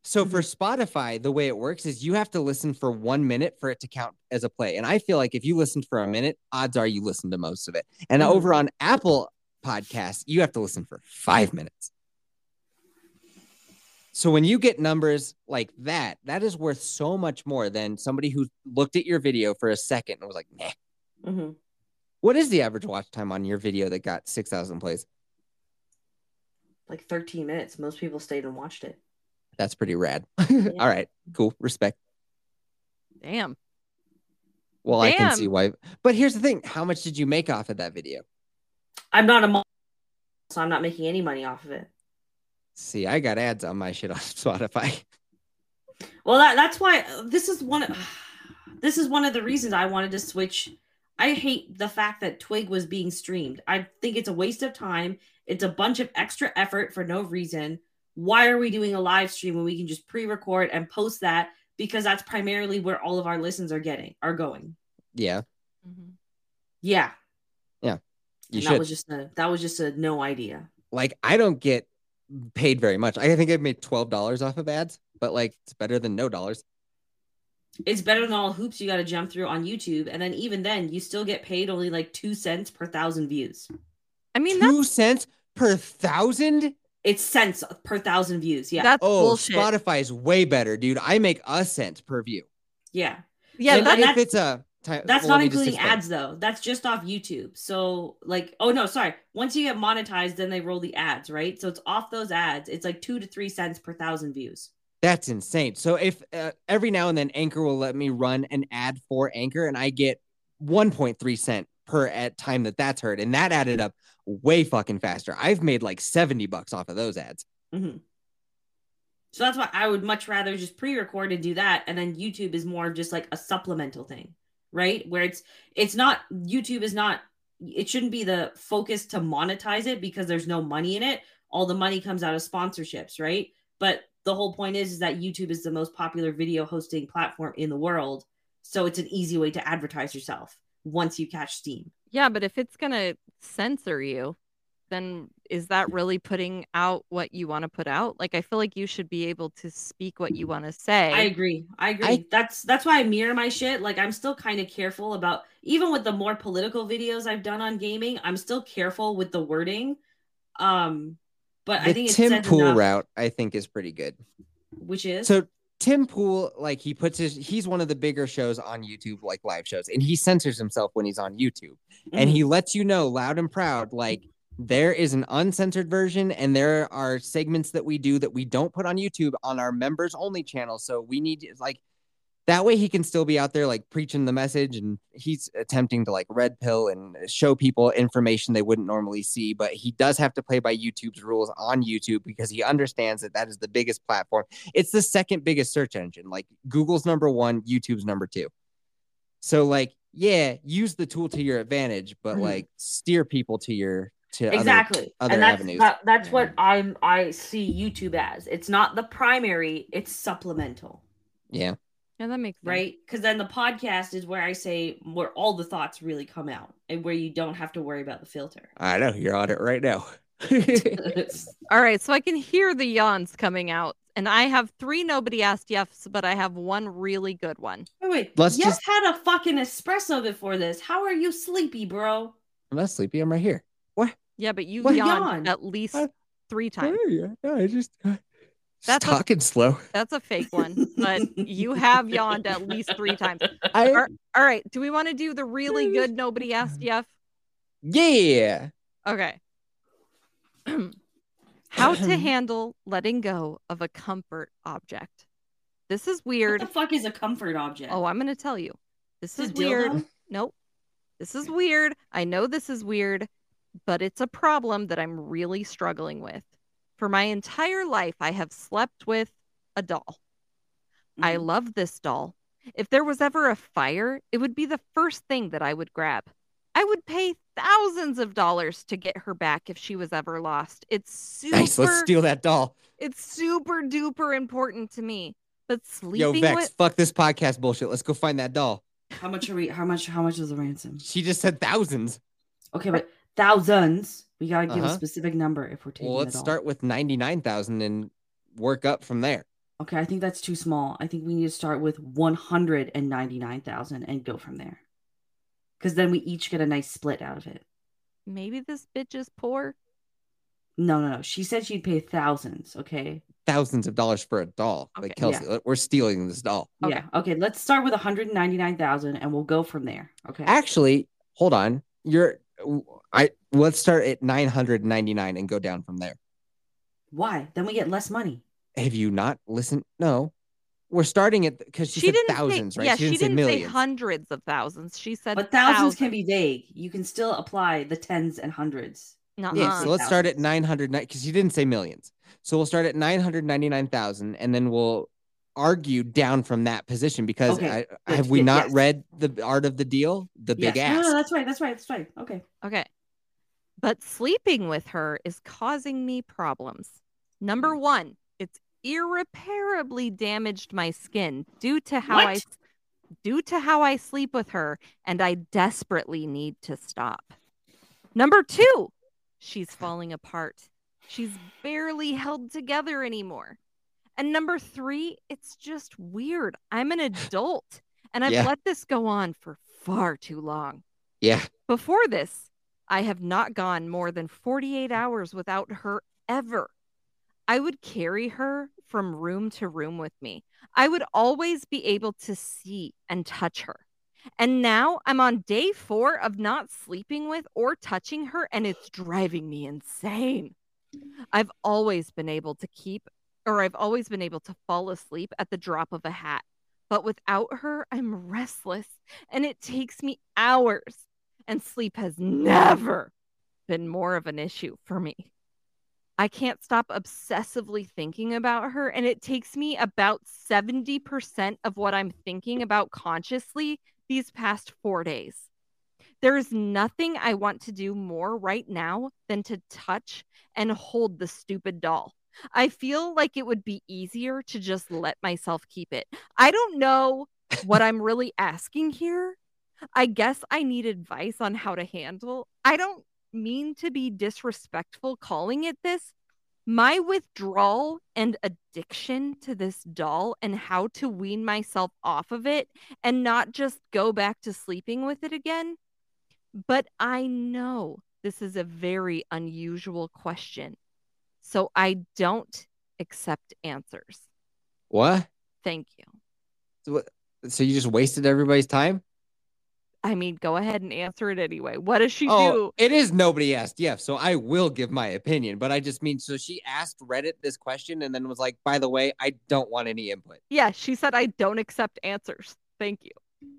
Speaker 1: so for Spotify, the way it works is you have to listen for one minute for it to count as a play. And I feel like if you listened for a minute, odds are you listened to most of it. And
Speaker 3: Mhm.
Speaker 1: over on Apple Podcasts, you have to listen for five minutes. So when you get numbers like that, that is worth so much more than somebody who looked at your video for a second and was like, nah.
Speaker 3: hmm
Speaker 1: What is the average watch time on your video that got 6,000 plays?
Speaker 3: Like thirteen minutes. Most people stayed and watched it.
Speaker 1: That's pretty rad. All right, cool. Respect.
Speaker 2: Damn.
Speaker 1: Well, I can see
Speaker 2: Damn.
Speaker 1: why. But here's the thing: how much did you make off of that video?
Speaker 3: I'm not a mom, so I'm not making any money off of it.
Speaker 1: See, I got ads on my shit on Spotify.
Speaker 3: Well, that, that's why this is one. This is one of the reasons I wanted to switch. I hate the fact that Twig was being streamed. I think it's a waste of time. It's a bunch of extra effort for no reason. Why are we doing a live stream when we can just pre-record and post that? Because that's primarily where all of our listens are getting are going.
Speaker 1: Yeah,
Speaker 3: Mm-hmm.
Speaker 2: Mhm.
Speaker 3: Yeah,
Speaker 1: you
Speaker 3: and that
Speaker 1: should.
Speaker 3: was just a that was just a no idea.
Speaker 1: Like, I don't get paid very much. I think I've made twelve dollars off of ads, but like, it's better than no dollars.
Speaker 3: It's better than all the hoops you got to jump through on YouTube, and then even then, you still get paid only like two cents per thousand views.
Speaker 2: I mean that's
Speaker 1: Two cents per thousand.
Speaker 3: It's cents per thousand views. Yeah,
Speaker 2: that's
Speaker 1: Oh,
Speaker 2: bullshit.
Speaker 1: Spotify's way better, dude. I make a cent per view.
Speaker 3: yeah.
Speaker 2: yeah,
Speaker 1: and
Speaker 3: and
Speaker 2: that,
Speaker 1: if
Speaker 3: that's-
Speaker 1: it's a ti-
Speaker 3: That's
Speaker 1: well, let
Speaker 3: not
Speaker 1: me just
Speaker 3: including
Speaker 1: explain.
Speaker 3: ads though. That's just off YouTube. So like, oh no, sorry. Once you get monetized, then they roll the ads, right? So it's off those ads. It's like two to three cents per thousand views.
Speaker 1: That's insane. So if uh, every now and then Anchor will let me run an ad for Anchor and I get 1.3 cent per ad time that that's heard and that added up way fucking faster. I've made like 70 bucks off of those ads.
Speaker 3: So that's why I would much rather just pre-record and do that, and then YouTube is more of just like a supplemental thing, right? Where it's it's not YouTube is not it shouldn't be the focus to monetize it because there's no money in it. All the money comes out of sponsorships, right? But the whole point is, is that YouTube is the most popular video hosting platform in the world. So it's an easy way to advertise yourself once you catch steam.
Speaker 2: Yeah, but if it's going to censor you, then is that really putting out what you want to put out? Like, I feel like you should be able to speak what you want to say.
Speaker 3: I agree. I agree.
Speaker 1: I-
Speaker 3: that's that's why I mirror my shit. Like I'm still kind of careful about even with the more political videos I've done on gaming, I'm still careful with the wording. Um but I
Speaker 1: the
Speaker 3: think it's
Speaker 1: Tim
Speaker 3: says
Speaker 1: Pool
Speaker 3: enough,
Speaker 1: route, I think, is pretty good.
Speaker 3: which is
Speaker 1: So Tim Pool, like he puts his, he's one of the bigger shows on YouTube, like live shows, and he censors himself when he's on YouTube, and he lets you know loud and proud, like there is an uncensored version, and there are segments that we do that we don't put on YouTube on our members only channel. So we need like that way he can still be out there like preaching the message, and he's attempting to like red pill and show people information they wouldn't normally see, but he does have to play by YouTube's rules on YouTube because he understands that that is the biggest platform it's the second biggest search engine. Like Google's number one, YouTube's number two. So like, yeah, use the tool to your advantage, but
Speaker 3: Mhm.
Speaker 1: like steer people to your to other-
Speaker 3: exactly
Speaker 1: other
Speaker 3: and that's
Speaker 1: avenues.
Speaker 3: that, that's what i'm i see youtube as it's not the primary it's supplemental
Speaker 1: yeah.
Speaker 2: yeah, that makes sense.
Speaker 3: right because then the podcast is where i say where all the thoughts really come out and where you don't have to worry about the filter
Speaker 1: I know you're on it right now.
Speaker 2: All right, so I can hear the yawns coming out, and I have three nobody asked yefs, but I have one really good one.
Speaker 3: wait, wait.
Speaker 1: Let's
Speaker 3: you
Speaker 1: just-
Speaker 3: had a fucking espresso before this how are you sleepy bro
Speaker 1: I'm not sleepy. I'm right here.
Speaker 2: Yeah, but you
Speaker 1: What
Speaker 2: yawned
Speaker 3: yawn?
Speaker 2: at least
Speaker 1: What?
Speaker 2: three times.
Speaker 1: Where are you? No, I just, uh, just
Speaker 2: That's a-
Speaker 1: talking slow.
Speaker 2: That's a fake one, but you have yawned at least three times.
Speaker 1: I,
Speaker 2: Are- All right, do we want to do the really good nobody asked yef?
Speaker 1: yeah.
Speaker 2: Okay. How to handle letting go of a comfort object. This is
Speaker 3: what
Speaker 2: weird.
Speaker 3: the fuck is a comfort object
Speaker 2: Oh, I'm going to tell you. This
Speaker 3: Is
Speaker 2: is
Speaker 3: it
Speaker 2: weird.
Speaker 3: dildo?
Speaker 2: Nope. This is weird. I know this is weird, but it's a problem that I'm really struggling with. For my entire life, I have slept with a doll. I
Speaker 1: Mm-hmm.
Speaker 3: Mhm.
Speaker 2: love this doll. If there was ever a fire, it would be the first thing that I would grab. I would pay thousands of dollars to get her back if she was ever lost. It's super
Speaker 1: Nice. Let's steal that doll.
Speaker 2: it's super duper important to me. But
Speaker 1: Yo,
Speaker 2: sleeping
Speaker 1: Vex,
Speaker 2: with
Speaker 1: fuck this podcast bullshit. Let's go find that doll.
Speaker 3: how much are we how much how much is the ransom
Speaker 1: She just said thousands.
Speaker 3: okay but thousands we gotta give a
Speaker 1: Uh-huh.
Speaker 3: specific number if we're taking
Speaker 1: Well, let's
Speaker 3: it all.
Speaker 1: start with 99,000 and work up from there.
Speaker 3: Okay, I think that's too small. I think we need to start with 199,000 and go from there. Cuz then we each get a nice split out of it.
Speaker 2: maybe this bitch is poor.
Speaker 3: No, no, no. She said she'd pay thousands, okay?
Speaker 1: thousands of dollars for a doll. Like
Speaker 2: Okay.
Speaker 3: Yeah.
Speaker 1: Kelsey, look, we're stealing this doll.
Speaker 2: Okay.
Speaker 3: Yeah. Okay, let's start with 199,000 and we'll go from there, okay?
Speaker 1: Actually, hold on. You're I let's start at 999 and go down from there.
Speaker 3: Why? Then we get less money.
Speaker 1: Have you not listened? No. We're starting at because she, said
Speaker 2: say-
Speaker 1: thousands, right?
Speaker 2: Yeah,
Speaker 1: she didn't, say
Speaker 2: say
Speaker 1: millions.
Speaker 2: hundreds of thousands. She said
Speaker 3: But thousands can be vague. You can still apply the tens and hundreds.
Speaker 2: nuh
Speaker 1: yeah, so
Speaker 3: uh-uh.
Speaker 1: let's start at
Speaker 3: Thousands.
Speaker 1: 900 because she didn't say millions. So we'll start at 999,000 and then we'll argue down from that position because
Speaker 3: Okay,
Speaker 1: I,
Speaker 3: good,
Speaker 1: have we
Speaker 3: good,
Speaker 1: not
Speaker 3: yes.
Speaker 1: read the art of the deal? The big
Speaker 3: Yes.
Speaker 1: ass.
Speaker 3: No, no, that's right. That's right. That's right. Okay.
Speaker 2: Okay. But sleeping with her is causing me problems. Number one, it's irreparably damaged my skin due to how I
Speaker 4: What?
Speaker 2: due to how I sleep with her, and I desperately need to stop. Number two, she's falling apart. She's barely held together anymore. And number three, it's just weird. I'm an adult and I've
Speaker 1: Yeah.
Speaker 2: let this go on for far too long.
Speaker 1: Yeah.
Speaker 2: Before this, I have not gone more than 48 hours without her ever. I would carry her from room to room with me. I would always be able to see and touch her. And now I'm on day four of not sleeping with or touching her, and it's driving me insane. I've always been able to keep, or I've always been able to fall asleep at the drop of a hat. But without her, I'm restless and it takes me hours and sleep has never been more of an issue for me. I can't stop obsessively thinking about her, and it takes me about 70% of what I'm thinking about consciously these past four days. There is nothing I want to do more right now than to touch and hold the stupid doll. I feel like it would be easier to just let myself keep it. I don't know what I'm really asking here. I guess I need advice on how to handle. I don't mean to be disrespectful calling it this. My withdrawal and addiction to this doll and how to wean myself off of it and not just go back to sleeping with it again. But I know this is a very unusual question. So I don't accept answers.
Speaker 1: What?
Speaker 2: Thank you.
Speaker 1: So what- So you just wasted everybody's time?
Speaker 2: I mean, go ahead and answer it anyway. What does she do?
Speaker 1: Oh, it is nobody asked Jeff, so I will give my opinion. But I just mean, so she asked Reddit this question and then was like, by the way, I don't want any input.
Speaker 2: Yeah, she said, I don't accept answers. Thank you.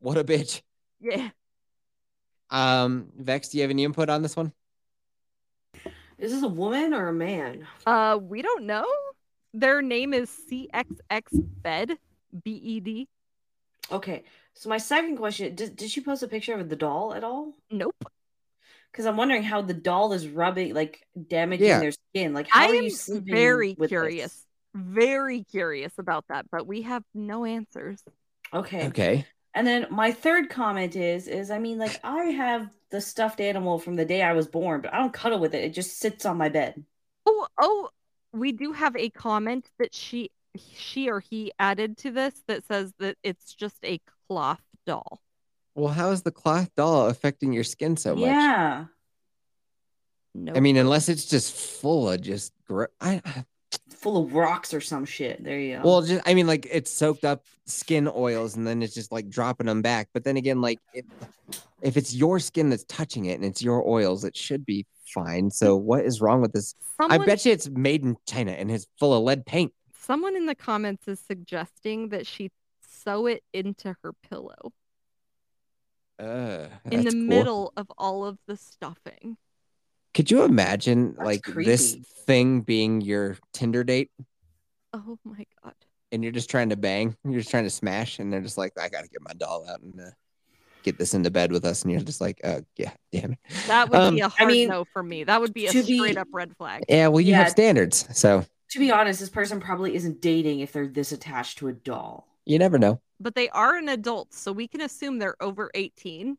Speaker 1: What a bitch.
Speaker 2: Yeah.
Speaker 1: Um, Vex, do you have any input on this one?
Speaker 3: Is this a woman or a man?
Speaker 2: Uh, we don't know. Their name is CXX Bed, B E D.
Speaker 3: Okay. So my second question: Did did she post a picture of the doll at all?
Speaker 2: Nope.
Speaker 3: Because I'm wondering how the doll is rubbing, like damaging
Speaker 1: Yeah.
Speaker 3: their skin. Like how
Speaker 2: I
Speaker 3: are you
Speaker 2: am
Speaker 3: sleeping?
Speaker 2: very
Speaker 3: with this?
Speaker 2: curious, very curious about that, but we have no answers.
Speaker 3: Okay.
Speaker 1: Okay.
Speaker 3: And then my third comment is is I mean like I have the stuffed animal from the day I was born, but I don't cuddle with it. It just sits on my bed.
Speaker 2: Oh, oh, we do have a comment that she, she or he added to this that says that it's just a cloth doll.
Speaker 1: Well, how is the cloth doll affecting your skin so much?
Speaker 3: Yeah.
Speaker 2: No,
Speaker 1: I mean, unless it's just full of just gr- I
Speaker 3: Full of rocks or some shit. There you go.
Speaker 1: well, just I mean, like it's soaked up skin oils and then it's just like dropping them back. But then again, like if if it's your skin that's touching it and it's your oils, it should be fine. So what is wrong with this?
Speaker 2: Mm. someone,
Speaker 1: I bet you it's made in China and it's full of lead paint.
Speaker 2: someone in the comments is suggesting that she sew it into her pillow
Speaker 1: Uh,
Speaker 2: in the middle of all of the stuffing.
Speaker 1: Could you imagine
Speaker 3: That's
Speaker 1: like this
Speaker 3: creepy.
Speaker 1: thing being your Tinder date
Speaker 2: Oh my god.
Speaker 1: and you're just trying to bang, you're just trying to smash, and they're just like, I gotta get my doll out and uh, get this into bed with us, and you're just like, uh, yeah, damn it.
Speaker 2: That would
Speaker 1: Um,
Speaker 2: be a hard
Speaker 3: mean,
Speaker 2: no for me. That would be a
Speaker 3: to be-
Speaker 2: straight up red flag.
Speaker 1: Yeah, well, you
Speaker 3: Yeah.
Speaker 1: have standards, so
Speaker 3: to be honest, this person probably isn't dating if they're this attached to a doll.
Speaker 1: you never know.
Speaker 2: But they are an adult, so we can assume they're over 18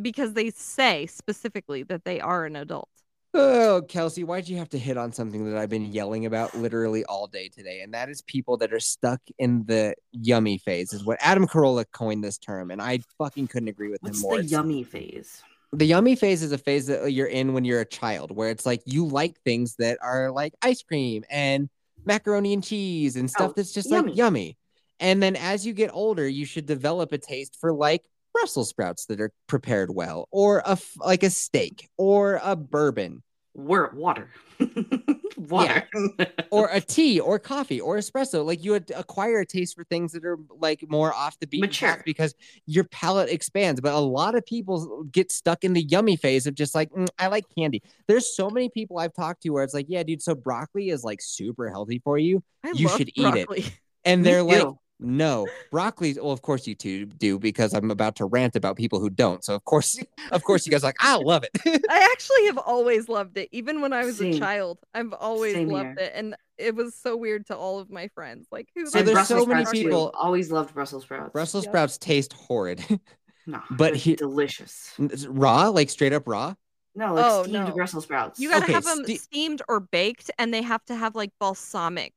Speaker 2: because they say specifically that they are an adult.
Speaker 1: Oh, Kelsey, why'd you have to hit on something that I've been yelling about literally all day today? And that is people that are stuck in the yummy phase, is what Adam Carolla coined this term, and I fucking couldn't agree with him
Speaker 3: What's
Speaker 1: more.
Speaker 3: the
Speaker 1: It's-
Speaker 3: yummy phase?
Speaker 1: the yummy phase is a phase that you're in when you're a child where it's like you like things that are like ice cream and macaroni and cheese and stuff
Speaker 3: Oh,
Speaker 1: that's just
Speaker 3: yummy.
Speaker 1: like yummy and then as you get older you should develop a taste for like brussels sprouts that are prepared well or a f- like a steak or a bourbon
Speaker 3: We're water. water.
Speaker 1: or a tea or coffee or espresso like you ad- acquire a taste for things that are like more off the beat
Speaker 3: Mature.
Speaker 1: because your palate expands but a lot of people get stuck in the yummy phase of just like "Mm, i like candy there's so many people i've talked to where it's like yeah dude so broccoli is like super healthy for you
Speaker 2: I
Speaker 1: You
Speaker 2: love
Speaker 1: should eat it.
Speaker 2: broccoli. eat it.
Speaker 1: and they're
Speaker 3: Me
Speaker 1: like
Speaker 3: too.
Speaker 1: no broccoli's well of course you two do because i'm about to rant about people who don't so of course of course you guys are like i love it
Speaker 2: I actually have always loved it, even when I was a
Speaker 3: Same.
Speaker 2: child. I've always
Speaker 3: Same
Speaker 2: loved
Speaker 3: here.
Speaker 2: it, and it was so weird to all of my friends. Like, who?
Speaker 1: So
Speaker 2: the
Speaker 3: And
Speaker 1: there's
Speaker 2: fuck
Speaker 1: so
Speaker 3: Brussels
Speaker 1: many
Speaker 3: sprouts,
Speaker 2: likes
Speaker 3: too.
Speaker 1: people-
Speaker 3: Always loved Brussels sprouts.
Speaker 1: brussels
Speaker 2: Yep.
Speaker 1: sprouts taste horrid
Speaker 3: no,
Speaker 1: but
Speaker 3: but
Speaker 1: he-
Speaker 3: delicious.
Speaker 1: raw like straight up raw
Speaker 3: No, like
Speaker 2: Oh,
Speaker 3: steamed
Speaker 2: no.
Speaker 3: Brussels sprouts.
Speaker 2: You gotta
Speaker 1: Okay,
Speaker 2: have them
Speaker 1: ste-
Speaker 2: steamed or baked, and they have to have like balsamic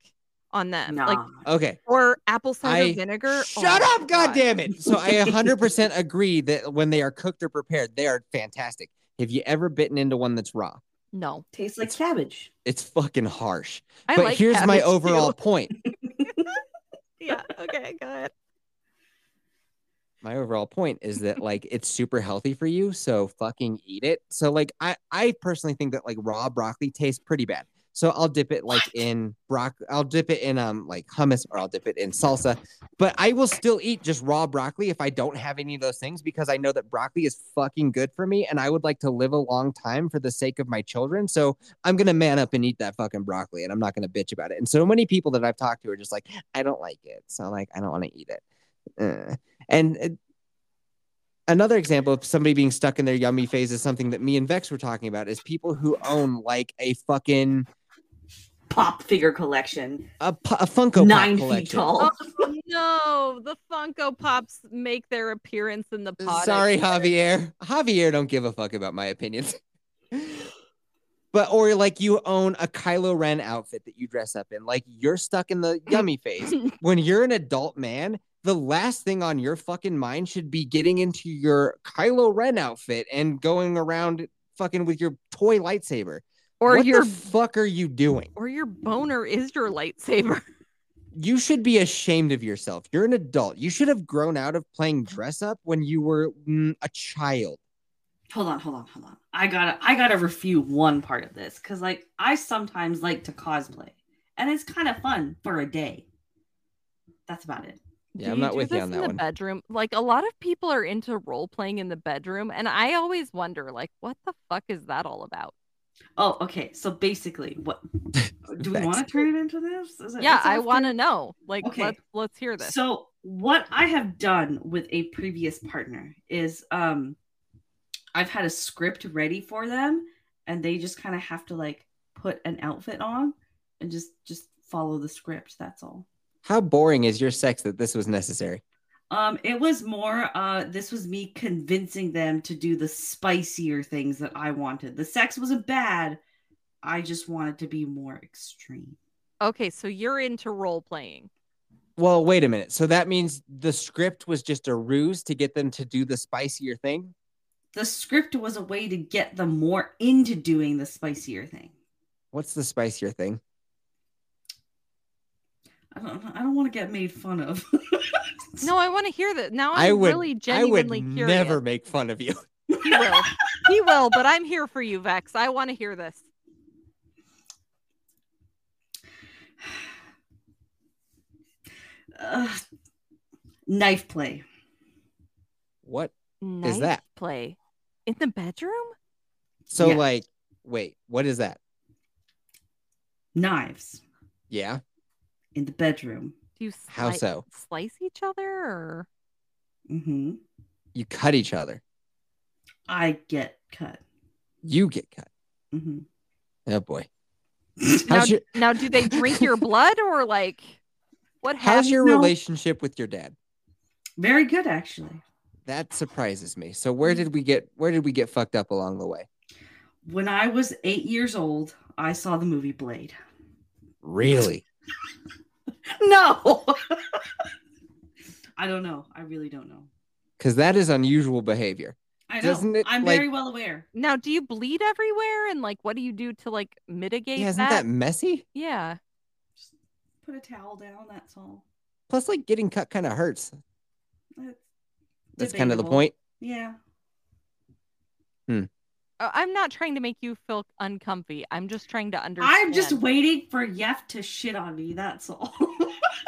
Speaker 2: on them,
Speaker 3: nah.
Speaker 2: like
Speaker 1: okay
Speaker 2: or apple cider
Speaker 1: I-
Speaker 2: vinegar.
Speaker 1: Shut
Speaker 2: Oh my
Speaker 1: up, God. damn it. So I 100% agree that when they are cooked or prepared, they are fantastic. Have you ever bitten into one that's raw?
Speaker 2: No,
Speaker 3: tastes like cabbage.
Speaker 1: It's fucking harsh.
Speaker 2: I
Speaker 1: but
Speaker 2: like.
Speaker 1: here's my
Speaker 2: cabbage, too.
Speaker 1: overall point.
Speaker 2: Yeah. Okay. Go ahead.
Speaker 1: My overall point is that like it's super healthy for you, so fucking eat it. So like I I personally think that like raw broccoli tastes pretty bad. So I'll dip it like in broc I'll dip it in um like hummus or I'll dip it in salsa. But I will still eat just raw broccoli if I don't have any of those things because I know that broccoli is fucking good for me and I would like to live a long time for the sake of my children. So I'm gonna man up and eat that fucking broccoli and I'm not gonna bitch about it. And so many people that I've talked to are just like, I don't like it. So like I don't want to eat it. Uh. And uh, another example of somebody being stuck in their yummy phase is something that me and Vex were talking about is people who own like a fucking
Speaker 3: pop figure collection,
Speaker 1: a, pu- a Funko
Speaker 3: nine
Speaker 1: Pop collection.
Speaker 3: feet tall.
Speaker 2: Oh, no, the Funko Pops make their appearance in the pod.
Speaker 1: Sorry, Javier. Javier don't give a fuck about my opinions. but or like you own a Kylo Ren outfit that you dress up in, like you're stuck in the yummy phase. When you're an adult man, the last thing on your fucking mind should be getting into your Kylo Ren outfit and going around fucking with your toy lightsaber.
Speaker 2: Or
Speaker 1: what
Speaker 2: your
Speaker 1: the fuck are you doing?
Speaker 2: or your boner is your lightsaber.
Speaker 1: you should be ashamed of yourself. You're an adult. You should have grown out of playing dress up when you were mm, a child.
Speaker 3: hold on, hold on, hold on. I gotta I gotta refute one part of this because like I sometimes like to cosplay and it's kind of fun for a day. That's about it.
Speaker 1: Yeah,
Speaker 2: Do
Speaker 1: I'm not
Speaker 2: do
Speaker 1: with you
Speaker 2: this
Speaker 1: on
Speaker 2: in
Speaker 1: that
Speaker 2: the
Speaker 1: one.
Speaker 2: Bedroom, like a lot of people are into role playing in the bedroom, and I always wonder, like, what the fuck is that all about?
Speaker 3: Oh, okay. So basically, what do we want to
Speaker 1: That's-
Speaker 3: turn it into this? Is it-
Speaker 2: yeah,
Speaker 3: it's
Speaker 2: I
Speaker 3: after-
Speaker 2: want to know. Like,
Speaker 3: Okay.
Speaker 2: let's let's hear this.
Speaker 3: So what I have done with a previous partner is um I've had a script ready for them and they just kind of have to like put an outfit on and just just follow the script. That's all.
Speaker 1: How boring is your sex that this was necessary?
Speaker 3: Um it was more uh this was me convincing them to do the spicier things that I wanted. The sex wasn't bad. I just wanted to be more extreme.
Speaker 2: okay, so you're into role playing.
Speaker 1: Well, wait a minute. So that means the script was just a ruse to get them to do the spicier thing?
Speaker 3: The script was a way to get them more into doing the spicier thing.
Speaker 1: What's the spicier thing?
Speaker 3: I don't, I don't want to get made fun of.
Speaker 2: No, I want to hear that. Now I'm
Speaker 1: I would
Speaker 2: really
Speaker 1: I would
Speaker 2: genuinely curious.
Speaker 1: never make fun of you.
Speaker 2: He will. he will, but I'm here for you, Vex. I want to hear this.
Speaker 3: Ugh. knife play.
Speaker 1: What?
Speaker 2: Knife
Speaker 1: that?
Speaker 2: play in the bedroom?
Speaker 1: So
Speaker 3: Yeah.
Speaker 1: like, wait, what is that?
Speaker 3: Knives
Speaker 1: Yeah.
Speaker 3: in the bedroom.
Speaker 2: Do you
Speaker 1: How
Speaker 2: sli-
Speaker 1: so?
Speaker 2: slice each other or
Speaker 3: hmm
Speaker 1: You cut each other.
Speaker 3: I get cut.
Speaker 1: You get cut.
Speaker 3: hmm
Speaker 1: Oh boy.
Speaker 2: now,
Speaker 1: How's your
Speaker 2: now do they drink your blood or like what
Speaker 1: how's
Speaker 2: happens?
Speaker 1: your
Speaker 3: No.
Speaker 1: relationship with your dad?
Speaker 3: Very good, actually.
Speaker 1: That surprises me. So where did we get where did we get fucked up along the way?
Speaker 3: When I was eight years old, I saw the movie Blade.
Speaker 1: Really?
Speaker 3: No, I don't know. I really don't know.
Speaker 1: Because that is unusual behavior.
Speaker 3: I know.
Speaker 1: Doesn't it,
Speaker 3: I'm
Speaker 1: like-
Speaker 3: very well aware.
Speaker 2: now do you bleed everywhere and like what do you do to like mitigate
Speaker 1: Yeah, isn't that messy?
Speaker 2: Yeah.
Speaker 3: Just put a towel down. That's all.
Speaker 1: Plus, like getting cut kind of hurts.
Speaker 3: That's,
Speaker 1: That's kind of the
Speaker 3: debatable.
Speaker 1: point.
Speaker 3: Yeah.
Speaker 2: Uh, I'm not trying to make you feel uncomfy. I'm just trying to understand.
Speaker 3: I'm just waiting for Yef to shit on me. That's all.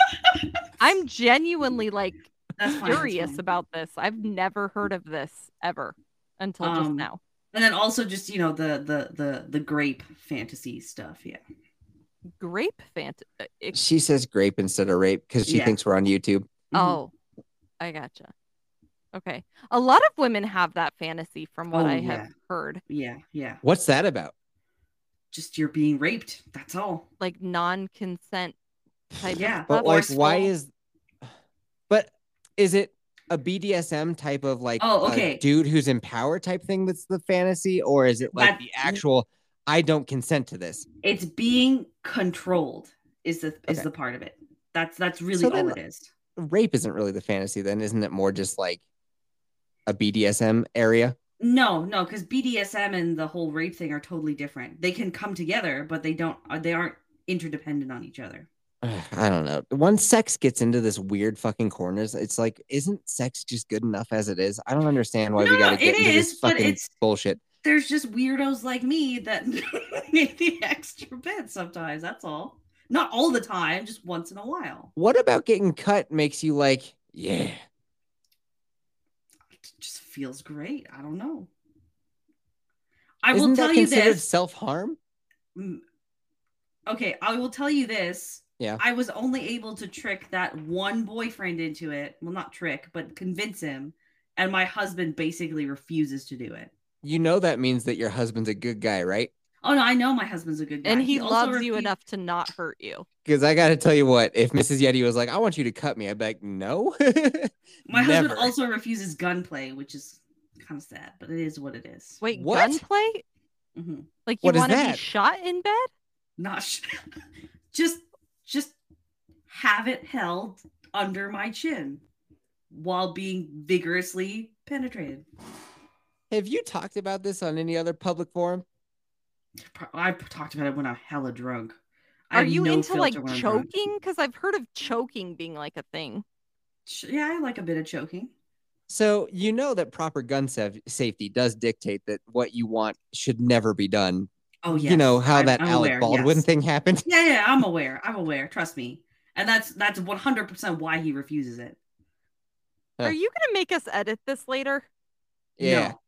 Speaker 2: I'm genuinely like
Speaker 3: That's fine, that's
Speaker 2: curious
Speaker 3: fine.
Speaker 2: about this. I've never heard of this ever until just
Speaker 3: Um,
Speaker 2: now.
Speaker 3: and then also just you know the the the the grape fantasy stuff yeah
Speaker 2: Grape fant. uh, ex-
Speaker 1: She says grape instead of rape because she
Speaker 3: Yeah.
Speaker 1: thinks we're on YouTube.
Speaker 3: Mhm.
Speaker 2: Oh, I gotcha. Okay, a lot of women have that fantasy, from what
Speaker 3: Oh,
Speaker 2: I
Speaker 3: yeah.
Speaker 2: have heard,
Speaker 3: yeah yeah
Speaker 1: What's that about?
Speaker 3: just you're being raped that's all
Speaker 2: like non-consent type.
Speaker 3: Yeah.
Speaker 2: of stuff.
Speaker 1: But like, why
Speaker 2: Forceful.
Speaker 1: is? But is it a BDSM type of like?
Speaker 3: Oh,
Speaker 1: a
Speaker 3: okay.
Speaker 1: dude who's in power type thing that's the fantasy, or is it like
Speaker 3: That-
Speaker 1: the actual? I don't consent to this.
Speaker 3: it's being controlled is the is
Speaker 1: Okay.
Speaker 3: the part of it that's that's really
Speaker 1: So
Speaker 3: all
Speaker 1: then-
Speaker 3: it is
Speaker 1: Rape isn't really the fantasy, then, isn't it? More just like a BDSM area.
Speaker 3: no no because bdsm and the whole rape thing are totally different they can come together but they don't uh, they aren't interdependent on each other
Speaker 1: Ugh, I don't know. Once sex gets into this weird fucking corners, it's like, isn't sex just good enough as it is? I don't understand why
Speaker 3: No,
Speaker 1: we gotta
Speaker 3: it
Speaker 1: get into
Speaker 3: is,
Speaker 1: this
Speaker 3: but
Speaker 1: fucking
Speaker 3: it's-
Speaker 1: bullshit.
Speaker 3: there's just weirdos like me that need the extra bed sometimes that's all not all the time just once in a while
Speaker 1: What about getting cut makes you like, yeah?
Speaker 3: it just feels great. I don't know. I
Speaker 1: Isn't
Speaker 3: will
Speaker 1: that
Speaker 3: tell you
Speaker 1: considered
Speaker 3: this.
Speaker 1: self harm?
Speaker 3: Mm. Okay, I will tell you this.
Speaker 1: Yeah.
Speaker 3: I was only able to trick that one boyfriend into it. Well, not trick, but convince him. And my husband basically refuses to do it.
Speaker 1: You know that means that your husband's a good guy, right?
Speaker 3: Oh no, I know my husband's a good guy.
Speaker 2: and he,
Speaker 3: also
Speaker 2: loves you
Speaker 3: refused-
Speaker 2: enough to not hurt you.
Speaker 1: Because I got to tell you what, if Mrs. Yeti was like, I want you to cut me, I'd be like, no.
Speaker 3: My husband
Speaker 1: Never.
Speaker 3: also refuses gunplay, which is kind of sad, but it is what it is.
Speaker 2: Wait,
Speaker 1: What?
Speaker 2: gunplay?
Speaker 3: hmm
Speaker 2: Like you
Speaker 1: What is
Speaker 2: want to be
Speaker 1: that?
Speaker 2: shot in bed?
Speaker 3: Not sh- just just have it held under my chin while being vigorously penetrated.
Speaker 1: Have you talked about this on any other public forum?
Speaker 3: Pro- I've talked about it when I'm hella drunk. I
Speaker 2: Are
Speaker 3: have
Speaker 2: you
Speaker 3: no
Speaker 2: into
Speaker 3: filter
Speaker 2: like
Speaker 3: when I'm drunk.
Speaker 2: choking? Because I've heard of choking being like a thing.
Speaker 3: Ch- Yeah, I like a bit of choking.
Speaker 1: So you know that proper gun sav safety does dictate that what you want should never be done.
Speaker 3: Oh yeah.
Speaker 1: You know how
Speaker 3: I'm-
Speaker 1: that
Speaker 3: I'm
Speaker 1: Alec
Speaker 3: aware,
Speaker 1: Baldwin
Speaker 3: yes.
Speaker 1: thing happened.
Speaker 3: Yeah, yeah, I'm aware. I'm aware. Trust me. And that's that's 100% why he refuses it.
Speaker 1: Huh.
Speaker 2: Are you gonna make us edit this later?
Speaker 1: Yeah.
Speaker 3: No.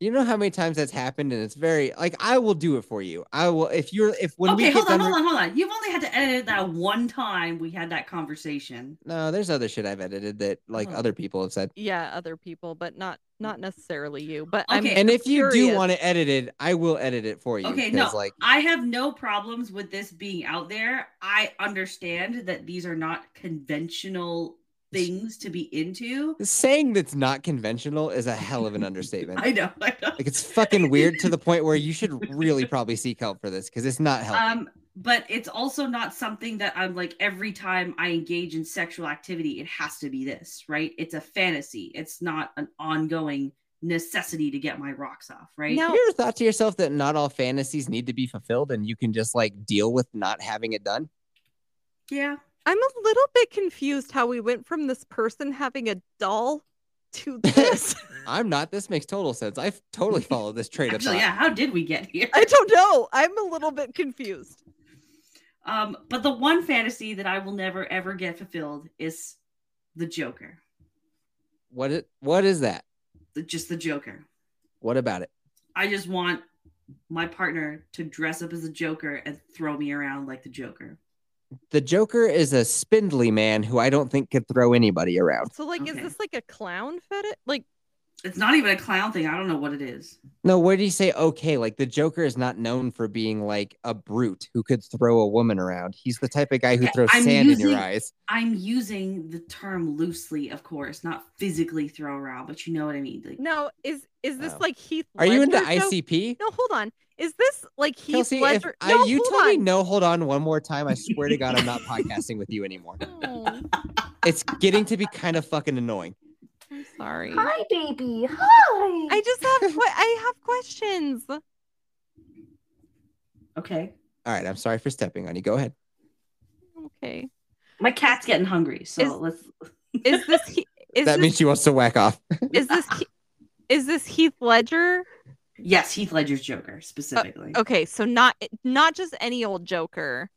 Speaker 1: You know how many times that's happened, and it's very like I will do it for you. I will if you're if when we get
Speaker 3: okay, hold on,
Speaker 1: done.
Speaker 3: hold
Speaker 1: re-
Speaker 3: on, hold on. You've only had to edit that one time we had that conversation.
Speaker 1: No, there's other shit I've edited that like
Speaker 3: Oh.
Speaker 1: other people have said.
Speaker 2: Yeah, other people, but not not necessarily you. But
Speaker 3: Okay.
Speaker 2: I'm
Speaker 1: And if you do
Speaker 2: curious.
Speaker 1: want it edited, I will edit it for you.
Speaker 3: Okay,
Speaker 1: 'cause,
Speaker 3: no.
Speaker 1: like
Speaker 3: I have no problems with this being out there. I understand that these are not conventional things to be into.
Speaker 1: saying that's not conventional is a hell of an understatement.
Speaker 3: I know. I know.
Speaker 1: like it's fucking weird to the point where you should really probably seek help for this because it's not helpful.
Speaker 3: um but it's also not something that i'm like every time i engage in sexual activity it has to be this right it's a fantasy it's not an ongoing necessity to get my rocks off right
Speaker 2: Now-
Speaker 1: Have you ever thought to yourself that not all fantasies need to be fulfilled and you can just like deal with not having it done?
Speaker 3: yeah
Speaker 2: I'm a little bit confused how we went from this person having a doll to this.
Speaker 1: I'm not. This makes total sense. I've totally followed this train of
Speaker 3: actually
Speaker 1: thought.
Speaker 3: yeah how did we get here
Speaker 2: I don't know. I'm a little bit confused.
Speaker 3: um but the one fantasy that i will never ever get fulfilled is the joker
Speaker 1: What it what is that?
Speaker 3: the, just the joker
Speaker 1: What about it?
Speaker 3: i just want my partner to dress up as a joker and throw me around like the joker
Speaker 1: The Joker is a spindly man who I don't think could throw anybody around.
Speaker 2: So like, is
Speaker 3: Okay.
Speaker 2: this like a clown fetish? Like,
Speaker 3: it's not even a clown thing i don't know what it is
Speaker 1: No, where do you say okay? Like the Joker is not known for being like a brute who could throw a woman around. He's the type of guy who
Speaker 3: Okay,
Speaker 1: throws
Speaker 3: I'm
Speaker 1: sand in your
Speaker 3: using-
Speaker 1: eyes.
Speaker 3: I'm using the term loosely, of course, not physically throw around, but you know what I mean. Like,
Speaker 2: no, is is this
Speaker 1: Oh.
Speaker 2: like Heath?
Speaker 1: Are you into
Speaker 2: Ledger joke?
Speaker 1: ICP?
Speaker 2: No, hold on. Is this like Heath
Speaker 1: Kelsey, if
Speaker 2: Ledger?
Speaker 1: I,
Speaker 2: no,
Speaker 1: you
Speaker 2: hold
Speaker 1: tell me
Speaker 2: on.
Speaker 1: no, hold on one more time, I swear to God, I'm not podcasting with you anymore.
Speaker 2: Oh,
Speaker 1: It's getting to be kind of fucking annoying.
Speaker 2: I'm sorry.
Speaker 7: Hi, baby. Hi.
Speaker 2: I just have que- I have questions.
Speaker 3: Okay.
Speaker 1: All right, I'm sorry for stepping on you. Go ahead.
Speaker 2: Okay.
Speaker 3: My cat's getting hungry, so
Speaker 2: Is-
Speaker 3: let's.
Speaker 2: Is this he- is
Speaker 1: that
Speaker 2: this,
Speaker 1: means she wants to whack off.
Speaker 2: is this he- is this Heath Ledger?
Speaker 3: Yes, Heath Ledger's Joker specifically.
Speaker 2: Okay, so not not just any old Joker.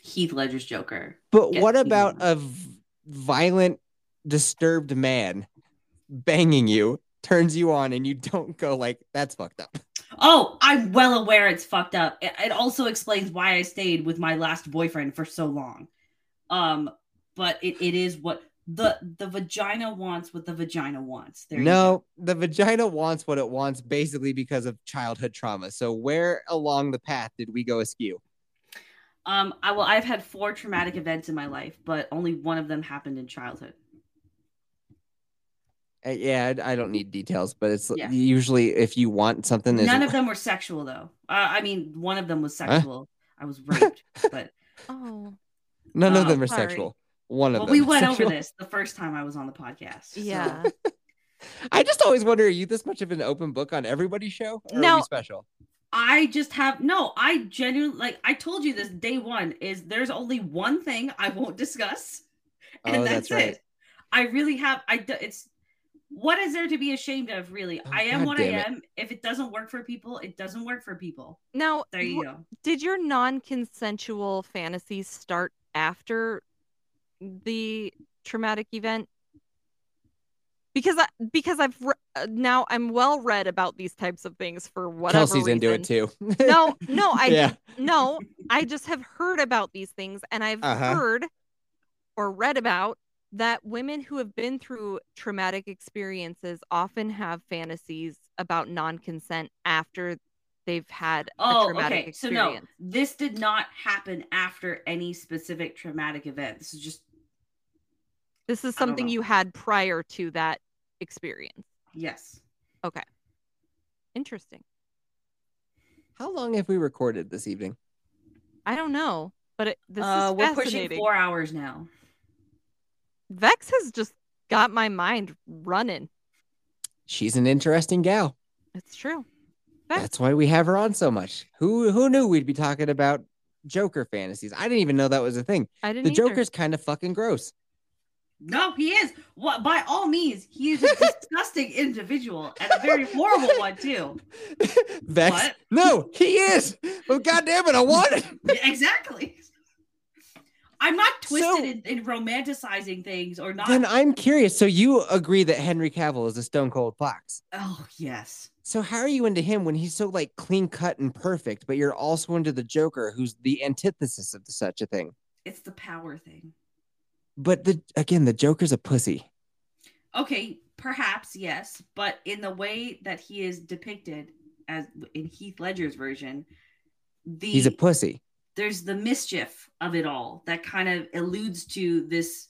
Speaker 3: Heath Ledger's Joker.
Speaker 1: But
Speaker 3: Yeah,
Speaker 1: what
Speaker 3: you
Speaker 1: about
Speaker 3: know.
Speaker 1: a v- violent, disturbed man banging you, turns you on, and you don't go like, that's fucked up?
Speaker 3: Oh, I'm well aware it's fucked up. It, it also explains why I stayed with my last boyfriend for so long. Um, but it, it is what the the vagina wants. What the vagina wants. There you go.
Speaker 1: No, the vagina wants what it wants basically because of childhood trauma. So, where along the path did we go askew?
Speaker 3: Um, I well, I've had four traumatic events in my life, but only one of them happened in childhood.
Speaker 1: Uh, yeah, I I don't need details, but it's
Speaker 3: Yeah.
Speaker 1: usually if you want something, there's
Speaker 3: None of them were sexual, though. Uh, I mean, one of them was sexual. I was raped, but
Speaker 2: Oh,
Speaker 1: none of
Speaker 3: Oh,
Speaker 1: them are
Speaker 2: sorry.
Speaker 1: sexual. One of
Speaker 3: well,
Speaker 1: them.
Speaker 3: we
Speaker 1: is
Speaker 3: went
Speaker 1: sexual.
Speaker 3: over this the first time I was on the podcast. so-
Speaker 2: yeah.
Speaker 1: I just always wonder: Are you this much of an open book on everybody's show? Or are
Speaker 2: No.
Speaker 1: we special.
Speaker 3: I just have no. I genuinely like. I told you this day one is there's only one thing I won't discuss, and
Speaker 1: Oh,
Speaker 3: that's,
Speaker 1: that's right.
Speaker 3: it. I really have. I do- it's what is there to be ashamed of, really?
Speaker 1: Oh,
Speaker 3: I am
Speaker 1: God
Speaker 3: what I
Speaker 1: damn it.
Speaker 3: am. If it doesn't work for people, it doesn't work for people.
Speaker 2: Now,
Speaker 3: There you
Speaker 2: w-
Speaker 3: go.
Speaker 2: did your non-consensual fantasies start after the traumatic event? Because I because I've re- uh, now I'm well read about these types of things for whatever
Speaker 1: Kelsey's
Speaker 2: reason.
Speaker 1: into it too.
Speaker 2: No, no, I
Speaker 1: yeah.
Speaker 2: no, I just have heard about these things and I've
Speaker 1: Uh-huh.
Speaker 2: heard or read about that women who have been through traumatic experiences often have fantasies about non consent after they've had a
Speaker 3: Oh,
Speaker 2: traumatic
Speaker 3: okay. So no,
Speaker 2: experience.
Speaker 3: this did not happen after any specific traumatic event. This is just
Speaker 2: This is
Speaker 3: I don't
Speaker 2: something
Speaker 3: know.
Speaker 2: you had prior to that experience.
Speaker 3: yes.
Speaker 2: Interesting.
Speaker 1: How long have we recorded this evening?
Speaker 2: I don't know, but it, this
Speaker 3: uh,
Speaker 2: is
Speaker 3: we're pushing
Speaker 2: fascinating.
Speaker 3: four hours now.
Speaker 2: Vex has just got my mind running.
Speaker 1: She's an interesting gal.
Speaker 2: It's true. Vex,
Speaker 1: That's why we have her on so much. Who who knew we'd be talking about Joker fantasies? I didn't even know that was a thing.
Speaker 2: I didn't.
Speaker 1: The
Speaker 2: either.
Speaker 1: Joker's kind of fucking gross.
Speaker 3: No, he is. What by all means, he is a disgusting individual and a very horrible one too.
Speaker 1: Vex.
Speaker 3: What?
Speaker 1: No, he is. Well, goddamn it, I want it.
Speaker 3: exactly. I'm not twisted
Speaker 1: So-
Speaker 3: in, in romanticizing things or not.
Speaker 1: Then I'm curious. So you agree that Henry Cavill is a stone cold fox?
Speaker 3: oh yes.
Speaker 1: So how are you into him when he's so like clean cut and perfect, but you're also into the Joker, who's the antithesis of such a thing?
Speaker 3: It's the power thing.
Speaker 1: But the again, the Joker's a pussy.
Speaker 3: Okay, perhaps yes, but in the way that he is depicted as in Heath Ledger's version, the
Speaker 1: He's a pussy.
Speaker 3: there's the mischief of it all that kind of alludes to this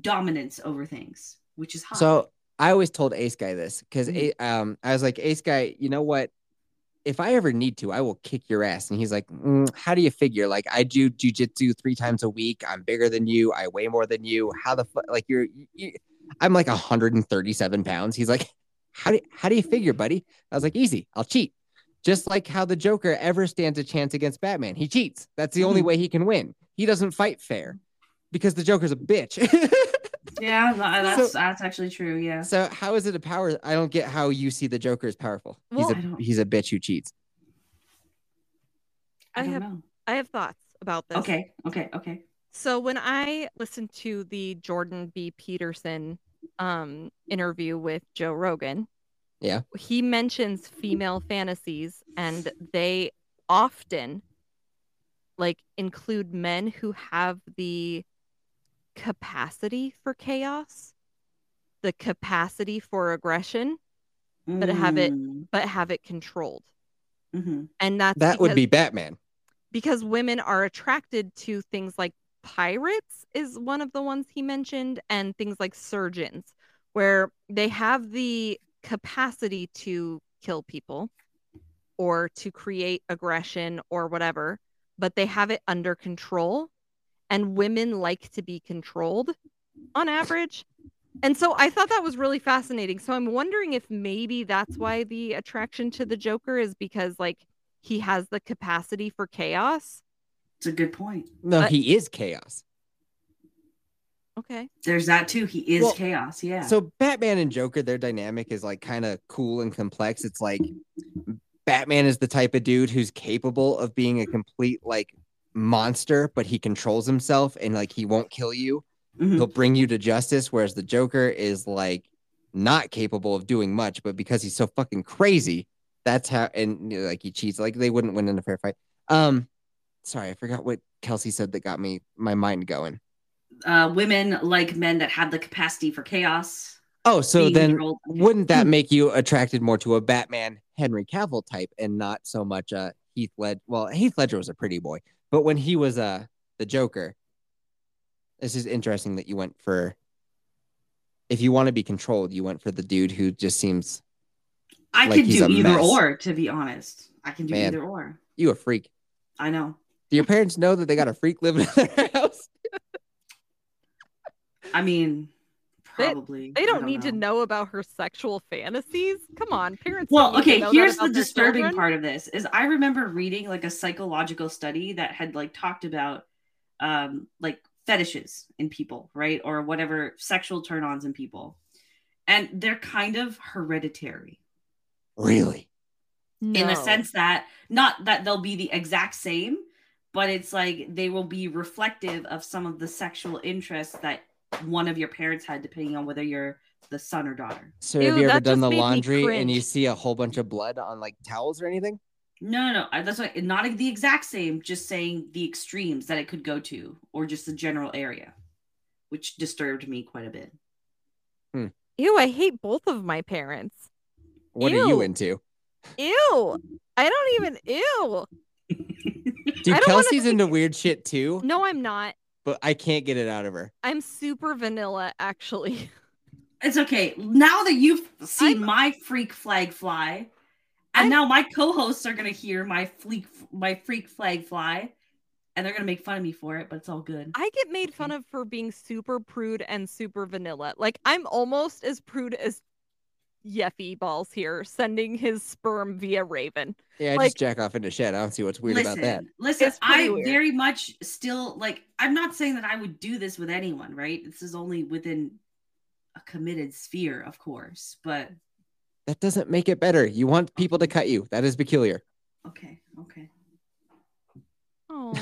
Speaker 3: dominance over things, which is hot.
Speaker 1: So I always told Ace Guy this because
Speaker 3: Mhm.
Speaker 1: um I was like Ace Guy, you know what? If I ever need to, I will kick your ass. And he's like, "Mm, How do you figure? Like I do jujitsu three times a week. I'm bigger than you. I weigh more than you. How the fuck? Like you're, you, I'm like 137 pounds. He's like, How do how do you figure, buddy? I was like, Easy. I'll cheat. Just like how the Joker ever stands a chance against Batman, he cheats. That's the only
Speaker 3: Mhm.
Speaker 1: way he can win. He doesn't fight fair because the Joker's a bitch.
Speaker 3: yeah, no, that's
Speaker 1: So-
Speaker 3: that's actually true. Yeah.
Speaker 1: So how is it a power? I don't get how you see the Joker as powerful.
Speaker 2: Well,
Speaker 1: he's
Speaker 3: I
Speaker 1: a
Speaker 3: don't-
Speaker 1: he's a bitch who cheats.
Speaker 3: I,
Speaker 2: I
Speaker 3: don't
Speaker 2: have-
Speaker 3: know.
Speaker 2: I have thoughts about this.
Speaker 3: Okay, okay, okay.
Speaker 2: So when I listened to the Jordan B. Peterson um, interview with Joe Rogan,
Speaker 1: Yeah.
Speaker 2: he mentions female fantasies, and they often like include men who have the capacity for chaos, the capacity for aggression, But have it- but have it controlled.
Speaker 3: Mm-hmm.
Speaker 2: And that's
Speaker 1: That would
Speaker 2: because-
Speaker 1: be Batman.
Speaker 2: because women are attracted to things like pirates is one of the ones he mentioned and things like surgeons where they have the capacity to kill people or to create aggression or whatever but they have it under control and women like to be controlled on average and so i thought that was really fascinating so i'm wondering if maybe that's why the attraction to the joker is because like he has the capacity for chaos.
Speaker 3: It's a good point.
Speaker 1: No,
Speaker 2: But-
Speaker 1: he is chaos.
Speaker 2: Okay.
Speaker 3: There's that too. He is
Speaker 1: Well,
Speaker 3: chaos. Yeah.
Speaker 1: So Batman and Joker, their dynamic is like kind of cool and complex. It's like Batman is the type of dude who's capable of being a complete like monster, but he controls himself and like he won't kill you.
Speaker 3: Mhm.
Speaker 1: He'll bring you to justice. Whereas the Joker is like not capable of doing much, but because he's so fucking crazy, that's how and you know, like he cheats. Like they wouldn't win in a fair fight. Um, sorry, I forgot what Kelsey said that got me my mind going.
Speaker 3: uh, women like men that have the capacity for chaos.
Speaker 1: Oh, so
Speaker 3: being
Speaker 1: then
Speaker 3: controlled.
Speaker 1: wouldn't that make you attracted more to a Batman Henry Cavill type and not so much uh Heath Led? Well, Heath Ledger was a pretty boy, but when he was uh the Joker, this is interesting that you went for. If you want to be controlled, you went for the dude who just seems
Speaker 3: I
Speaker 1: like
Speaker 3: could
Speaker 1: he's
Speaker 3: do
Speaker 1: a
Speaker 3: either
Speaker 1: mess.
Speaker 3: or, to be honest. I can do
Speaker 1: Man.
Speaker 3: either or.
Speaker 1: you a freak.
Speaker 3: I know.
Speaker 1: Do your parents know that they got a freak living in their house?
Speaker 3: I mean,
Speaker 2: They-
Speaker 3: probably.
Speaker 2: They
Speaker 3: I
Speaker 2: don't need to
Speaker 3: know.
Speaker 2: know about her sexual fantasies. Come on, parents. don't
Speaker 3: Well,
Speaker 2: need to
Speaker 3: okay,
Speaker 2: know that
Speaker 3: here's the
Speaker 2: about their
Speaker 3: disturbing
Speaker 2: children.
Speaker 3: part of this is I remember reading like a psychological study that had like talked about um like fetishes in people, right? Or whatever sexual turn-ons in people. And they're kind of hereditary
Speaker 1: Really?
Speaker 3: in
Speaker 2: No.
Speaker 3: the sense that not that they'll be the exact same, but it's like they will be reflective of some of the sexual interests that one of your parents had depending on whether you're the son or daughter.
Speaker 1: So
Speaker 2: Ew,
Speaker 1: have you ever
Speaker 2: that
Speaker 1: done
Speaker 2: just
Speaker 1: the
Speaker 2: made me
Speaker 1: laundry and you
Speaker 2: cringe.
Speaker 1: see a whole bunch of blood on like towels or anything?
Speaker 3: No, no, no. I- That's why not e, the exact same. Just saying the extremes that it could go to, or just the general area, which disturbed me quite a bit.
Speaker 2: Ew, I hate both of my parents.
Speaker 1: What are you
Speaker 2: Ew.
Speaker 1: into?
Speaker 2: Ew. I don't even ew.
Speaker 1: Dude,
Speaker 2: I don't wanna
Speaker 1: Kelsey's
Speaker 2: be-
Speaker 1: into weird shit too,
Speaker 2: No, I'm not.
Speaker 1: but I can't get it out of her.
Speaker 2: I'm super vanilla actually.
Speaker 3: It's okay. Now that you've seen
Speaker 2: I'm-
Speaker 3: my freak flag fly, and
Speaker 2: I'm-
Speaker 3: now my co-hosts are gonna hear my freak my freak flag fly, and they're gonna make fun of me for it, but it's all good.
Speaker 2: I get made fun of for being super prude and super vanilla. Like I'm almost as prude as Yeffy balls here, sending his sperm via Raven.
Speaker 1: Yeah, I
Speaker 2: Like-
Speaker 1: just jack off in the shed. I don't see what's weird
Speaker 3: listen,
Speaker 1: about that.
Speaker 3: listen,
Speaker 2: It's pretty
Speaker 3: I
Speaker 2: weird.
Speaker 3: very much still like. I'm not saying that I would do this with anyone, right? This is only within a committed sphere, of course. But
Speaker 1: That doesn't make it better. You want people to cut you. That is peculiar.
Speaker 3: okay, okay.
Speaker 2: Oh,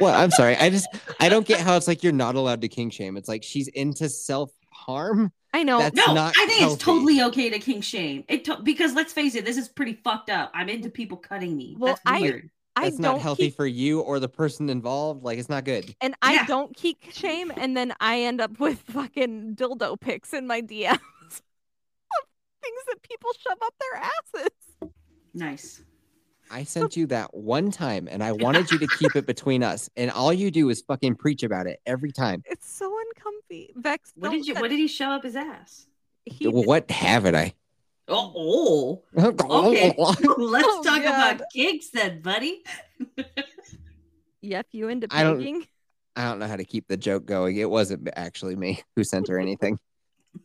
Speaker 1: Well, I'm sorry. I just I don't get how it's like you're not allowed to king shame. It's like she's into self harm.
Speaker 2: I know.
Speaker 1: That's- It's
Speaker 3: no,
Speaker 1: not
Speaker 3: I think
Speaker 1: healthy.
Speaker 3: it's totally okay to kink shame. It to- because let's face it, this is pretty fucked up. I'm into people cutting me.
Speaker 2: Well,
Speaker 3: That's
Speaker 2: I-
Speaker 3: weird.
Speaker 2: I
Speaker 1: That's not
Speaker 2: don't
Speaker 1: healthy
Speaker 2: keep-
Speaker 1: for you or the person involved. Like it's not good.
Speaker 2: and I
Speaker 3: Yeah.
Speaker 2: don't kick shame, and then I end up with fucking dildo pics in my DMs. Of Things that people shove up their asses.
Speaker 3: nice.
Speaker 1: I sent you that one time and I wanted you to keep it between us. And all you do is fucking preach about it every time.
Speaker 2: It's so uncomfy. Vex.
Speaker 3: What
Speaker 2: don't
Speaker 3: did you?
Speaker 2: send-
Speaker 3: What did he show up his ass?
Speaker 2: he
Speaker 1: Well,
Speaker 2: did-
Speaker 1: what haven't I?
Speaker 3: Oh, okay. let's
Speaker 2: Oh,
Speaker 3: talk
Speaker 2: God.
Speaker 3: about gigs then, buddy.
Speaker 2: Yep, you into
Speaker 1: I don't-
Speaker 2: pegging?
Speaker 1: I don't know how to keep the joke going. It wasn't actually me who sent her anything.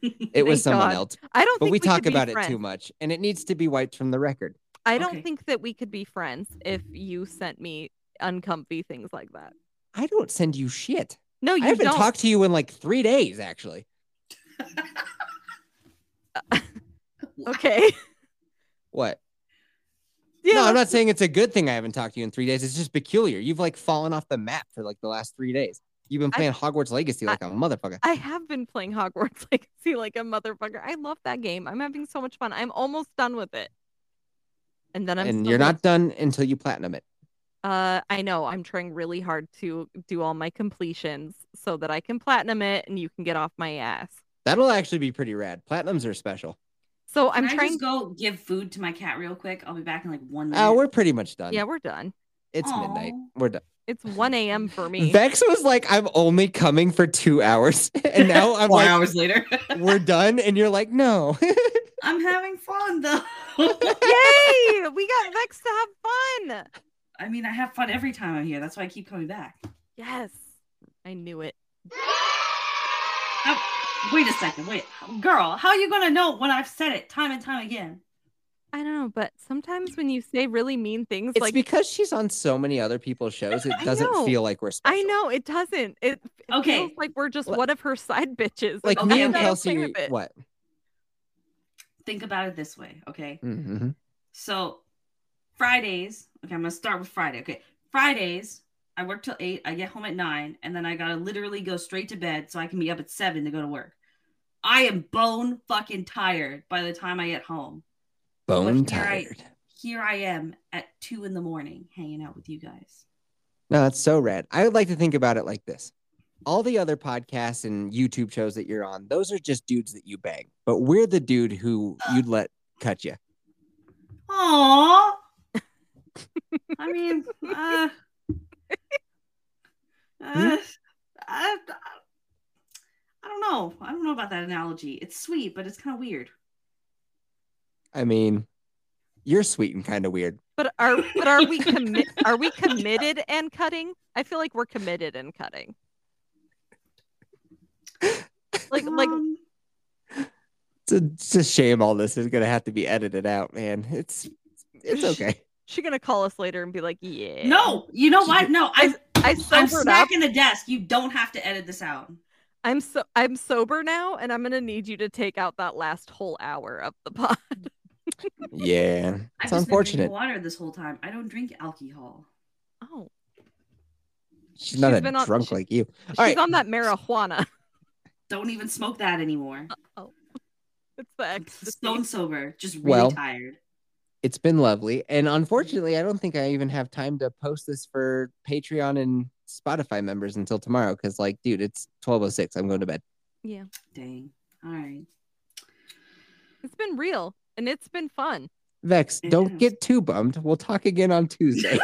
Speaker 1: It was
Speaker 2: Thank
Speaker 1: someone
Speaker 2: God.
Speaker 1: else.
Speaker 2: I don't.
Speaker 1: But
Speaker 2: think
Speaker 1: we
Speaker 2: could
Speaker 1: talk
Speaker 2: be
Speaker 1: about it
Speaker 2: friends.
Speaker 1: too much and it needs to be wiped from the record.
Speaker 2: I don't
Speaker 3: Okay.
Speaker 2: think that we could be friends if you sent me uncomfy things like that.
Speaker 1: I don't send you shit.
Speaker 2: No, you
Speaker 1: I haven't
Speaker 2: don't.
Speaker 1: talked to you in like three days, actually.
Speaker 2: okay.
Speaker 1: What?
Speaker 2: yeah.
Speaker 1: no, I'm
Speaker 2: that's-
Speaker 1: not saying it's a good thing I haven't talked to you in three days. It's just peculiar. You've like fallen off the map for like the last three days. You've been
Speaker 2: I-
Speaker 1: playing Hogwarts Legacy like a motherfucker.
Speaker 2: I have been playing Hogwarts Legacy like a motherfucker. I love that game. I'm having so much fun. I'm almost done with it. And then I'm
Speaker 1: and
Speaker 2: still
Speaker 1: you're
Speaker 2: gonna-
Speaker 1: not done until you platinum it.
Speaker 2: Uh, I know. I'm trying really hard to do all my completions so that I can platinum it and you can get off my ass.
Speaker 1: That'll actually be pretty rad. Platinums are special.
Speaker 2: So
Speaker 3: I'm
Speaker 2: I'm
Speaker 3: Can trying I
Speaker 2: trying. Uh,
Speaker 3: just go give food to my cat real quick. I'll be back in like one minute.
Speaker 1: Oh, we're pretty much done.
Speaker 2: Yeah, we're done.
Speaker 1: it's midnight.
Speaker 3: Aw.
Speaker 1: We're done.
Speaker 2: It's 1 a.m. for me.
Speaker 1: Vex was like, I'm only coming for two hours. and now I'm
Speaker 3: four
Speaker 1: like,
Speaker 3: hours later.
Speaker 1: we're done. And you're like, no.
Speaker 3: I'm having fun though.
Speaker 2: Yay! We got Vex to have fun.
Speaker 3: I mean, I have fun every time I'm here. That's why I keep coming back.
Speaker 2: Yes. I knew it.
Speaker 3: Wait a second. Wait, girl, how are you gonna know when I've said it time and time again?
Speaker 2: I don't know, but sometimes when you say really mean things
Speaker 1: it's
Speaker 2: like
Speaker 1: because she's on so many other people's shows, it
Speaker 2: I know.
Speaker 1: doesn't feel like we're special.
Speaker 2: I know it doesn't. It, it
Speaker 3: Okay.
Speaker 2: feels like we're just
Speaker 1: Well-
Speaker 2: one of her side bitches.
Speaker 1: Like
Speaker 3: Okay,
Speaker 1: me and
Speaker 3: okay.
Speaker 1: Kelsey,
Speaker 2: It.
Speaker 1: what?
Speaker 3: Think about it this way, okay?
Speaker 2: Oh,
Speaker 1: hmm
Speaker 3: So Fridays, okay, I'm gonna start with Friday. Okay, Fridays, I work till eight, I get home at nine, and then I gotta literally go straight to bed so I can be up at seven to go to work. I am bone fucking tired by the time I get home.
Speaker 1: Bone
Speaker 3: But here I-
Speaker 1: tired.
Speaker 3: Here I am at two in the morning hanging out with you guys.
Speaker 1: No, that's so rad. I would like to think about it like this. All the other podcasts and YouTube shows that you're on, those are just dudes that you bang. But we're the dude who you'd let cut you.
Speaker 3: Aww. I mean, uh, uh, I, I don't know. I don't know about that analogy. It's sweet, but it's kind of weird.
Speaker 1: I mean, you're sweet and kind of weird.
Speaker 2: But are but are we commi- are we committed and cutting? I feel like we're committed and cutting. Like like
Speaker 3: Um,
Speaker 1: It's a, it's a shame all this is gonna have to be edited out, man. It's it's okay.
Speaker 2: she gonna call us later and be like, yeah.
Speaker 3: no, you know what? No, I,
Speaker 2: eh, I
Speaker 3: I'm
Speaker 2: sobered up.
Speaker 3: smacking the desk. You don't have to edit this out.
Speaker 2: I'm so I'm sober now, and I'm gonna need you to take out that last whole hour of the pod.
Speaker 1: Yeah, it's
Speaker 3: I've just been drinking
Speaker 1: unfortunate.
Speaker 3: water this whole time. I don't drink alcohol.
Speaker 2: Oh,
Speaker 1: She's not
Speaker 2: She's
Speaker 1: a
Speaker 2: been on-
Speaker 1: drunk
Speaker 2: she-
Speaker 1: like you.
Speaker 2: she's
Speaker 1: right.
Speaker 2: on that marijuana.
Speaker 3: Don't even smoke that anymore.
Speaker 2: It's the
Speaker 3: I'm
Speaker 2: ecstasy.
Speaker 3: stone sober. Just really
Speaker 1: Well,
Speaker 3: tired.
Speaker 1: It's been lovely, and
Speaker 3: Mm-hmm.
Speaker 1: unfortunately, I don't think I even have time to post this for Patreon and Spotify members until tomorrow. Because, like, dude, it's twelve oh six. I'm going to bed.
Speaker 2: Yeah,
Speaker 3: Dang. All right.
Speaker 2: it's been real and it's been fun.
Speaker 1: Vex,
Speaker 3: It
Speaker 1: don't
Speaker 3: is.
Speaker 1: get too bummed. We'll talk again on Tuesday.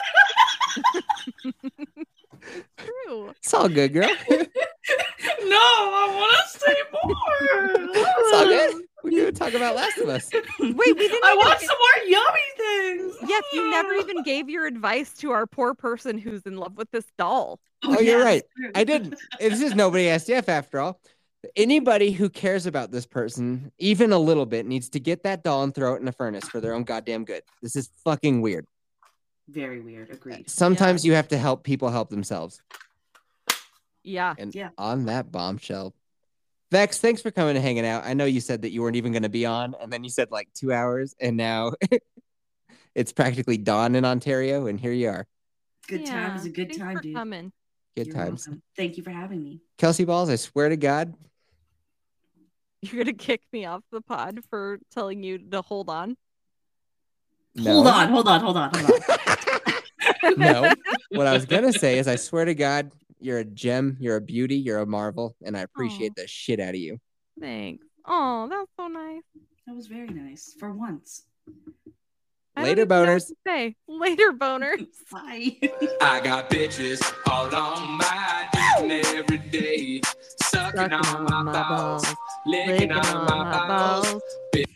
Speaker 2: True.
Speaker 1: it's all good, girl. it's
Speaker 3: No, I want to say more.
Speaker 1: all good. We're going to talk about Last of Us.
Speaker 2: Wait, we didn't.
Speaker 3: I
Speaker 2: even
Speaker 3: want
Speaker 2: get-
Speaker 3: some more yummy things.
Speaker 2: Yes, you never even gave your advice to our poor person who's in love with this doll.
Speaker 1: Oh, you're
Speaker 3: yeah,
Speaker 1: right.
Speaker 3: that's
Speaker 1: I
Speaker 3: true.
Speaker 1: didn't. This is nobody SDF after all. Anybody who cares about this person, even a little bit, needs to get that doll and throw it in a furnace for their own goddamn good. This is fucking weird.
Speaker 3: Very weird. Agreed.
Speaker 1: Sometimes you have to help people help themselves.
Speaker 2: Yeah.
Speaker 1: And
Speaker 3: Yeah.
Speaker 1: on that bombshell, Vex, thanks for coming and hanging out. I know you said that you weren't even going to be on, and then you said like two hours, and now it's practically dawn in Ontario, and here you are.
Speaker 3: Good time is a
Speaker 2: Yeah.
Speaker 3: good
Speaker 2: Thanks
Speaker 3: time,
Speaker 2: for
Speaker 3: dude.
Speaker 2: Coming.
Speaker 1: Good
Speaker 3: You're
Speaker 1: times.
Speaker 3: welcome. Thank you for having me.
Speaker 1: Kelsey Balls, I swear to God,
Speaker 2: You're gonna kick me off the pod for telling you to hold on.
Speaker 1: no.
Speaker 3: Hold on, hold on, hold on, hold on.
Speaker 1: no. What I was gonna say is, I swear to God, you're a gem, you're a beauty, you're a marvel, and I appreciate the shit out of you.
Speaker 2: Thanks. Oh, that's so nice.
Speaker 3: that was very nice for once.
Speaker 2: I don't
Speaker 1: Later,
Speaker 2: even know what
Speaker 1: boners.
Speaker 2: to Say later, boners.
Speaker 3: Bye.
Speaker 8: I got bitches all on my dick every day. Sucking on my balls, licking on my balls.